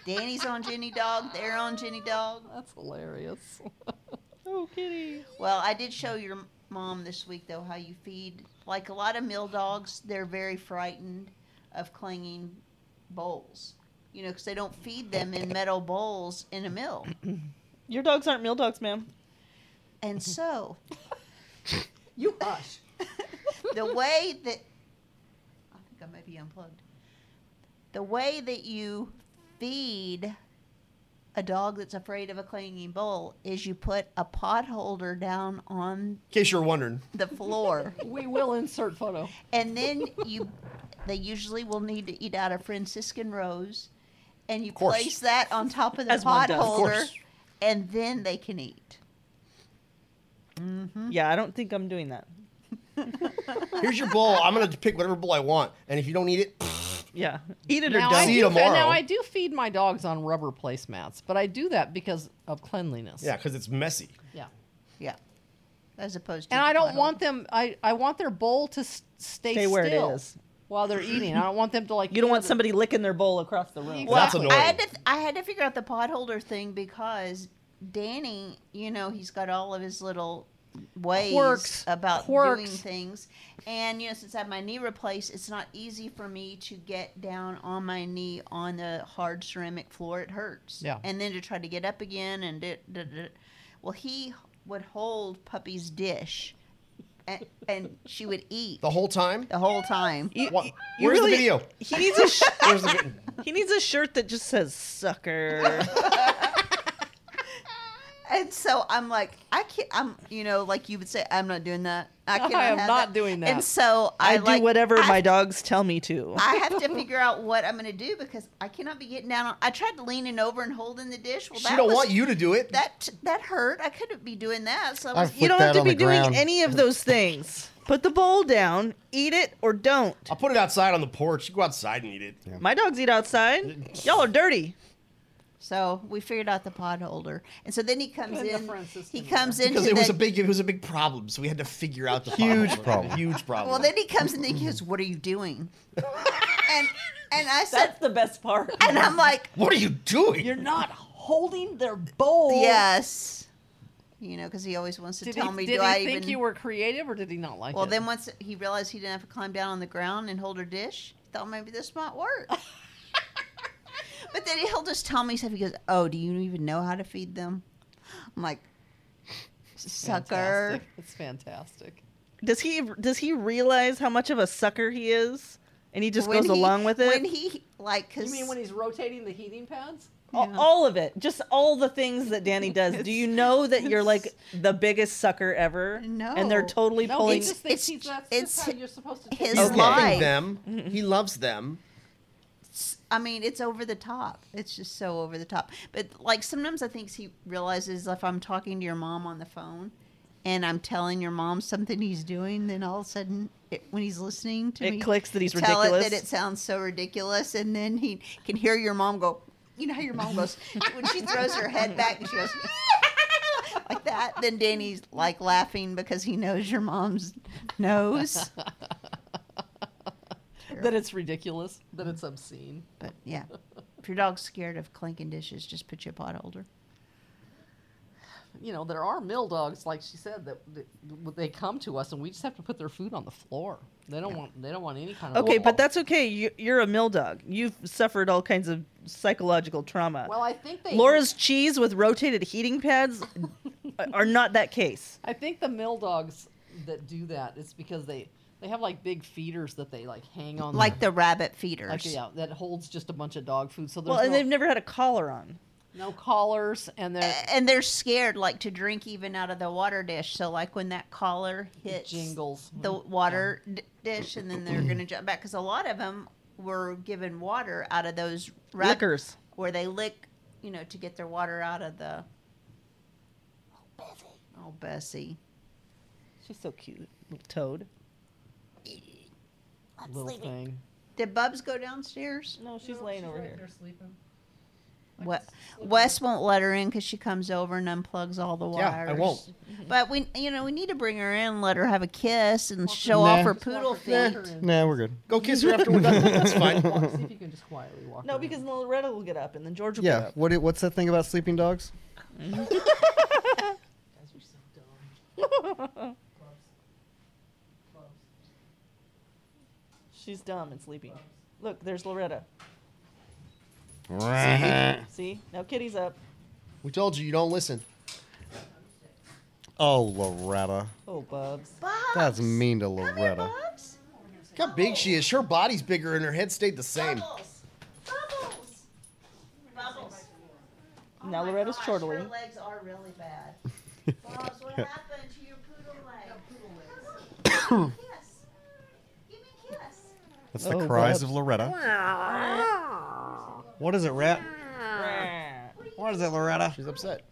[SPEAKER 4] Danny's on Jenny Dog. They're on Jenny Dog.
[SPEAKER 3] That's hilarious. oh, kitty.
[SPEAKER 4] Well, I did show your mom this week though how you feed. Like a lot of mill dogs, they're very frightened of clinging bowls. You know, because they don't feed them in metal bowls in a mill.
[SPEAKER 1] Your dogs aren't meal dogs, ma'am.
[SPEAKER 4] And so
[SPEAKER 3] You hush.
[SPEAKER 4] the way that I think I might be unplugged. The way that you feed a dog that's afraid of a clanging bowl is you put a pot holder down on
[SPEAKER 5] In case you're wondering,
[SPEAKER 4] the floor,
[SPEAKER 3] We will insert photo.
[SPEAKER 4] and then you. They usually will need to eat out of Franciscan rose, and you
[SPEAKER 5] course.
[SPEAKER 4] place that on top of the
[SPEAKER 1] As one
[SPEAKER 4] pot
[SPEAKER 1] does. Of
[SPEAKER 4] holder,
[SPEAKER 5] course.
[SPEAKER 4] and then they can eat.
[SPEAKER 2] Hmm?
[SPEAKER 1] Yeah, I don't think I'm doing that.
[SPEAKER 5] Here's your bowl. I'm gonna pick whatever bowl I want, and if you don't eat it,
[SPEAKER 1] Yeah, eat it or
[SPEAKER 3] Now
[SPEAKER 1] don't.
[SPEAKER 3] I,
[SPEAKER 5] See you
[SPEAKER 3] do, and now
[SPEAKER 5] tomorrow.
[SPEAKER 3] I do feed my dogs on rubber placemats, but I do that because of cleanliness.
[SPEAKER 5] yeah, because it's messy.
[SPEAKER 3] Yeah.
[SPEAKER 4] Yeah, as opposed to.
[SPEAKER 3] And I don't
[SPEAKER 4] bottle.
[SPEAKER 3] want them. I, I want their bowl to s- stay,
[SPEAKER 1] Stay where it
[SPEAKER 3] still
[SPEAKER 1] is.
[SPEAKER 3] while they're eating. I don't want them to like.
[SPEAKER 1] You don't
[SPEAKER 3] hear
[SPEAKER 1] want
[SPEAKER 3] the-
[SPEAKER 1] somebody licking their bowl across the room.
[SPEAKER 3] Well,
[SPEAKER 5] That's
[SPEAKER 3] Exactly.
[SPEAKER 5] annoying.
[SPEAKER 4] I had to th- I had to figure out the pot holder thing because Danny, you know, he's got all of his little ways
[SPEAKER 3] Quirks.
[SPEAKER 4] about doing
[SPEAKER 3] Quirks.
[SPEAKER 4] things. And you know, since I have my knee replaced, it's not easy for me to get down on my knee on the hard ceramic floor. It hurts.
[SPEAKER 3] Yeah.
[SPEAKER 4] And then to try to get up again and da- da- da- da. well, he would hold Puppy's dish, and, and she would eat
[SPEAKER 5] The whole time.
[SPEAKER 4] the whole time.
[SPEAKER 1] You-
[SPEAKER 5] Wha-
[SPEAKER 1] you
[SPEAKER 5] where's the
[SPEAKER 1] really-
[SPEAKER 5] video?
[SPEAKER 1] He needs a sh-
[SPEAKER 5] Where's the video?
[SPEAKER 1] he needs a shirt that just says "sucker."
[SPEAKER 4] And so I'm like, I can't. I'm, you know, like you would say, I'm not doing that. I, cannot
[SPEAKER 3] am
[SPEAKER 4] have
[SPEAKER 3] not
[SPEAKER 4] that.
[SPEAKER 3] doing
[SPEAKER 4] And
[SPEAKER 3] that.
[SPEAKER 4] so I,
[SPEAKER 1] I,
[SPEAKER 4] like,
[SPEAKER 1] do whatever
[SPEAKER 4] I,
[SPEAKER 1] my dogs tell me to.
[SPEAKER 4] I have to figure out what I'm going to do because I cannot be getting down on. I tried leaning over and holding the dish. Well,
[SPEAKER 5] she
[SPEAKER 4] that
[SPEAKER 5] don't
[SPEAKER 4] was,
[SPEAKER 5] want you to do it.
[SPEAKER 4] That that hurt. I couldn't be doing that. So I
[SPEAKER 2] I've-
[SPEAKER 4] was,
[SPEAKER 1] you don't
[SPEAKER 2] that
[SPEAKER 1] have to
[SPEAKER 2] on the
[SPEAKER 1] be doing
[SPEAKER 2] ground.
[SPEAKER 1] any of those things. Put the bowl down, eat it or don't.
[SPEAKER 5] I'll put it outside on the porch. You go outside and eat it.
[SPEAKER 1] My dogs eat outside. Y'all are dirty.
[SPEAKER 4] so we figured out the pot holder. And so then he comes
[SPEAKER 3] Good
[SPEAKER 4] in.
[SPEAKER 3] difference system
[SPEAKER 4] He
[SPEAKER 3] there.
[SPEAKER 4] comes in
[SPEAKER 5] Because it was a big, it was a big problem. So we had to figure out the
[SPEAKER 2] Huge
[SPEAKER 5] pothole.
[SPEAKER 2] problem.
[SPEAKER 5] Huge problem.
[SPEAKER 4] Well, then he comes and he goes, "What are you doing?" and and I said,
[SPEAKER 1] the best part.
[SPEAKER 4] and I'm like,
[SPEAKER 5] what are you doing?
[SPEAKER 3] You're not holding their bowl.
[SPEAKER 4] Yes. You know, because he always wants to
[SPEAKER 3] Did
[SPEAKER 4] tell
[SPEAKER 3] he,
[SPEAKER 4] me,
[SPEAKER 3] did
[SPEAKER 4] do
[SPEAKER 3] he
[SPEAKER 4] I
[SPEAKER 3] think
[SPEAKER 4] even?
[SPEAKER 3] you were creative or did he not like
[SPEAKER 4] well,
[SPEAKER 3] it?
[SPEAKER 4] then once he realized he didn't have to climb down on the ground and hold her dish, he thought maybe this might work. but then he'll just tell me stuff. He goes, "Oh, do you even know how to feed them?" I'm like, "Sucker."
[SPEAKER 3] Fantastic. It's fantastic.
[SPEAKER 1] Does he does he realize how much of a sucker he is, and he just
[SPEAKER 4] When
[SPEAKER 1] goes
[SPEAKER 4] he-
[SPEAKER 1] along with
[SPEAKER 4] When
[SPEAKER 1] it?
[SPEAKER 4] he like, because
[SPEAKER 3] You mean when he's rotating the heating pads?
[SPEAKER 1] all,
[SPEAKER 4] Yeah.
[SPEAKER 1] all of it, just all the things that Danny does. Do you know that you're like the biggest sucker ever? And they're
[SPEAKER 4] No.
[SPEAKER 1] totally
[SPEAKER 3] No, he
[SPEAKER 1] pulling.
[SPEAKER 3] just thinks
[SPEAKER 4] it's-
[SPEAKER 3] he's, that's
[SPEAKER 4] it's
[SPEAKER 3] just how you're supposed to. treat
[SPEAKER 4] his
[SPEAKER 5] He's
[SPEAKER 1] Okay.
[SPEAKER 3] them.
[SPEAKER 5] loving
[SPEAKER 4] life.
[SPEAKER 5] them. He loves them.
[SPEAKER 4] I mean, it's over the top. It's just so over the top. But like sometimes I think he realizes if I'm talking to your mom on the phone and I'm telling your mom something he's doing, then all of a sudden it, when he's listening to
[SPEAKER 1] It
[SPEAKER 4] me,
[SPEAKER 1] clicks that he's
[SPEAKER 4] tell
[SPEAKER 1] ridiculous.
[SPEAKER 4] it that it sounds so ridiculous, and then he can hear your mom go. You know how your mom goes when she throws her head back and she goes like that. Then Danny's like laughing because he knows your mom's nose.
[SPEAKER 3] That it's ridiculous. That it's obscene.
[SPEAKER 4] But yeah, if your dog's scared of clinking dishes, just put your pot holder.
[SPEAKER 3] You know, there are mill dogs, like she said, that, that they come to us, and we just have to put their food on the floor. They don't want. They don't want any kind of.
[SPEAKER 1] Okay,
[SPEAKER 3] Well,
[SPEAKER 1] but that's okay. You, you're a mill dog. You've suffered all kinds of psychological trauma.
[SPEAKER 3] Well, I think they.
[SPEAKER 1] Laura's cheese with rotated heating pads are not that case.
[SPEAKER 3] I think the mill dogs that do that is because they they have like big feeders that they like hang on
[SPEAKER 4] like the rabbit feeders.
[SPEAKER 3] like yeah that holds just a bunch of dog food. So there's
[SPEAKER 1] Well, and
[SPEAKER 3] no,
[SPEAKER 1] they've never had a collar on.
[SPEAKER 3] no collars and they're
[SPEAKER 4] And they're scared, like to drink even out of the water dish. So, like when that collar hits
[SPEAKER 3] jingles.
[SPEAKER 4] the water d- dish, and then they're gonna jump back because a lot of them were given water out of those rab-
[SPEAKER 1] Lickers.
[SPEAKER 4] where they lick, you know, to get their water out of the. Oh, Bessie.
[SPEAKER 1] She's so cute, little toad.
[SPEAKER 3] little thing.
[SPEAKER 4] Did Bubs go downstairs?
[SPEAKER 1] No, she's laying over here.
[SPEAKER 4] What? Wes won't let her in because she comes over and unplugs all the
[SPEAKER 5] Yeah,
[SPEAKER 4] wires.
[SPEAKER 5] I won't.
[SPEAKER 4] But we, you know, we need to bring her in, let her have a kiss, and show off
[SPEAKER 2] Nah.
[SPEAKER 4] her poodle
[SPEAKER 3] Just walk her-
[SPEAKER 4] feet.
[SPEAKER 3] walk her in.
[SPEAKER 2] Nah, we're good.
[SPEAKER 5] Go kiss her after we're done. That's fine.
[SPEAKER 3] Walk- See if you can just quietly walk.
[SPEAKER 1] No,
[SPEAKER 3] her
[SPEAKER 1] because
[SPEAKER 3] in.
[SPEAKER 1] Loretta will get up and then George will
[SPEAKER 2] Yeah.
[SPEAKER 1] get up.
[SPEAKER 2] What? i- What's that thing about sleeping dogs?
[SPEAKER 3] Guys, you're so dumb.
[SPEAKER 1] She's dumb and sleepy. Look, there's Loretta. See? Now Kitty's up.
[SPEAKER 5] We told you you don't listen.
[SPEAKER 2] oh, Loretta.
[SPEAKER 1] Oh, Bubs.
[SPEAKER 2] That's mean to Loretta.
[SPEAKER 5] Look how big she is. Her body's bigger and her head stayed the same.
[SPEAKER 4] Bubbles. Bubbles. Oh
[SPEAKER 1] now Loretta's chortling.
[SPEAKER 4] Her legs are really bad. Bubs, what happened to your poodle leg? Come on, Give me a kiss.
[SPEAKER 2] That's
[SPEAKER 1] Oh,
[SPEAKER 2] the cries
[SPEAKER 1] Bubs.
[SPEAKER 2] of Loretta. What is it, Rhett?
[SPEAKER 3] Ah.
[SPEAKER 2] What is it, Loretta?
[SPEAKER 5] She's upset.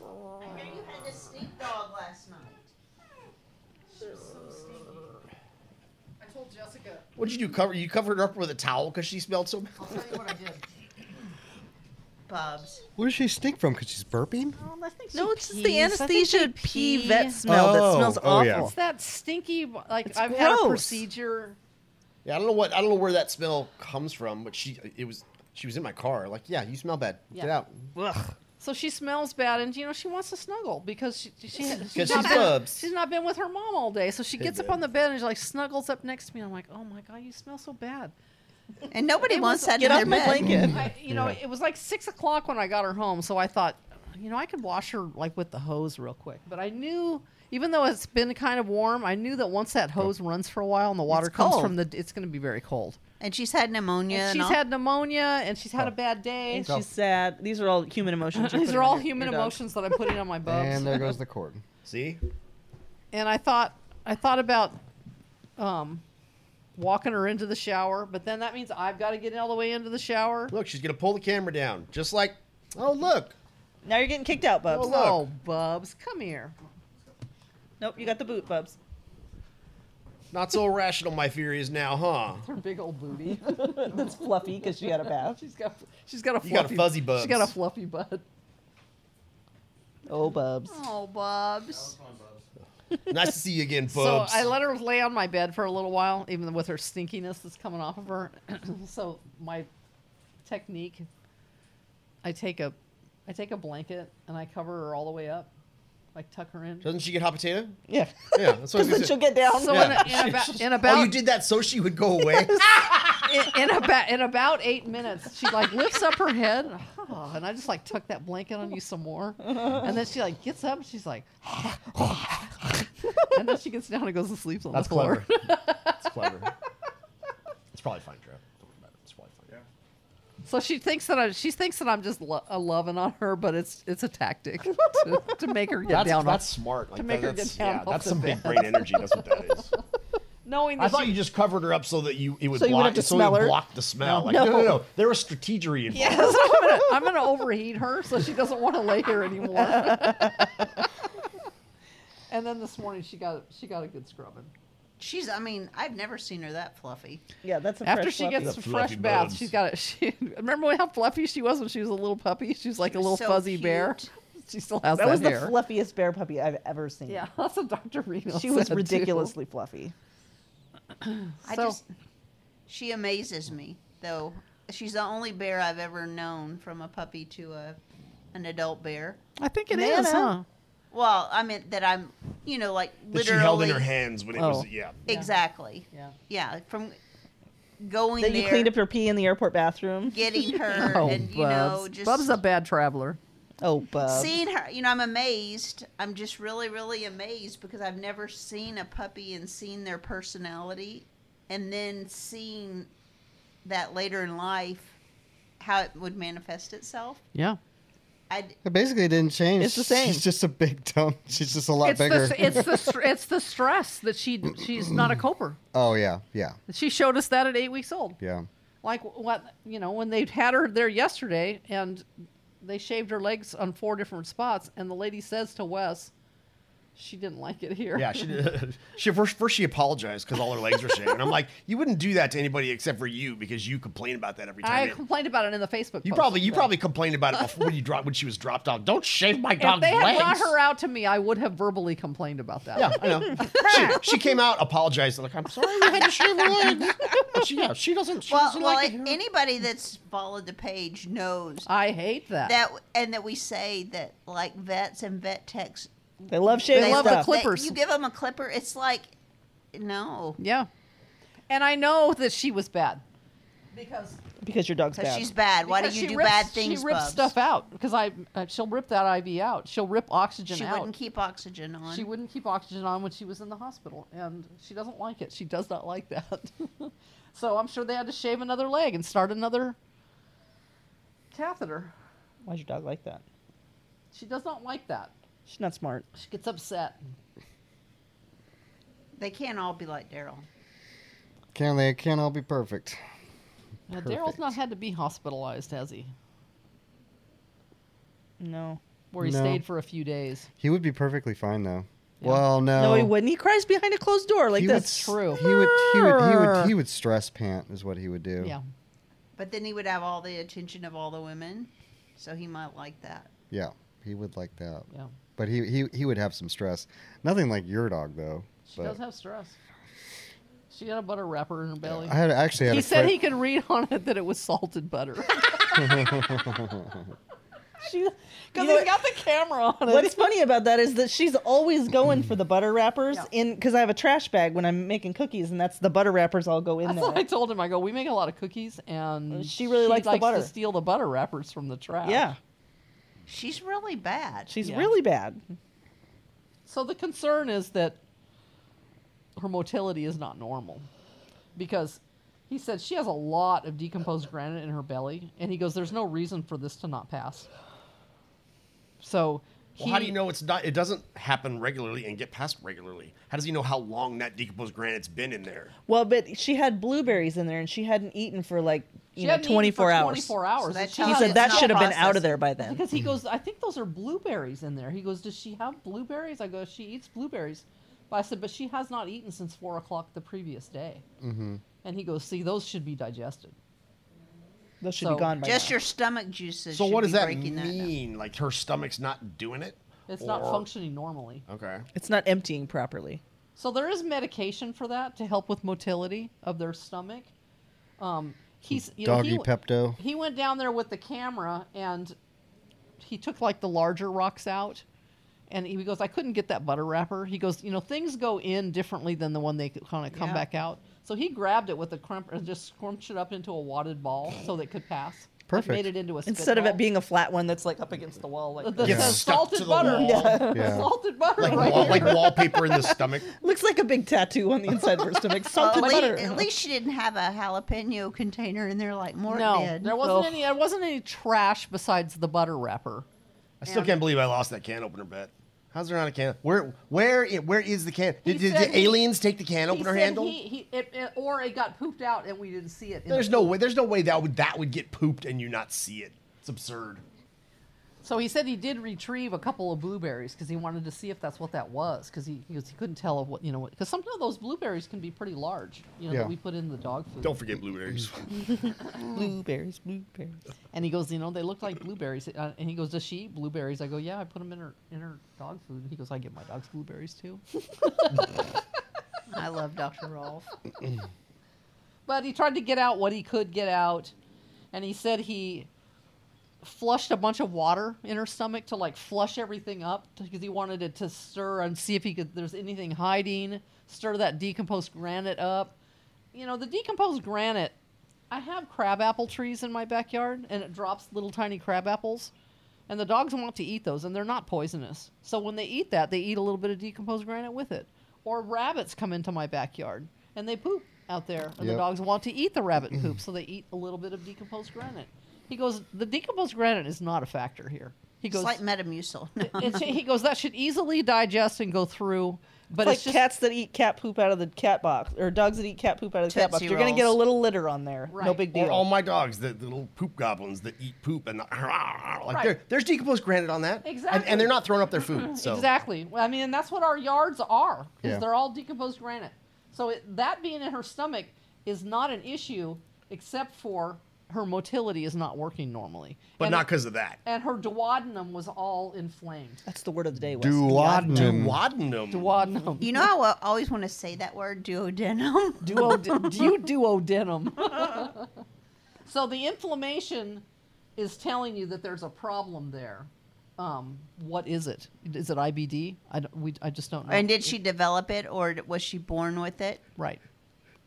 [SPEAKER 4] I know you had a sneak dog last night.
[SPEAKER 3] I told Jessica.
[SPEAKER 5] What'd you do? Cover you covered her up with a towel because she smelled so bad.
[SPEAKER 3] I'll tell you what I did.
[SPEAKER 4] Bubs.
[SPEAKER 2] Where does she stink from? Because she's burping?
[SPEAKER 1] No, it's just the
[SPEAKER 3] pees. I think she
[SPEAKER 1] anesthesia pee
[SPEAKER 3] pee.
[SPEAKER 1] vet smell that
[SPEAKER 2] Oh,
[SPEAKER 1] smells
[SPEAKER 2] oh, yeah.
[SPEAKER 1] awful.
[SPEAKER 3] It's that stinky. Like
[SPEAKER 1] It's
[SPEAKER 3] I've had a
[SPEAKER 1] gross.
[SPEAKER 3] procedure.
[SPEAKER 5] Yeah, I don't know what I don't know where that smell comes from, but she it was she was in my car. Like, yeah, you smell bad. Get
[SPEAKER 3] Yeah.
[SPEAKER 5] out. Ugh.
[SPEAKER 3] So she smells bad, and you know she wants to snuggle because she, she she's,
[SPEAKER 5] she's
[SPEAKER 3] not been,
[SPEAKER 5] Bubs.
[SPEAKER 3] she's not been with her mom all day. So she
[SPEAKER 5] Hey,
[SPEAKER 3] gets up
[SPEAKER 5] babe.
[SPEAKER 3] on the bed and she like snuggles up next to me. I'm like, oh my god, you smell so bad.
[SPEAKER 5] Oh.
[SPEAKER 4] And nobody
[SPEAKER 3] It
[SPEAKER 4] wants
[SPEAKER 3] was-
[SPEAKER 4] that
[SPEAKER 1] Get
[SPEAKER 4] in
[SPEAKER 1] off
[SPEAKER 4] their
[SPEAKER 1] my
[SPEAKER 4] bed.
[SPEAKER 1] blanket.
[SPEAKER 3] I, you know,
[SPEAKER 2] Yeah.
[SPEAKER 3] it was like six o'clock when I got her home, so I thought, you know, I could wash her like with the hose real quick. But I knew, even though it's been kind of warm, I knew that once that hose runs for a while and the water comes
[SPEAKER 4] cold.
[SPEAKER 3] from the, it's going to be very cold.
[SPEAKER 4] And she's had pneumonia.
[SPEAKER 3] and
[SPEAKER 4] and
[SPEAKER 3] she's
[SPEAKER 4] all.
[SPEAKER 3] had pneumonia, and she's had a bad day.
[SPEAKER 1] And she's sad. These are all human emotions. you're
[SPEAKER 3] These
[SPEAKER 1] putting
[SPEAKER 3] are
[SPEAKER 1] on
[SPEAKER 3] all
[SPEAKER 1] your-
[SPEAKER 3] human
[SPEAKER 1] your dog.
[SPEAKER 3] emotions that I'm putting on my bubs.
[SPEAKER 2] And there goes the cord.
[SPEAKER 5] See?
[SPEAKER 3] and I thought I thought about um, walking her into the shower, but then that means I've got to get all the way into the shower.
[SPEAKER 5] Look, she's gonna pull the camera down. Just like oh look.
[SPEAKER 1] Now you're getting kicked out, Bubs.
[SPEAKER 5] Oh, look.
[SPEAKER 3] Oh, Bubs, come here.
[SPEAKER 1] Nope, you got the boot, Bubs.
[SPEAKER 5] Not so rational my theory is now, huh?
[SPEAKER 3] Her big old booty.
[SPEAKER 1] That's fluffy because she had a bath.
[SPEAKER 3] she's got she's got a fluffy,
[SPEAKER 5] You got a fuzzy
[SPEAKER 3] She's got a
[SPEAKER 5] Bubs.
[SPEAKER 3] fluffy butt.
[SPEAKER 1] Oh, Bubs.
[SPEAKER 4] Oh, Bubs.
[SPEAKER 5] nice to see you again,
[SPEAKER 3] So
[SPEAKER 5] Bubs.
[SPEAKER 3] I let her lay on my bed for a little while, even with her stinkiness that's coming off of her. so my technique, I take a, I take a blanket and I cover her all the way up, like tuck her in.
[SPEAKER 5] Doesn't she get hot potato?
[SPEAKER 1] Yeah.
[SPEAKER 5] Yeah, that's what I was
[SPEAKER 1] Because then
[SPEAKER 5] gonna
[SPEAKER 1] she'll get
[SPEAKER 5] say.
[SPEAKER 1] down.
[SPEAKER 3] So
[SPEAKER 5] Yeah.
[SPEAKER 3] in, in, about, in about
[SPEAKER 5] Oh, you did that so she would go away?
[SPEAKER 3] in, in about in about eight minutes, she like lifts up her head, "Ah," and I just like tuck that blanket on you some more, and then she like gets up, and she's like, and then she gets down and goes to sleep on
[SPEAKER 5] That's
[SPEAKER 3] the floor.
[SPEAKER 5] clever. That's clever. It's probably fine, Drew. Don't worry about it. It's probably fine.
[SPEAKER 3] So she thinks that I, she thinks that I'm just lo- uh, loving on her, but it's it's a tactic to, to make her get
[SPEAKER 5] That's,
[SPEAKER 3] down.
[SPEAKER 5] that's smart. Like,
[SPEAKER 3] make her
[SPEAKER 5] that's,
[SPEAKER 3] get down
[SPEAKER 5] yeah,
[SPEAKER 3] off
[SPEAKER 5] that's
[SPEAKER 3] the
[SPEAKER 5] some
[SPEAKER 3] bed.
[SPEAKER 5] big brain energy. That's what that is.
[SPEAKER 3] knowing
[SPEAKER 5] I
[SPEAKER 3] that
[SPEAKER 5] thought
[SPEAKER 3] she,
[SPEAKER 5] you just covered her up so that you it would
[SPEAKER 1] So you wouldn't have
[SPEAKER 5] block
[SPEAKER 1] to
[SPEAKER 5] so it would
[SPEAKER 1] smell her?
[SPEAKER 5] block the smell. Like,
[SPEAKER 1] No.
[SPEAKER 5] no, no, no. There was strategery involved.
[SPEAKER 3] Yes, I'm gonna, I'm gonna overheat her, so she doesn't want to lay here anymore. and then this morning she got she got a good scrubbing.
[SPEAKER 4] She's, I mean, I've never seen her that fluffy.
[SPEAKER 1] Yeah, that's a
[SPEAKER 3] After
[SPEAKER 1] fresh
[SPEAKER 3] she
[SPEAKER 1] fluffy.
[SPEAKER 3] gets some
[SPEAKER 5] The fluffy
[SPEAKER 3] fresh baths,
[SPEAKER 5] buns.
[SPEAKER 3] she's got it. She, remember how fluffy she was when she was a little puppy? She was like a
[SPEAKER 4] was
[SPEAKER 3] little
[SPEAKER 4] so
[SPEAKER 3] fuzzy bear.
[SPEAKER 4] cute.
[SPEAKER 3] She still has that,
[SPEAKER 1] that was the
[SPEAKER 3] hair.
[SPEAKER 1] fluffiest bear puppy I've ever seen.
[SPEAKER 3] yeah, that's what Dr. Reno.
[SPEAKER 1] She was
[SPEAKER 3] said, too.
[SPEAKER 1] ridiculously fluffy.
[SPEAKER 4] I
[SPEAKER 3] So-
[SPEAKER 4] just, she amazes me, though. She's the only bear I've ever known from a puppy to a, an adult bear.
[SPEAKER 3] I think it is,
[SPEAKER 1] Nana.
[SPEAKER 3] huh?
[SPEAKER 4] Well, I mean, that I'm, you know, like
[SPEAKER 5] That
[SPEAKER 4] literally.
[SPEAKER 5] she held in her hands when it
[SPEAKER 3] Oh.
[SPEAKER 5] was yeah.
[SPEAKER 4] Exactly.
[SPEAKER 3] Yeah.
[SPEAKER 4] Yeah, from going
[SPEAKER 1] That
[SPEAKER 4] there,
[SPEAKER 1] you cleaned up your pee in the airport bathroom.
[SPEAKER 4] getting her,
[SPEAKER 3] Oh,
[SPEAKER 4] and you know,
[SPEAKER 3] Bubs.
[SPEAKER 4] just
[SPEAKER 3] Bub's a bad traveler.
[SPEAKER 1] Oh,
[SPEAKER 3] Um,
[SPEAKER 1] Bubs.
[SPEAKER 4] seeing her. You know, I'm amazed. I'm just really, really amazed because I've never seen a puppy and seen their personality, and then seeing that later in life, how it would manifest itself.
[SPEAKER 3] Yeah.
[SPEAKER 4] I
[SPEAKER 2] It basically didn't change.
[SPEAKER 1] It's the same.
[SPEAKER 2] She's just a big dumb. She's just a lot
[SPEAKER 3] It's
[SPEAKER 2] bigger.
[SPEAKER 3] the, it's the str- it's the stress that she she's not a coper.
[SPEAKER 2] oh, yeah. Yeah.
[SPEAKER 3] She showed us that at eight weeks old.
[SPEAKER 2] Yeah.
[SPEAKER 3] like what you know when they had her there yesterday and they shaved her legs on four different spots and the lady says to wes she didn't like it here
[SPEAKER 5] Yeah, she she first first she apologized because all her legs were shaved, and I'm like, you wouldn't do that to anybody except for you because you complain about that every time.
[SPEAKER 3] i
[SPEAKER 5] it-
[SPEAKER 3] complained about it in the facebook
[SPEAKER 5] you
[SPEAKER 3] post.
[SPEAKER 5] probably you probably complained about it before you dropped when she was dropped off. Don't shave my
[SPEAKER 3] if
[SPEAKER 5] dog's
[SPEAKER 3] they had
[SPEAKER 5] legs.
[SPEAKER 3] brought her out to me i would have verbally complained about that
[SPEAKER 5] Yeah, I know. she, she came out, apologized, like I'm sorry, you had to shave her legs. But she, yeah, she doesn't. She
[SPEAKER 4] well,
[SPEAKER 5] doesn't
[SPEAKER 4] well,
[SPEAKER 5] like it here.
[SPEAKER 4] anybody that's followed the page knows
[SPEAKER 3] i hate that,
[SPEAKER 4] that, and that we say that like vets and vet techs
[SPEAKER 1] they love shaving
[SPEAKER 3] They love the
[SPEAKER 1] stuff.
[SPEAKER 3] clip- clippers.
[SPEAKER 4] you give them a clipper, it's like, no.
[SPEAKER 3] yeah and i know that she was bad because
[SPEAKER 1] because your dog's
[SPEAKER 4] So
[SPEAKER 1] bad.
[SPEAKER 4] she's bad. Why do
[SPEAKER 3] because
[SPEAKER 4] you
[SPEAKER 3] she
[SPEAKER 4] do
[SPEAKER 3] rips-
[SPEAKER 4] bad things?
[SPEAKER 3] she rips
[SPEAKER 4] Bubs?
[SPEAKER 3] stuff out because i uh, she'll rip that iv out she'll rip oxygen
[SPEAKER 4] She
[SPEAKER 3] out
[SPEAKER 4] wouldn't keep oxygen on.
[SPEAKER 3] She wouldn't keep oxygen on when she was in the hospital, and she doesn't like it. She does not like that. so I'm sure they had to shave another leg and start another catheter.
[SPEAKER 1] Why's your dog like that?
[SPEAKER 3] She does not like that.
[SPEAKER 1] She's not smart.
[SPEAKER 3] She gets upset.
[SPEAKER 4] They can't all be like Daryl.
[SPEAKER 2] Can they? Can't all be perfect.
[SPEAKER 3] Now, Daryl's not
[SPEAKER 2] Perfect.
[SPEAKER 3] had to be hospitalized, has he?
[SPEAKER 1] No.
[SPEAKER 3] Where he
[SPEAKER 2] No.
[SPEAKER 3] stayed for a few days.
[SPEAKER 2] He would be perfectly fine though.
[SPEAKER 3] Yeah.
[SPEAKER 2] Well, no.
[SPEAKER 1] No, he wouldn't. He cries behind a closed door like
[SPEAKER 2] He would
[SPEAKER 1] this.
[SPEAKER 2] s-
[SPEAKER 3] True.
[SPEAKER 2] He would, he would. He would. He would stress pant is what he would do.
[SPEAKER 3] Yeah.
[SPEAKER 4] But then he would have all the attention of all the women, so he might like that.
[SPEAKER 2] Yeah. He would like that.
[SPEAKER 3] Yeah.
[SPEAKER 2] But he, he he would have some stress. Nothing like your dog though.
[SPEAKER 3] She
[SPEAKER 2] But
[SPEAKER 3] does have stress. She had a butter wrapper in her belly.
[SPEAKER 2] I had actually had
[SPEAKER 3] he
[SPEAKER 2] a
[SPEAKER 3] said
[SPEAKER 2] friend-
[SPEAKER 3] he could read on it that it was salted butter. Because
[SPEAKER 1] know
[SPEAKER 3] he's
[SPEAKER 1] what-
[SPEAKER 3] got the camera on it.
[SPEAKER 1] What's funny about that is that she's always going for the butter wrappers
[SPEAKER 3] Yeah.
[SPEAKER 1] in because I have a trash bag when I'm making cookies, and that's the butter wrappers all go in
[SPEAKER 3] That's what I
[SPEAKER 1] there. Uh,
[SPEAKER 3] told him. I go, we make a lot of cookies, and
[SPEAKER 1] She really likes the butter."
[SPEAKER 3] to steal the butter wrappers from the trash.
[SPEAKER 1] yeah,
[SPEAKER 4] She's really bad.
[SPEAKER 1] she's
[SPEAKER 3] Yeah.
[SPEAKER 1] really bad.
[SPEAKER 3] So the concern is that her motility is not normal, because he said she has a lot of decomposed granite in her belly, and he goes, "There's no reason for this to not pass." So.
[SPEAKER 5] Well, how do
[SPEAKER 3] he-
[SPEAKER 5] you know it's not? It doesn't happen regularly and get passed regularly. How does he know how long that decomposed granite's been in there?
[SPEAKER 1] Well, but she had blueberries in there, and she hadn't etten for like you
[SPEAKER 3] She
[SPEAKER 1] know
[SPEAKER 3] hadn't eaten
[SPEAKER 1] 24
[SPEAKER 3] for
[SPEAKER 1] hours.
[SPEAKER 3] 24 hours.
[SPEAKER 4] So that
[SPEAKER 3] and she
[SPEAKER 4] tells
[SPEAKER 1] He
[SPEAKER 4] Oh,
[SPEAKER 3] had-
[SPEAKER 4] it's
[SPEAKER 1] said that
[SPEAKER 4] not
[SPEAKER 1] should have been out of
[SPEAKER 4] processed.
[SPEAKER 1] there by then.
[SPEAKER 3] Because he goes, I think those are blueberries in there. He goes, Does she have blueberries? I go, She eats blueberries. But I said, But she has not eaten since four o'clock the previous day. Mm-hmm. And he goes, See, those should be digested.
[SPEAKER 1] Those should
[SPEAKER 3] So-
[SPEAKER 1] be gone by
[SPEAKER 4] Just
[SPEAKER 1] now.
[SPEAKER 4] your stomach juices.
[SPEAKER 5] So
[SPEAKER 4] should
[SPEAKER 5] what does
[SPEAKER 4] be
[SPEAKER 5] that
[SPEAKER 4] breaking up.
[SPEAKER 5] mean? like her stomach's not doing it?
[SPEAKER 3] It's not
[SPEAKER 5] Or-
[SPEAKER 3] functioning normally.
[SPEAKER 5] Okay.
[SPEAKER 1] It's not emptying properly.
[SPEAKER 3] So there is medication for that to help with motility of their stomach. Um, he's you know,
[SPEAKER 2] Doggy
[SPEAKER 3] he,
[SPEAKER 2] Pepto.
[SPEAKER 3] He went down there with the camera and he took like the larger rocks out. And he goes, I couldn't get that butter wrapper. He goes, you know, things go in differently than the one they kind of come
[SPEAKER 4] Yeah.
[SPEAKER 3] back out. So he grabbed it with a crump and just scrunched it up into a wadded ball so that it could pass. Like,
[SPEAKER 2] Perfect.
[SPEAKER 3] made it into a
[SPEAKER 1] Instead of
[SPEAKER 3] spitball.
[SPEAKER 1] it being a flat one that's like up against the wall, like
[SPEAKER 3] that that
[SPEAKER 5] Gets
[SPEAKER 3] says
[SPEAKER 5] stuck to
[SPEAKER 3] salted
[SPEAKER 5] the
[SPEAKER 3] butter,
[SPEAKER 5] wall.
[SPEAKER 2] Yeah.
[SPEAKER 3] salted butter,
[SPEAKER 5] Like
[SPEAKER 3] right?
[SPEAKER 5] wall,
[SPEAKER 3] here.
[SPEAKER 5] like wallpaper in the stomach.
[SPEAKER 1] looks like a big tattoo on the inside of her stomach.
[SPEAKER 4] Well,
[SPEAKER 1] Salted
[SPEAKER 4] at,
[SPEAKER 1] butter.
[SPEAKER 4] least, at least she didn't have a jalapeno container in there like Mort
[SPEAKER 3] no,
[SPEAKER 4] did.
[SPEAKER 3] there wasn't any. There wasn't any trash besides the butter wrapper.
[SPEAKER 5] I still can't believe I lost that can opener bet. How's there not a can? Where where i- where is the can? Did, did
[SPEAKER 3] said
[SPEAKER 5] the
[SPEAKER 3] he-
[SPEAKER 5] aliens take the can
[SPEAKER 3] he
[SPEAKER 5] opener
[SPEAKER 3] said
[SPEAKER 5] handle?
[SPEAKER 3] He, he, it, it- or it got pooped out and we didn't see it. in
[SPEAKER 5] there's
[SPEAKER 3] the-
[SPEAKER 5] no way. There's no way that would that would get pooped and you not see it. It's absurd.
[SPEAKER 3] So he said he did retrieve a couple of blueberries because he wanted to see if that's what that was because he, he, was- he couldn't tell of what you know because sometimes those blueberries can be pretty large you know
[SPEAKER 2] Yeah.
[SPEAKER 3] that we put in the dog food.
[SPEAKER 5] Don't forget blueberries.
[SPEAKER 1] blueberries, blueberries.
[SPEAKER 3] And he goes, you know, they look like blueberries. Uh, And he goes, does she eat blueberries? I go, yeah, I put them in her in her dog food. And he goes, I get my dogs blueberries too.
[SPEAKER 4] I love Dr. Rolf.
[SPEAKER 3] But he tried to get out what he could get out, and he said he flushed a bunch of water in her stomach to like flush everything up because he wanted it to stir and see if he could there's anything hiding, stir that decomposed granite up. You know, the decomposed granite. I have crabapple trees in my backyard and it drops little tiny crab apples. And the dogs want to eat those and they're not poisonous. So when they eat that, they eat a little bit of decomposed granite with it. Or rabbits come into my backyard and they poop out there and the
[SPEAKER 2] Yep.
[SPEAKER 3] dogs dogs want to eat the rabbit poop, so they eat a little bit of decomposed granite. He goes, the decomposed granite is not a factor here. He
[SPEAKER 4] It's
[SPEAKER 3] goes,
[SPEAKER 4] like Metamucil. No.
[SPEAKER 3] it's- he goes, that should easily digest and go through, but
[SPEAKER 1] It's like
[SPEAKER 3] it's, just
[SPEAKER 1] cats that eat cat poop out of the cat box, or dogs that eat cat poop out of the cat box.
[SPEAKER 4] Tootsie
[SPEAKER 1] You're gonna get a
[SPEAKER 4] Rolls.
[SPEAKER 1] little litter on there. No
[SPEAKER 3] Right.
[SPEAKER 1] big deal.
[SPEAKER 5] Or all my dogs, the, the little poop goblins that eat poop and the, like
[SPEAKER 3] Right.
[SPEAKER 5] there- there's decomposed granite on that. And- And,
[SPEAKER 3] Exactly.
[SPEAKER 5] they're not throwing up their food. So
[SPEAKER 3] exactly. Well, I mean, and that's what our yards are. Is
[SPEAKER 2] Yeah.
[SPEAKER 3] they're all decomposed granite. So it, that being in her stomach is not an issue, except for her motility is not working normally.
[SPEAKER 5] But
[SPEAKER 3] and
[SPEAKER 5] not because of that.
[SPEAKER 3] And her duodenum was all inflamed.
[SPEAKER 1] That's the word of the day. Wes.
[SPEAKER 2] Duodenum.
[SPEAKER 5] Duodenum.
[SPEAKER 3] Duodenum.
[SPEAKER 4] You know, I wa- always want to say that word duodenum.
[SPEAKER 3] duo you duodenum. so the inflammation is telling you that there's a problem there. Um, what is it? Is it IBD? I don't, we, I just don't know.
[SPEAKER 4] and did she develop it or d- was she born with it?
[SPEAKER 3] right.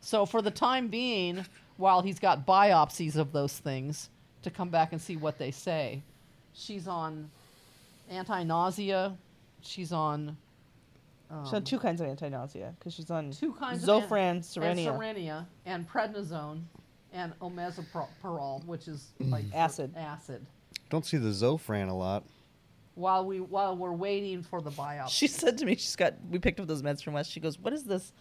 [SPEAKER 3] So for the time being, while he's got biopsies of those things to come back and see what they say, she's on anti-nausea. She's on
[SPEAKER 1] She's on two kinds of anti-nausea because she's on
[SPEAKER 3] two kinds of
[SPEAKER 1] Zofran,
[SPEAKER 3] an-
[SPEAKER 1] Serenia.
[SPEAKER 3] and Serenia and prednisone and omezapirol, which is like
[SPEAKER 1] Mm-hmm. Acid.
[SPEAKER 3] Acid.
[SPEAKER 2] Don't see the Zofran a lot.
[SPEAKER 3] while we while we're waiting for the biopsy.
[SPEAKER 1] She said to me, she's got. We picked up those meds from West. She goes, "What is this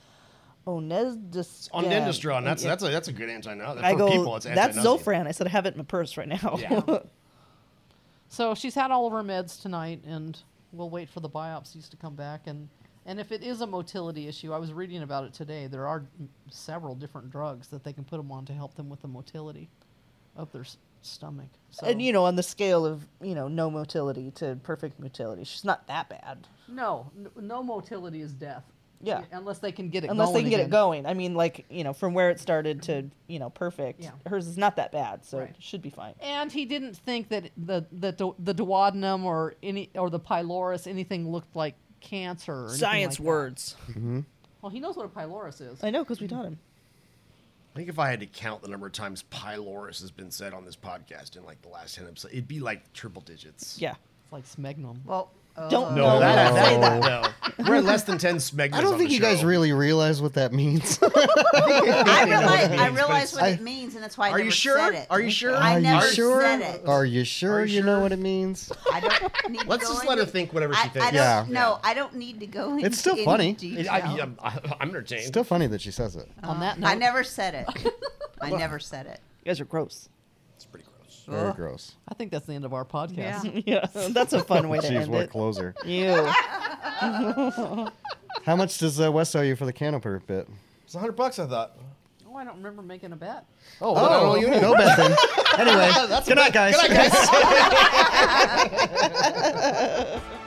[SPEAKER 1] Onestestran.
[SPEAKER 5] On dendrostron, that's that's a that's a good anti nut.
[SPEAKER 1] I
[SPEAKER 5] for
[SPEAKER 1] go.
[SPEAKER 5] people, it's
[SPEAKER 1] that's
[SPEAKER 5] anti-nuzzle.
[SPEAKER 1] Zofran. I said I have it in my purse right now.
[SPEAKER 5] Yeah.
[SPEAKER 3] So she's had all of her meds tonight, and we'll wait for the biopsies to come back. And, and if it is a motility issue, I was reading about it today. There are m- several different drugs that they can put them on to help them with the motility of their s- stomach. So,
[SPEAKER 1] And you know, on the scale of you know no motility to perfect motility, she's not that bad.
[SPEAKER 3] no, n- no motility is death.
[SPEAKER 1] Yeah.
[SPEAKER 3] unless they can get it.
[SPEAKER 1] Unless they
[SPEAKER 3] going
[SPEAKER 1] can get it
[SPEAKER 3] again.
[SPEAKER 1] going. I mean, like you know, from where it started to you know perfect,
[SPEAKER 3] Yeah.
[SPEAKER 1] hers is not that bad, so
[SPEAKER 3] Right.
[SPEAKER 1] it should be fine.
[SPEAKER 3] And he didn't think that the the du- the duodenum or any or the pylorus anything looked like cancer. Or anything like that.
[SPEAKER 1] words.
[SPEAKER 3] Well, he knows what a pylorus is.
[SPEAKER 1] I know because we taught him.
[SPEAKER 5] I think if I had to count the number of times pylorus has been said on this podcast in like the last ten episodes, it'd be like triple digits.
[SPEAKER 1] Yeah.
[SPEAKER 3] It's like Smegnum.
[SPEAKER 4] Well, uh,
[SPEAKER 1] Don't
[SPEAKER 5] No,
[SPEAKER 1] no,
[SPEAKER 5] that,
[SPEAKER 1] don't say
[SPEAKER 5] that,
[SPEAKER 1] that.
[SPEAKER 5] no. We're at less than ten smegmas.
[SPEAKER 2] I don't
[SPEAKER 5] on
[SPEAKER 2] think
[SPEAKER 5] the
[SPEAKER 2] you guys
[SPEAKER 5] show.
[SPEAKER 2] really realize what that means.
[SPEAKER 4] I realize,
[SPEAKER 5] it means,
[SPEAKER 4] I
[SPEAKER 5] but
[SPEAKER 4] realize
[SPEAKER 5] it's-
[SPEAKER 4] what it
[SPEAKER 2] I-
[SPEAKER 4] means, and that's why I
[SPEAKER 5] Are
[SPEAKER 4] never
[SPEAKER 5] you sure?
[SPEAKER 4] said it.
[SPEAKER 5] Are you sure?
[SPEAKER 4] I
[SPEAKER 2] Are
[SPEAKER 4] never
[SPEAKER 2] you sure?
[SPEAKER 4] said it.
[SPEAKER 2] Are you sure
[SPEAKER 5] Are
[SPEAKER 2] you
[SPEAKER 5] you
[SPEAKER 2] know
[SPEAKER 5] sure?
[SPEAKER 2] what it means?
[SPEAKER 4] I don't need to
[SPEAKER 5] Let's
[SPEAKER 4] go
[SPEAKER 5] just let her
[SPEAKER 4] into-
[SPEAKER 5] think whatever she
[SPEAKER 4] I, I
[SPEAKER 5] thinks.
[SPEAKER 4] don't,
[SPEAKER 2] Yeah.
[SPEAKER 4] No, I don't need to go into
[SPEAKER 2] still
[SPEAKER 4] any
[SPEAKER 2] funny.
[SPEAKER 5] It-
[SPEAKER 4] detail.
[SPEAKER 5] I, I'm, I'm entertained.
[SPEAKER 2] Still funny that she says it.
[SPEAKER 3] On that note,
[SPEAKER 4] I never said it. I never said it.
[SPEAKER 1] You guys are gross.
[SPEAKER 5] it's pretty gross.
[SPEAKER 2] Very gross.
[SPEAKER 3] I think that's the end of our podcast.
[SPEAKER 4] Yeah.
[SPEAKER 1] yeah, that's a fun way to
[SPEAKER 2] Jeez,
[SPEAKER 1] end
[SPEAKER 2] what a
[SPEAKER 1] it.
[SPEAKER 2] closer.
[SPEAKER 1] You.
[SPEAKER 2] How much does uh, West owe you for the canoper bit?
[SPEAKER 5] It's hundred bucks, I thought.
[SPEAKER 3] Oh, I don't remember making a bet.
[SPEAKER 5] Oh, well, I don't know you
[SPEAKER 2] no bet then. Anyway,
[SPEAKER 5] That's
[SPEAKER 2] good night, guys.
[SPEAKER 5] Good night, guys.